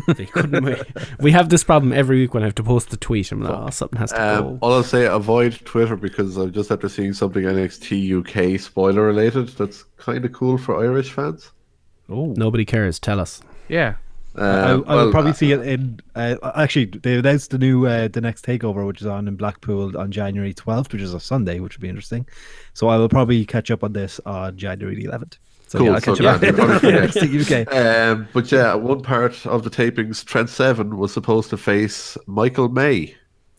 Speaker 5: [laughs] They couldn't
Speaker 9: [laughs]
Speaker 5: wait. We have this problem every week when I have to post the tweet. I'm like, oh, something has to
Speaker 6: Um,
Speaker 5: go.
Speaker 6: all I'll say, avoid Twitter because I'm just after seeing something NXT UK spoiler related. That's kind of cool for Irish fans.
Speaker 9: Oh,
Speaker 5: Nobody cares. Tell us.
Speaker 7: Yeah.
Speaker 6: Uh,
Speaker 9: I, I would
Speaker 6: well,
Speaker 9: probably see it in. Uh, actually, they announced the new uh, the next takeover, which is on in Blackpool on January twelfth, which is a Sunday, which would be interesting. So I will probably catch up on this on January eleventh. So
Speaker 6: Cool.
Speaker 9: yeah, I'll
Speaker 6: so
Speaker 9: catch up
Speaker 6: glad
Speaker 9: on [laughs]
Speaker 6: you-
Speaker 9: next thing, okay.
Speaker 6: Um, but yeah, one part of the tapings, Trent Seven was supposed to face Michael May,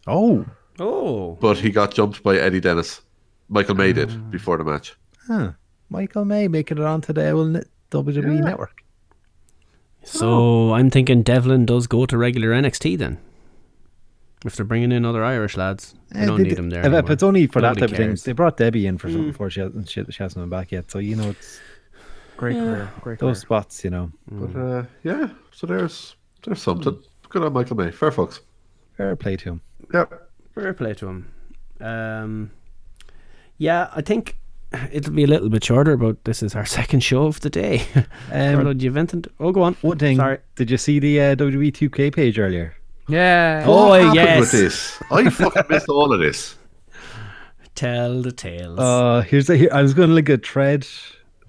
Speaker 9: Oh,
Speaker 5: Oh,
Speaker 6: but he got jumped by Eddie Dennis. Michael May
Speaker 5: Ah.
Speaker 6: did before the match.
Speaker 9: huh. Michael May making it onto the old net- WWE Network. Oh.
Speaker 5: so I'm thinking Devlin does go to regular NXT then. If they're bringing in other Irish lads, we
Speaker 9: Eh,
Speaker 5: don't
Speaker 9: they
Speaker 5: need
Speaker 9: did-
Speaker 5: them there.
Speaker 9: If, if
Speaker 5: anymore.
Speaker 9: it's only for
Speaker 5: Nobody
Speaker 9: that type of
Speaker 5: cares. Mm.
Speaker 9: thing, they brought Debbie in for something before she hasn't she, she hasn't been back yet. So you know, it's
Speaker 7: Great career. Great career.
Speaker 9: those spots, you know.
Speaker 6: But uh, yeah, so there's there's something. Good on Michael May. Fair folks.
Speaker 9: Fair play to him.
Speaker 6: Yep.
Speaker 5: Fair play to him. Um, yeah, I think it'll be a little bit shorter, but this is our [laughs] second show of
Speaker 15: [laughs]
Speaker 5: the day.
Speaker 15: Um,
Speaker 9: Um,
Speaker 5: Carlo Gioventus. Oh, go on.
Speaker 9: One thing.
Speaker 5: Sorry.
Speaker 9: Did you see the uh, WWE 2K page earlier?
Speaker 7: Yeah.
Speaker 5: Oh,
Speaker 6: happened
Speaker 5: yes.
Speaker 6: with this? I fucking missed all of this.
Speaker 5: Tell the tales.
Speaker 15: Um,
Speaker 9: Uh, here's the, here, I was going to link a thread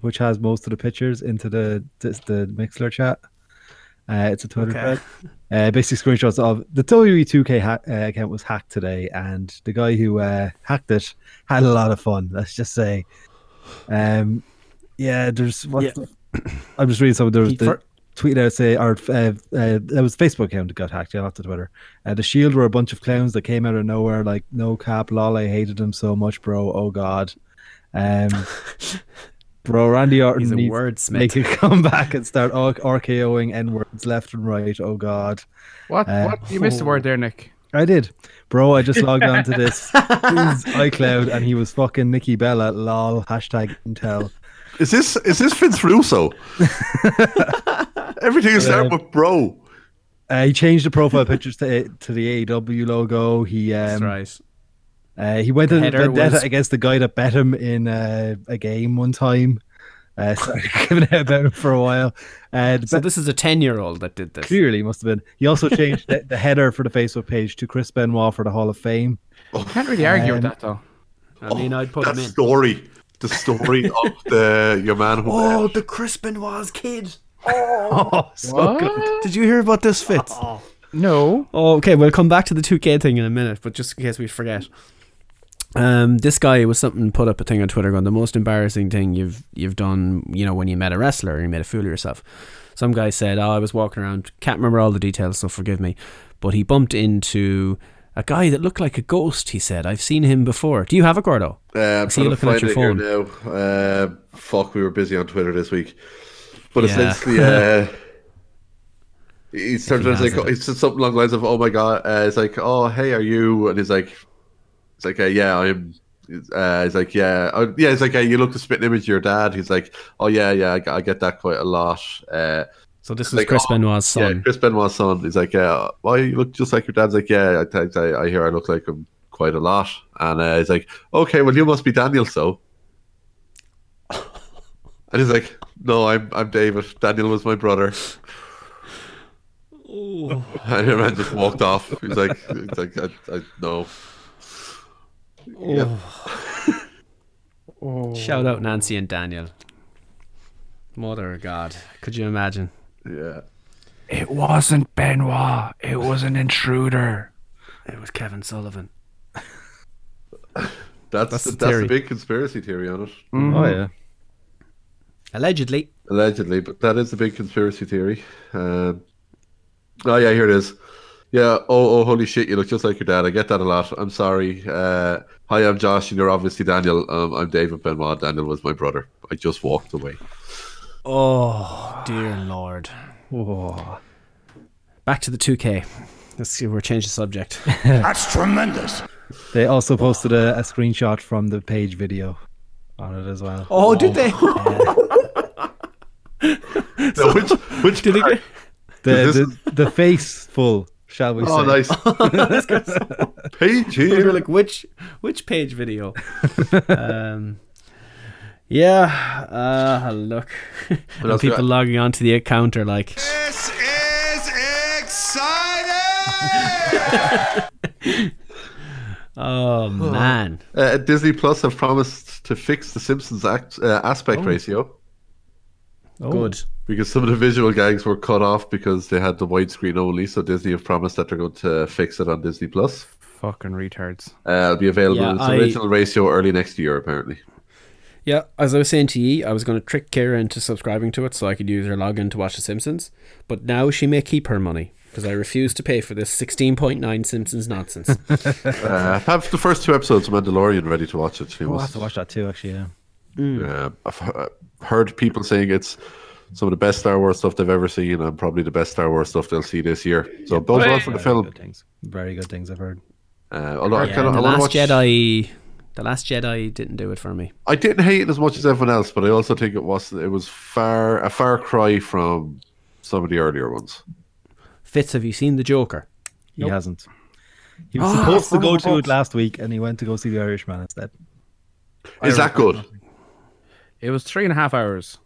Speaker 9: which has most of the pictures into the this, the Mixler chat. Uh, it's a Twitter
Speaker 5: Okay.
Speaker 9: thread. Uh, basic screenshots of the WWE2K ha- uh, account was hacked today, and the guy who uh, hacked it had a lot of fun. Let's just say, um, yeah, there's what
Speaker 5: Yeah.
Speaker 9: the- I'm just reading some of
Speaker 5: He
Speaker 9: the, the
Speaker 5: fir-
Speaker 9: tweeted out say or uh, uh, that was Facebook account that got hacked. Yeah, not the Twitter. Uh, the Shield were a bunch of clowns that came out of nowhere, like no cap, lol. I hated him so much, bro. Oh god, um, bro. Randy Orton
Speaker 15: He's a
Speaker 9: needs
Speaker 15: wordsmith.
Speaker 9: to make a comeback and start R- RKOing n words left and right. Oh god,
Speaker 7: What?
Speaker 9: Uh,
Speaker 7: what? You missed a word there, Nick.
Speaker 9: I did, bro. I just logged on to this his iCloud and he was fucking Nikki Bella. Lol. Hashtag Intel.
Speaker 6: [laughs] Is this is this Vince Russo? [laughs] Everything is starting with bro.
Speaker 9: Uh, he changed the profile pictures to to the AEW logo. He um,
Speaker 15: That's
Speaker 9: right. Uh, he went in
Speaker 15: Header
Speaker 9: vendetta
Speaker 15: was-
Speaker 9: against the guy that bet him in uh, a game one time. Uh, [laughs] started giving out about him for a while. Uh,
Speaker 5: So this is a ten-year-old that did this.
Speaker 9: Clearly, must have been. He also changed the, the header for the Facebook page to Chris Benoit for the Hall of Fame.
Speaker 7: Can't really argue
Speaker 5: Uh,
Speaker 7: with
Speaker 9: Um,
Speaker 7: that though.
Speaker 5: I mean, I'd put
Speaker 6: That
Speaker 5: him in.
Speaker 6: story, the story of the your man who
Speaker 15: Oh, the Chris Benoit's kid.
Speaker 9: Oh, so good.
Speaker 15: Did you hear about this, Fitz?
Speaker 7: No.
Speaker 5: Oh, okay. We'll come back to the 2K thing in a minute, but just in case we forget. Um, this guy was something put up a thing on Twitter going the most embarrassing thing you've you've done. You know when you met a wrestler and you made a fool of yourself. Some guy said, "Oh, I was walking around. Can't remember all the details, so forgive me." But he bumped into a guy that looked like a ghost. He said, "I've seen him before. Do you have a Gordo?"
Speaker 6: Uh,
Speaker 5: I
Speaker 6: I'm
Speaker 5: see you
Speaker 6: trying to
Speaker 5: looking at
Speaker 6: find
Speaker 5: your
Speaker 6: it here
Speaker 5: phone.
Speaker 6: now. Uh, fuck, we were busy on Twitter this week. But
Speaker 5: Yeah. [laughs]
Speaker 6: essentially, uh, he starts
Speaker 5: he
Speaker 6: it's
Speaker 5: has
Speaker 6: like he said something along the lines of, "Oh my god!" Uh, it's like, "Oh hey, are you?" And he's like, "It's like, uh, yeah, I'm." Uh, he's like, yeah, oh, yeah. It's like uh, you look the spitting image of your dad. He's like, oh yeah, yeah, I, I get that quite a lot. Uh,
Speaker 5: So this is
Speaker 6: like,
Speaker 5: Chris
Speaker 6: oh,
Speaker 5: Benoit's
Speaker 6: yeah,
Speaker 5: son.
Speaker 6: Chris Benoit's son. He's like, yeah, why you look just like your dad's like, yeah, I, think I, I hear I look like him quite a lot. And uh, he's like, okay, well, you must be
Speaker 5: [laughs]
Speaker 6: Daniel, so. And he's like, no, I'm I'm David. Daniel was my brother. And your man just walked off. He's like, he's like, I, I, no. Yeah.
Speaker 5: Shout out Nancy and Daniel. Mother of God, could you imagine?
Speaker 6: Yeah.
Speaker 7: It wasn't Benoit. It was an intruder.
Speaker 5: It was Kevin Sullivan.
Speaker 6: That's
Speaker 5: That's
Speaker 6: the,
Speaker 5: the
Speaker 6: that's
Speaker 5: theory.
Speaker 6: the big conspiracy theory on it.
Speaker 9: Oh yeah.
Speaker 5: Allegedly.
Speaker 6: Allegedly, but that is the big conspiracy theory. Um, oh yeah, here it is. Yeah. Oh, oh, holy shit! You look just like your dad. I get that a lot. I'm sorry. Uh, hi, I'm Josh, and you're obviously Daniel. Um, I'm David Benoit. Daniel was my brother. I just walked away.
Speaker 5: Oh, dear Lord. Back to the 2K. Let's see, we're changing the [laughs] subject.
Speaker 3: That's tremendous.
Speaker 9: They also posted a, a screenshot from the page video on it as well.
Speaker 5: Oh, did they?
Speaker 6: Now, which which did part?
Speaker 9: The,
Speaker 6: Is
Speaker 9: the, the face full, shall we
Speaker 6: [laughs] Oh,
Speaker 9: say?
Speaker 6: nice. [laughs] Page
Speaker 5: we were
Speaker 6: here.
Speaker 5: like, which which page [laughs] video? um, yeah, uh, look.
Speaker 6: What
Speaker 5: And
Speaker 6: else we
Speaker 5: people
Speaker 6: got?
Speaker 5: logging onto the account are like,
Speaker 1: This is exciting!
Speaker 5: oh, man.
Speaker 6: Uh, Disney Plus have promised to fix the Simpsons act, uh, aspect ratio
Speaker 5: Good.
Speaker 6: because some of the visual gags were cut off because they had the widescreen only. So Disney have promised that they're going to fix it on Disney Plus.
Speaker 7: Fucking retards.
Speaker 6: Uh, it'll be available
Speaker 5: Yeah,
Speaker 6: in its
Speaker 5: I-
Speaker 6: original ratio early next year, apparently.
Speaker 5: Yeah, as I was saying to ye, I was going to trick Kira into subscribing to it so I could use her login to watch The Simpsons. But now she may keep her money because I refuse to pay for this 16.9 Simpsons
Speaker 6: [laughs]
Speaker 5: nonsense.
Speaker 6: Uh, have the first two episodes of Mandalorian ready to watch it. She
Speaker 5: Oh,
Speaker 9: We'll have
Speaker 6: was,
Speaker 9: to watch that too, actually. Yeah.
Speaker 6: uh, I've he- I've heard people saying it's some of the best Star Wars stuff they've ever seen, and probably the best Star Wars stuff they'll see this year. So it bodes well for the
Speaker 9: Very
Speaker 6: film.
Speaker 9: good things. Very good things I've heard.
Speaker 6: Uh, although I,
Speaker 5: Yeah,
Speaker 6: kinda, I
Speaker 5: the
Speaker 6: wanna
Speaker 5: Last
Speaker 6: watch,
Speaker 5: Jedi, the Last Jedi didn't do it for me.
Speaker 6: I didn't hate it as much as everyone else, but I also think it was it was far a far cry from some of the earlier ones.
Speaker 5: Fitz, have you seen the Joker?
Speaker 9: He hasn't. He
Speaker 7: Ah,
Speaker 9: was supposed to go to it last week, and he went to go see The Irishman instead.
Speaker 6: Is that good?
Speaker 7: It was three and a half hours.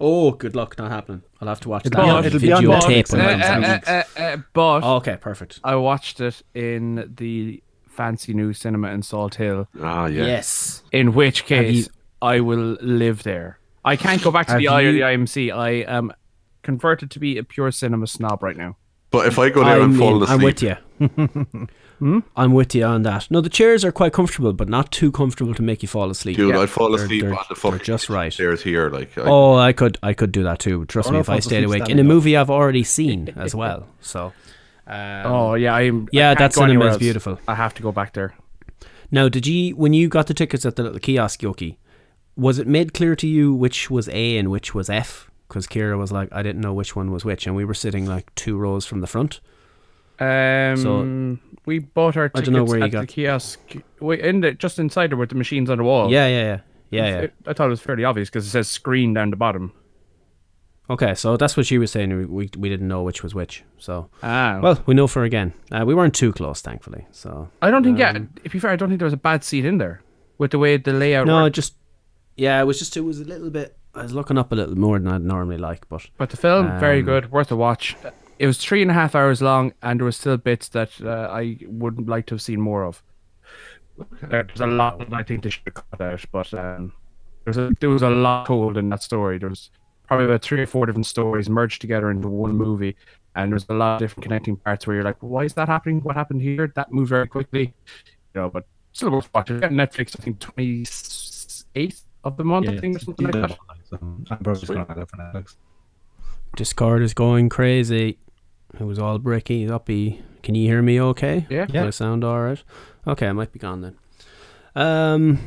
Speaker 5: Oh, good luck, not happening. I'll have to watch that.
Speaker 9: be
Speaker 5: on
Speaker 9: on- it'll be on
Speaker 5: video
Speaker 9: Netflix
Speaker 5: tape.
Speaker 9: in
Speaker 5: when
Speaker 7: Uh,
Speaker 5: it comes
Speaker 7: uh,
Speaker 5: out.
Speaker 7: uh, uh, but
Speaker 5: Oh, okay, perfect.
Speaker 7: I watched it in the fancy new cinema in Salt Hill.
Speaker 6: Ah, yeah.
Speaker 5: Yes.
Speaker 7: In which
Speaker 5: you-
Speaker 7: case, I will live there. I can't go back to
Speaker 5: Have
Speaker 7: the I or
Speaker 5: you-
Speaker 7: the IMC. I am converted to be a pure cinema snob right now.
Speaker 6: But if I go there, I'm,
Speaker 5: mean,
Speaker 6: falling asleep.
Speaker 5: I'm with you. [laughs] Hmm? I'm with you on that. No, the chairs are quite comfortable, but not too comfortable to make you fall asleep.
Speaker 6: Dude,
Speaker 5: Yeah.
Speaker 6: I'd fall
Speaker 5: They're-
Speaker 6: asleep
Speaker 5: they're-
Speaker 6: on the fucking just
Speaker 5: right.
Speaker 6: chairs here. Like, I,
Speaker 5: oh, I could, I could do that too. Trust
Speaker 6: Or
Speaker 5: me,
Speaker 6: I'll
Speaker 5: if I
Speaker 6: fall
Speaker 5: stayed
Speaker 6: asleep
Speaker 5: awake in a
Speaker 6: standing up.
Speaker 5: movie I've already seen [laughs] as well. So, um,
Speaker 7: oh yeah, I'm, I
Speaker 5: yeah,
Speaker 7: can't
Speaker 5: that
Speaker 7: go anywhere
Speaker 5: cinema is
Speaker 7: else.
Speaker 5: beautiful.
Speaker 7: I have to go back there.
Speaker 5: Now, did you when you got the tickets at the little kiosk, Yoki? Was it made clear to you which was A and which was F? Because Kira was like, I didn't know which one was which, and we were sitting like two rows from the front.
Speaker 7: Um, we bought our
Speaker 5: I
Speaker 7: tickets
Speaker 5: don't know where you
Speaker 7: at the
Speaker 5: got-
Speaker 7: kiosk. We in the, just inside there with the machines on the wall.
Speaker 5: Yeah, yeah, yeah. Yeah, yeah.
Speaker 7: I thought Oh. it was fairly obvious because it says screen down the bottom.
Speaker 5: Okay, so that's what she was saying. We, we, we didn't know which was which. So
Speaker 7: Ah.
Speaker 5: well, we know for again. Uh, we weren't too close, thankfully. So
Speaker 7: I don't think.
Speaker 5: um,
Speaker 7: yeah, to be fair, I don't think there was a bad seat in there with the way the layout.
Speaker 5: No, it
Speaker 7: worked.
Speaker 5: just yeah, it was just it was a little bit. I was looking up a little more than I'd normally like, but
Speaker 7: But the film, very
Speaker 5: um,
Speaker 7: good, worth a watch. It was three and a half hours long, and there was still bits that uh, I would like to have seen more of. There's a lot that I think they should have cut out, but um, there's a, there was a lot told in that story. There was probably about three or four different stories merged together into one movie, and there's a lot of different connecting parts where you're like, why is that happening? What happened here? That moved very quickly, you know. But still worth watching. It's on Netflix, I think twenty eighth of the month, I think, or something like that.
Speaker 9: I'm probably just gonna have that for Netflix.
Speaker 5: Discord is going crazy. It was all bricky, uppy. Can you hear me okay?
Speaker 7: Yeah.
Speaker 5: Do I sound alright? Okay, I might be gone then. Um,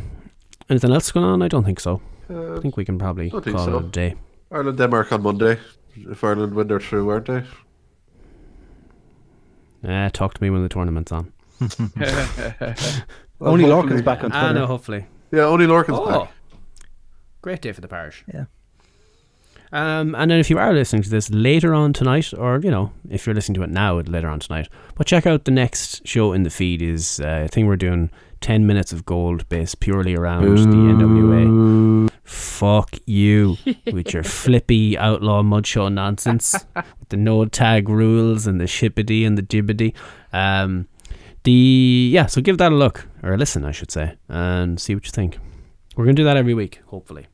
Speaker 5: anything else going on? I don't think so.
Speaker 6: Uh,
Speaker 5: I think we can probably
Speaker 6: don't
Speaker 5: call
Speaker 6: think
Speaker 5: it a
Speaker 6: so.
Speaker 5: day.
Speaker 6: Ireland, Denmark on Monday. If Ireland win, they're through, aren't they?
Speaker 5: Eh, talk to me when the tournament's on.
Speaker 9: Only
Speaker 6: Hopefully-
Speaker 9: Lorcan's back on
Speaker 5: Ah,
Speaker 9: Twitter.
Speaker 5: no, hopefully.
Speaker 6: Yeah, only Lorcan's
Speaker 5: Oh.
Speaker 6: back.
Speaker 5: Great day for the parish.
Speaker 9: Yeah.
Speaker 5: Um, and then if you are listening to this later on tonight, or you know, if you're listening to it now, it later on tonight. But check out the next show in the feed is uh, I think we're doing ten minutes of gold based purely around the NWA. Fuck you with your flippy outlaw mudshow nonsense with the no tag rules and the shippity and the jibbity. Um, the yeah, so give that a look or a listen, I should say, and see what you think. We're gonna do that every week, hopefully.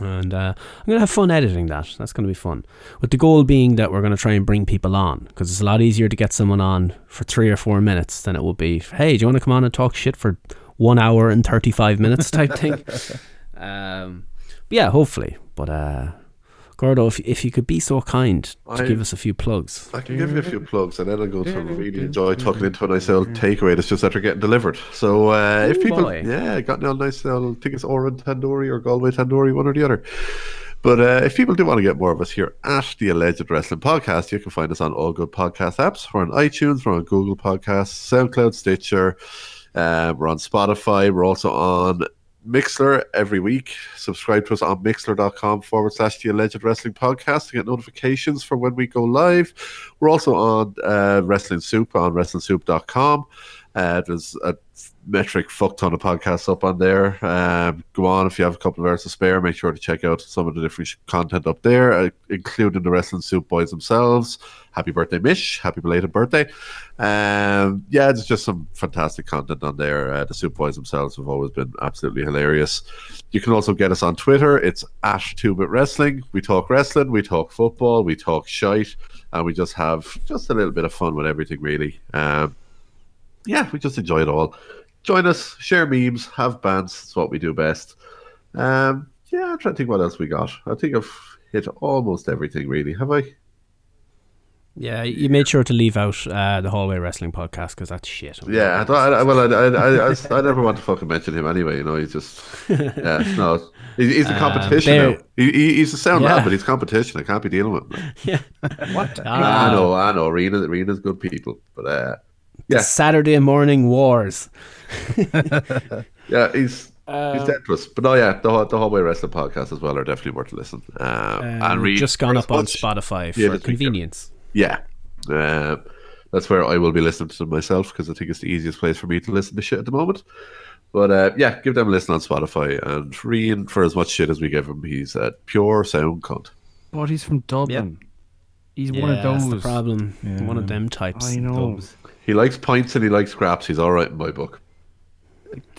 Speaker 5: And uh, I'm going to have fun editing that. That's going to be fun. With the goal being that we're going to try and bring people on because it's a lot easier to get someone on for three or four minutes than it would be, hey, do you want to come on and talk shit for one hour and 35 minutes [laughs] type thing? um, but yeah, hopefully. But uh, Gordo, if, if you could be so kind to
Speaker 6: I-
Speaker 5: give us a few plugs.
Speaker 6: I can give you a few plugs, and then I'll go to really enjoy talking into a nice little takeaway. It's just that they're getting delivered. So uh, if
Speaker 5: Oh,
Speaker 6: people,
Speaker 5: boy.
Speaker 6: yeah, got a nice little, I think it's Oran Tandoori or Galway Tandoori, one or the other. But uh, if people do want to get more of us here at the Alleged Wrestling Podcast, you can find us on all good podcast apps. We're on iTunes, we're on Google Podcasts, SoundCloud, Stitcher. Uh, we're on Spotify. We're also on Mixler every week. Subscribe to us on mixler.com forward slash the alleged wrestling podcast to get notifications for when we go live. We're also on uh, Wrestling Soup on wrestlingsoup.com. Uh, there's a metric fuck ton of podcasts up on there. Um, go on if you have a couple of hours to spare. Make sure to check out some of the different sh- content up there, uh, including the Wrestling Soup Boys themselves. Happy birthday, Mish! Happy belated birthday. Um, yeah, there's just some fantastic content on there. Uh, the Soup Boys themselves have always been absolutely hilarious. You can also get us on Twitter. It's Ash Two Bit Wrestling. We talk wrestling, we talk football, we talk shite, and we just have just a little bit of fun with everything, really. Um, yeah, we just enjoy it all. Join us, share memes, have bands. It's what we do best. Um, yeah, I'm trying to think what else we got. I think I've hit almost everything, really. Have I?
Speaker 5: Yeah, you made sure to leave out uh, the Hallway Wrestling Podcast because that's shit.
Speaker 6: Yeah, I, thought- I, I- well, I, I, I, I, I never want to fucking mention him anyway. You know, he's just
Speaker 5: [laughs]
Speaker 6: yeah, it's not. He, he's a
Speaker 5: Um,
Speaker 6: competition.
Speaker 5: there-
Speaker 6: now. He, he, he's a sound
Speaker 5: Yeah.
Speaker 6: lad, but he's competition. I can't be dealing with him.
Speaker 7: [laughs]
Speaker 5: What? Um,
Speaker 6: I know, I know. Rena, Rena's good people, but uh, yeah,
Speaker 5: Saturday morning wars.
Speaker 6: yeah, he's he's
Speaker 5: Um,
Speaker 6: dead to us. But no, yeah, the the Hallway Wrestling podcast as well are definitely worth a listen. Um, and
Speaker 5: Um,
Speaker 6: read
Speaker 5: just gone
Speaker 6: as
Speaker 5: up on
Speaker 6: much-
Speaker 5: Spotify for
Speaker 6: Yeah, just read them.
Speaker 5: convenience.
Speaker 6: Yeah. Um, that's where I will be listening to them myself because I think it's the easiest place for me to listen to shit at the moment. But uh, yeah, give them a listen on Spotify. And Rian, for as much shit as we give him, he's a pure sound cunt.
Speaker 7: But he's from Dublin. He's one
Speaker 5: Yeah,
Speaker 7: of
Speaker 5: that's
Speaker 7: those.
Speaker 5: the problem. One of them types.
Speaker 7: I know.
Speaker 6: He likes pints and he likes scraps. He's all right in my book.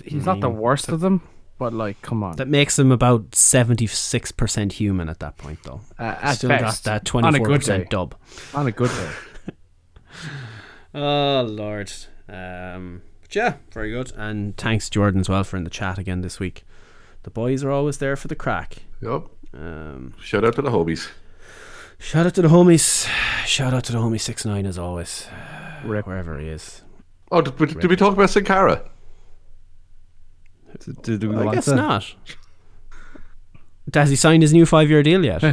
Speaker 7: He's not the worst of them, but like, come on.
Speaker 5: That makes him about seventy six percent human at that point, though.
Speaker 7: Uh, at
Speaker 5: Still
Speaker 7: best,
Speaker 5: got that
Speaker 7: on a
Speaker 5: twenty
Speaker 7: good
Speaker 5: four percent
Speaker 7: day.
Speaker 5: dub.
Speaker 7: On a good day.
Speaker 5: Oh lord. Um, but yeah, very good. And thanks Jordan as well for in the chat again this week. The boys are always there for the crack.
Speaker 6: Yep.
Speaker 5: Um,
Speaker 6: Shout out to the homies.
Speaker 5: Shout out to the homies. Shout out to the homie six nine as always, wherever he is.
Speaker 6: Oh, did, did, did we talk about Sin Cara?
Speaker 5: I guess not. uh, Has he signed his new five-year deal yet?
Speaker 6: No,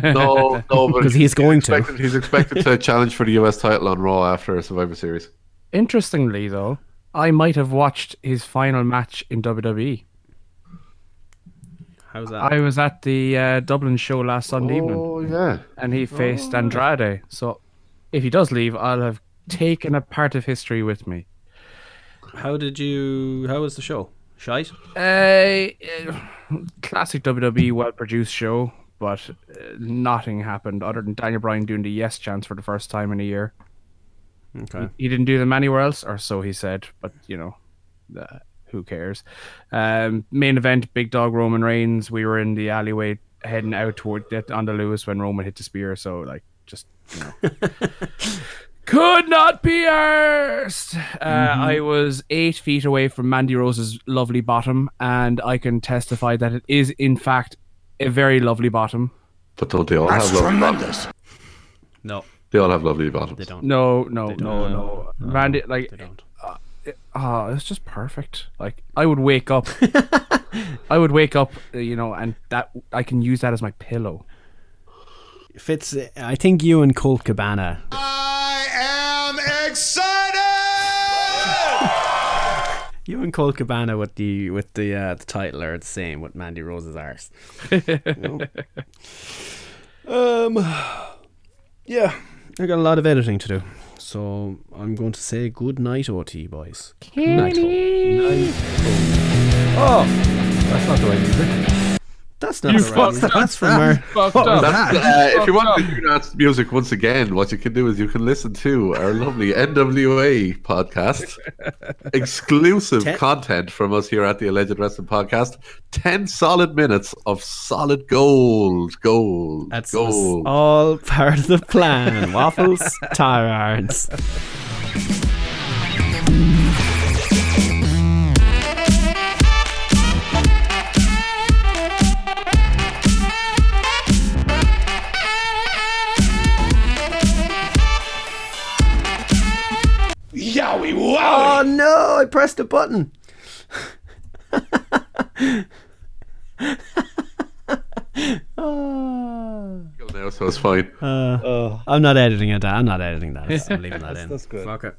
Speaker 6: no, but
Speaker 5: because he's going
Speaker 6: expected,
Speaker 5: to.
Speaker 6: He's expected to challenge for the US title on Raw after Survivor Series.
Speaker 7: Interestingly, though, I might have watched his final match in WWE.
Speaker 5: [laughs] How's that?
Speaker 7: I was at the uh, Dublin show last Sunday evening. Oh
Speaker 6: yeah,
Speaker 7: and he faced
Speaker 5: Oh.
Speaker 7: Andrade. So, if he does leave, I'll have taken a part of history with me.
Speaker 5: How did you? How was the show? Shite.
Speaker 7: Uh, [sighs] classic WWE, well produced show, but uh, nothing happened other than Daniel Bryan doing the yes chance for the first time in a year.
Speaker 5: Okay.
Speaker 7: He, he didn't do them anywhere else, or so he said, but you know, uh, who cares? Um, main event Big Dog Roman Reigns. We were in the alleyway heading out toward that on the Lewis when Roman hit the spear, so like just you know. Could not be arsed. Uh, I was eight feet away from Mandy Rose's lovely bottom, and I can testify that it is, in fact, a very lovely bottom.
Speaker 6: But don't they all have lovely bottoms?
Speaker 5: No.
Speaker 6: They all have lovely bottoms. They
Speaker 5: don't.
Speaker 7: No, no, no, no, Mandy, like, uh, it- ah, it's just perfect. Like, I would wake up, I would wake up, uh, you know, and that I can use that as my pillow.
Speaker 5: Fitz, I think you and Colt Cabana.
Speaker 1: am excited.
Speaker 5: You and Colt Cabana with the with the uh, the title are the same with Mandy Rose's [laughs] arse. Um, yeah, I got a lot of editing to do, so I'm going to say good night, OT boys. Good night.
Speaker 1: Oh, that's not the right music.
Speaker 5: That's
Speaker 1: not
Speaker 5: You
Speaker 1: the right
Speaker 5: fucked
Speaker 1: music.
Speaker 5: up.
Speaker 1: That's from
Speaker 5: [laughs]
Speaker 1: our.
Speaker 5: Fucked
Speaker 1: What was
Speaker 5: up.
Speaker 1: that?
Speaker 6: Uh, if you want to hear that music once again, what you can do is you can listen to our lovely NWA
Speaker 5: [laughs]
Speaker 6: podcast, exclusive
Speaker 5: Ten-
Speaker 6: content from us here at the Alleged Wrestling Podcast. Ten solid minutes of solid gold, gold,
Speaker 5: That's us. Oh.
Speaker 6: gold.
Speaker 5: all part of the plan. [laughs] Waffles, tyrants.
Speaker 1: Yowie
Speaker 5: Oh no! I pressed a button.
Speaker 6: Now, so it's fine.
Speaker 5: Uh, I'm not editing it. I'm not editing that. I'm leaving that
Speaker 9: That's-
Speaker 5: in. [laughs]
Speaker 9: that's good.
Speaker 5: Fuck it.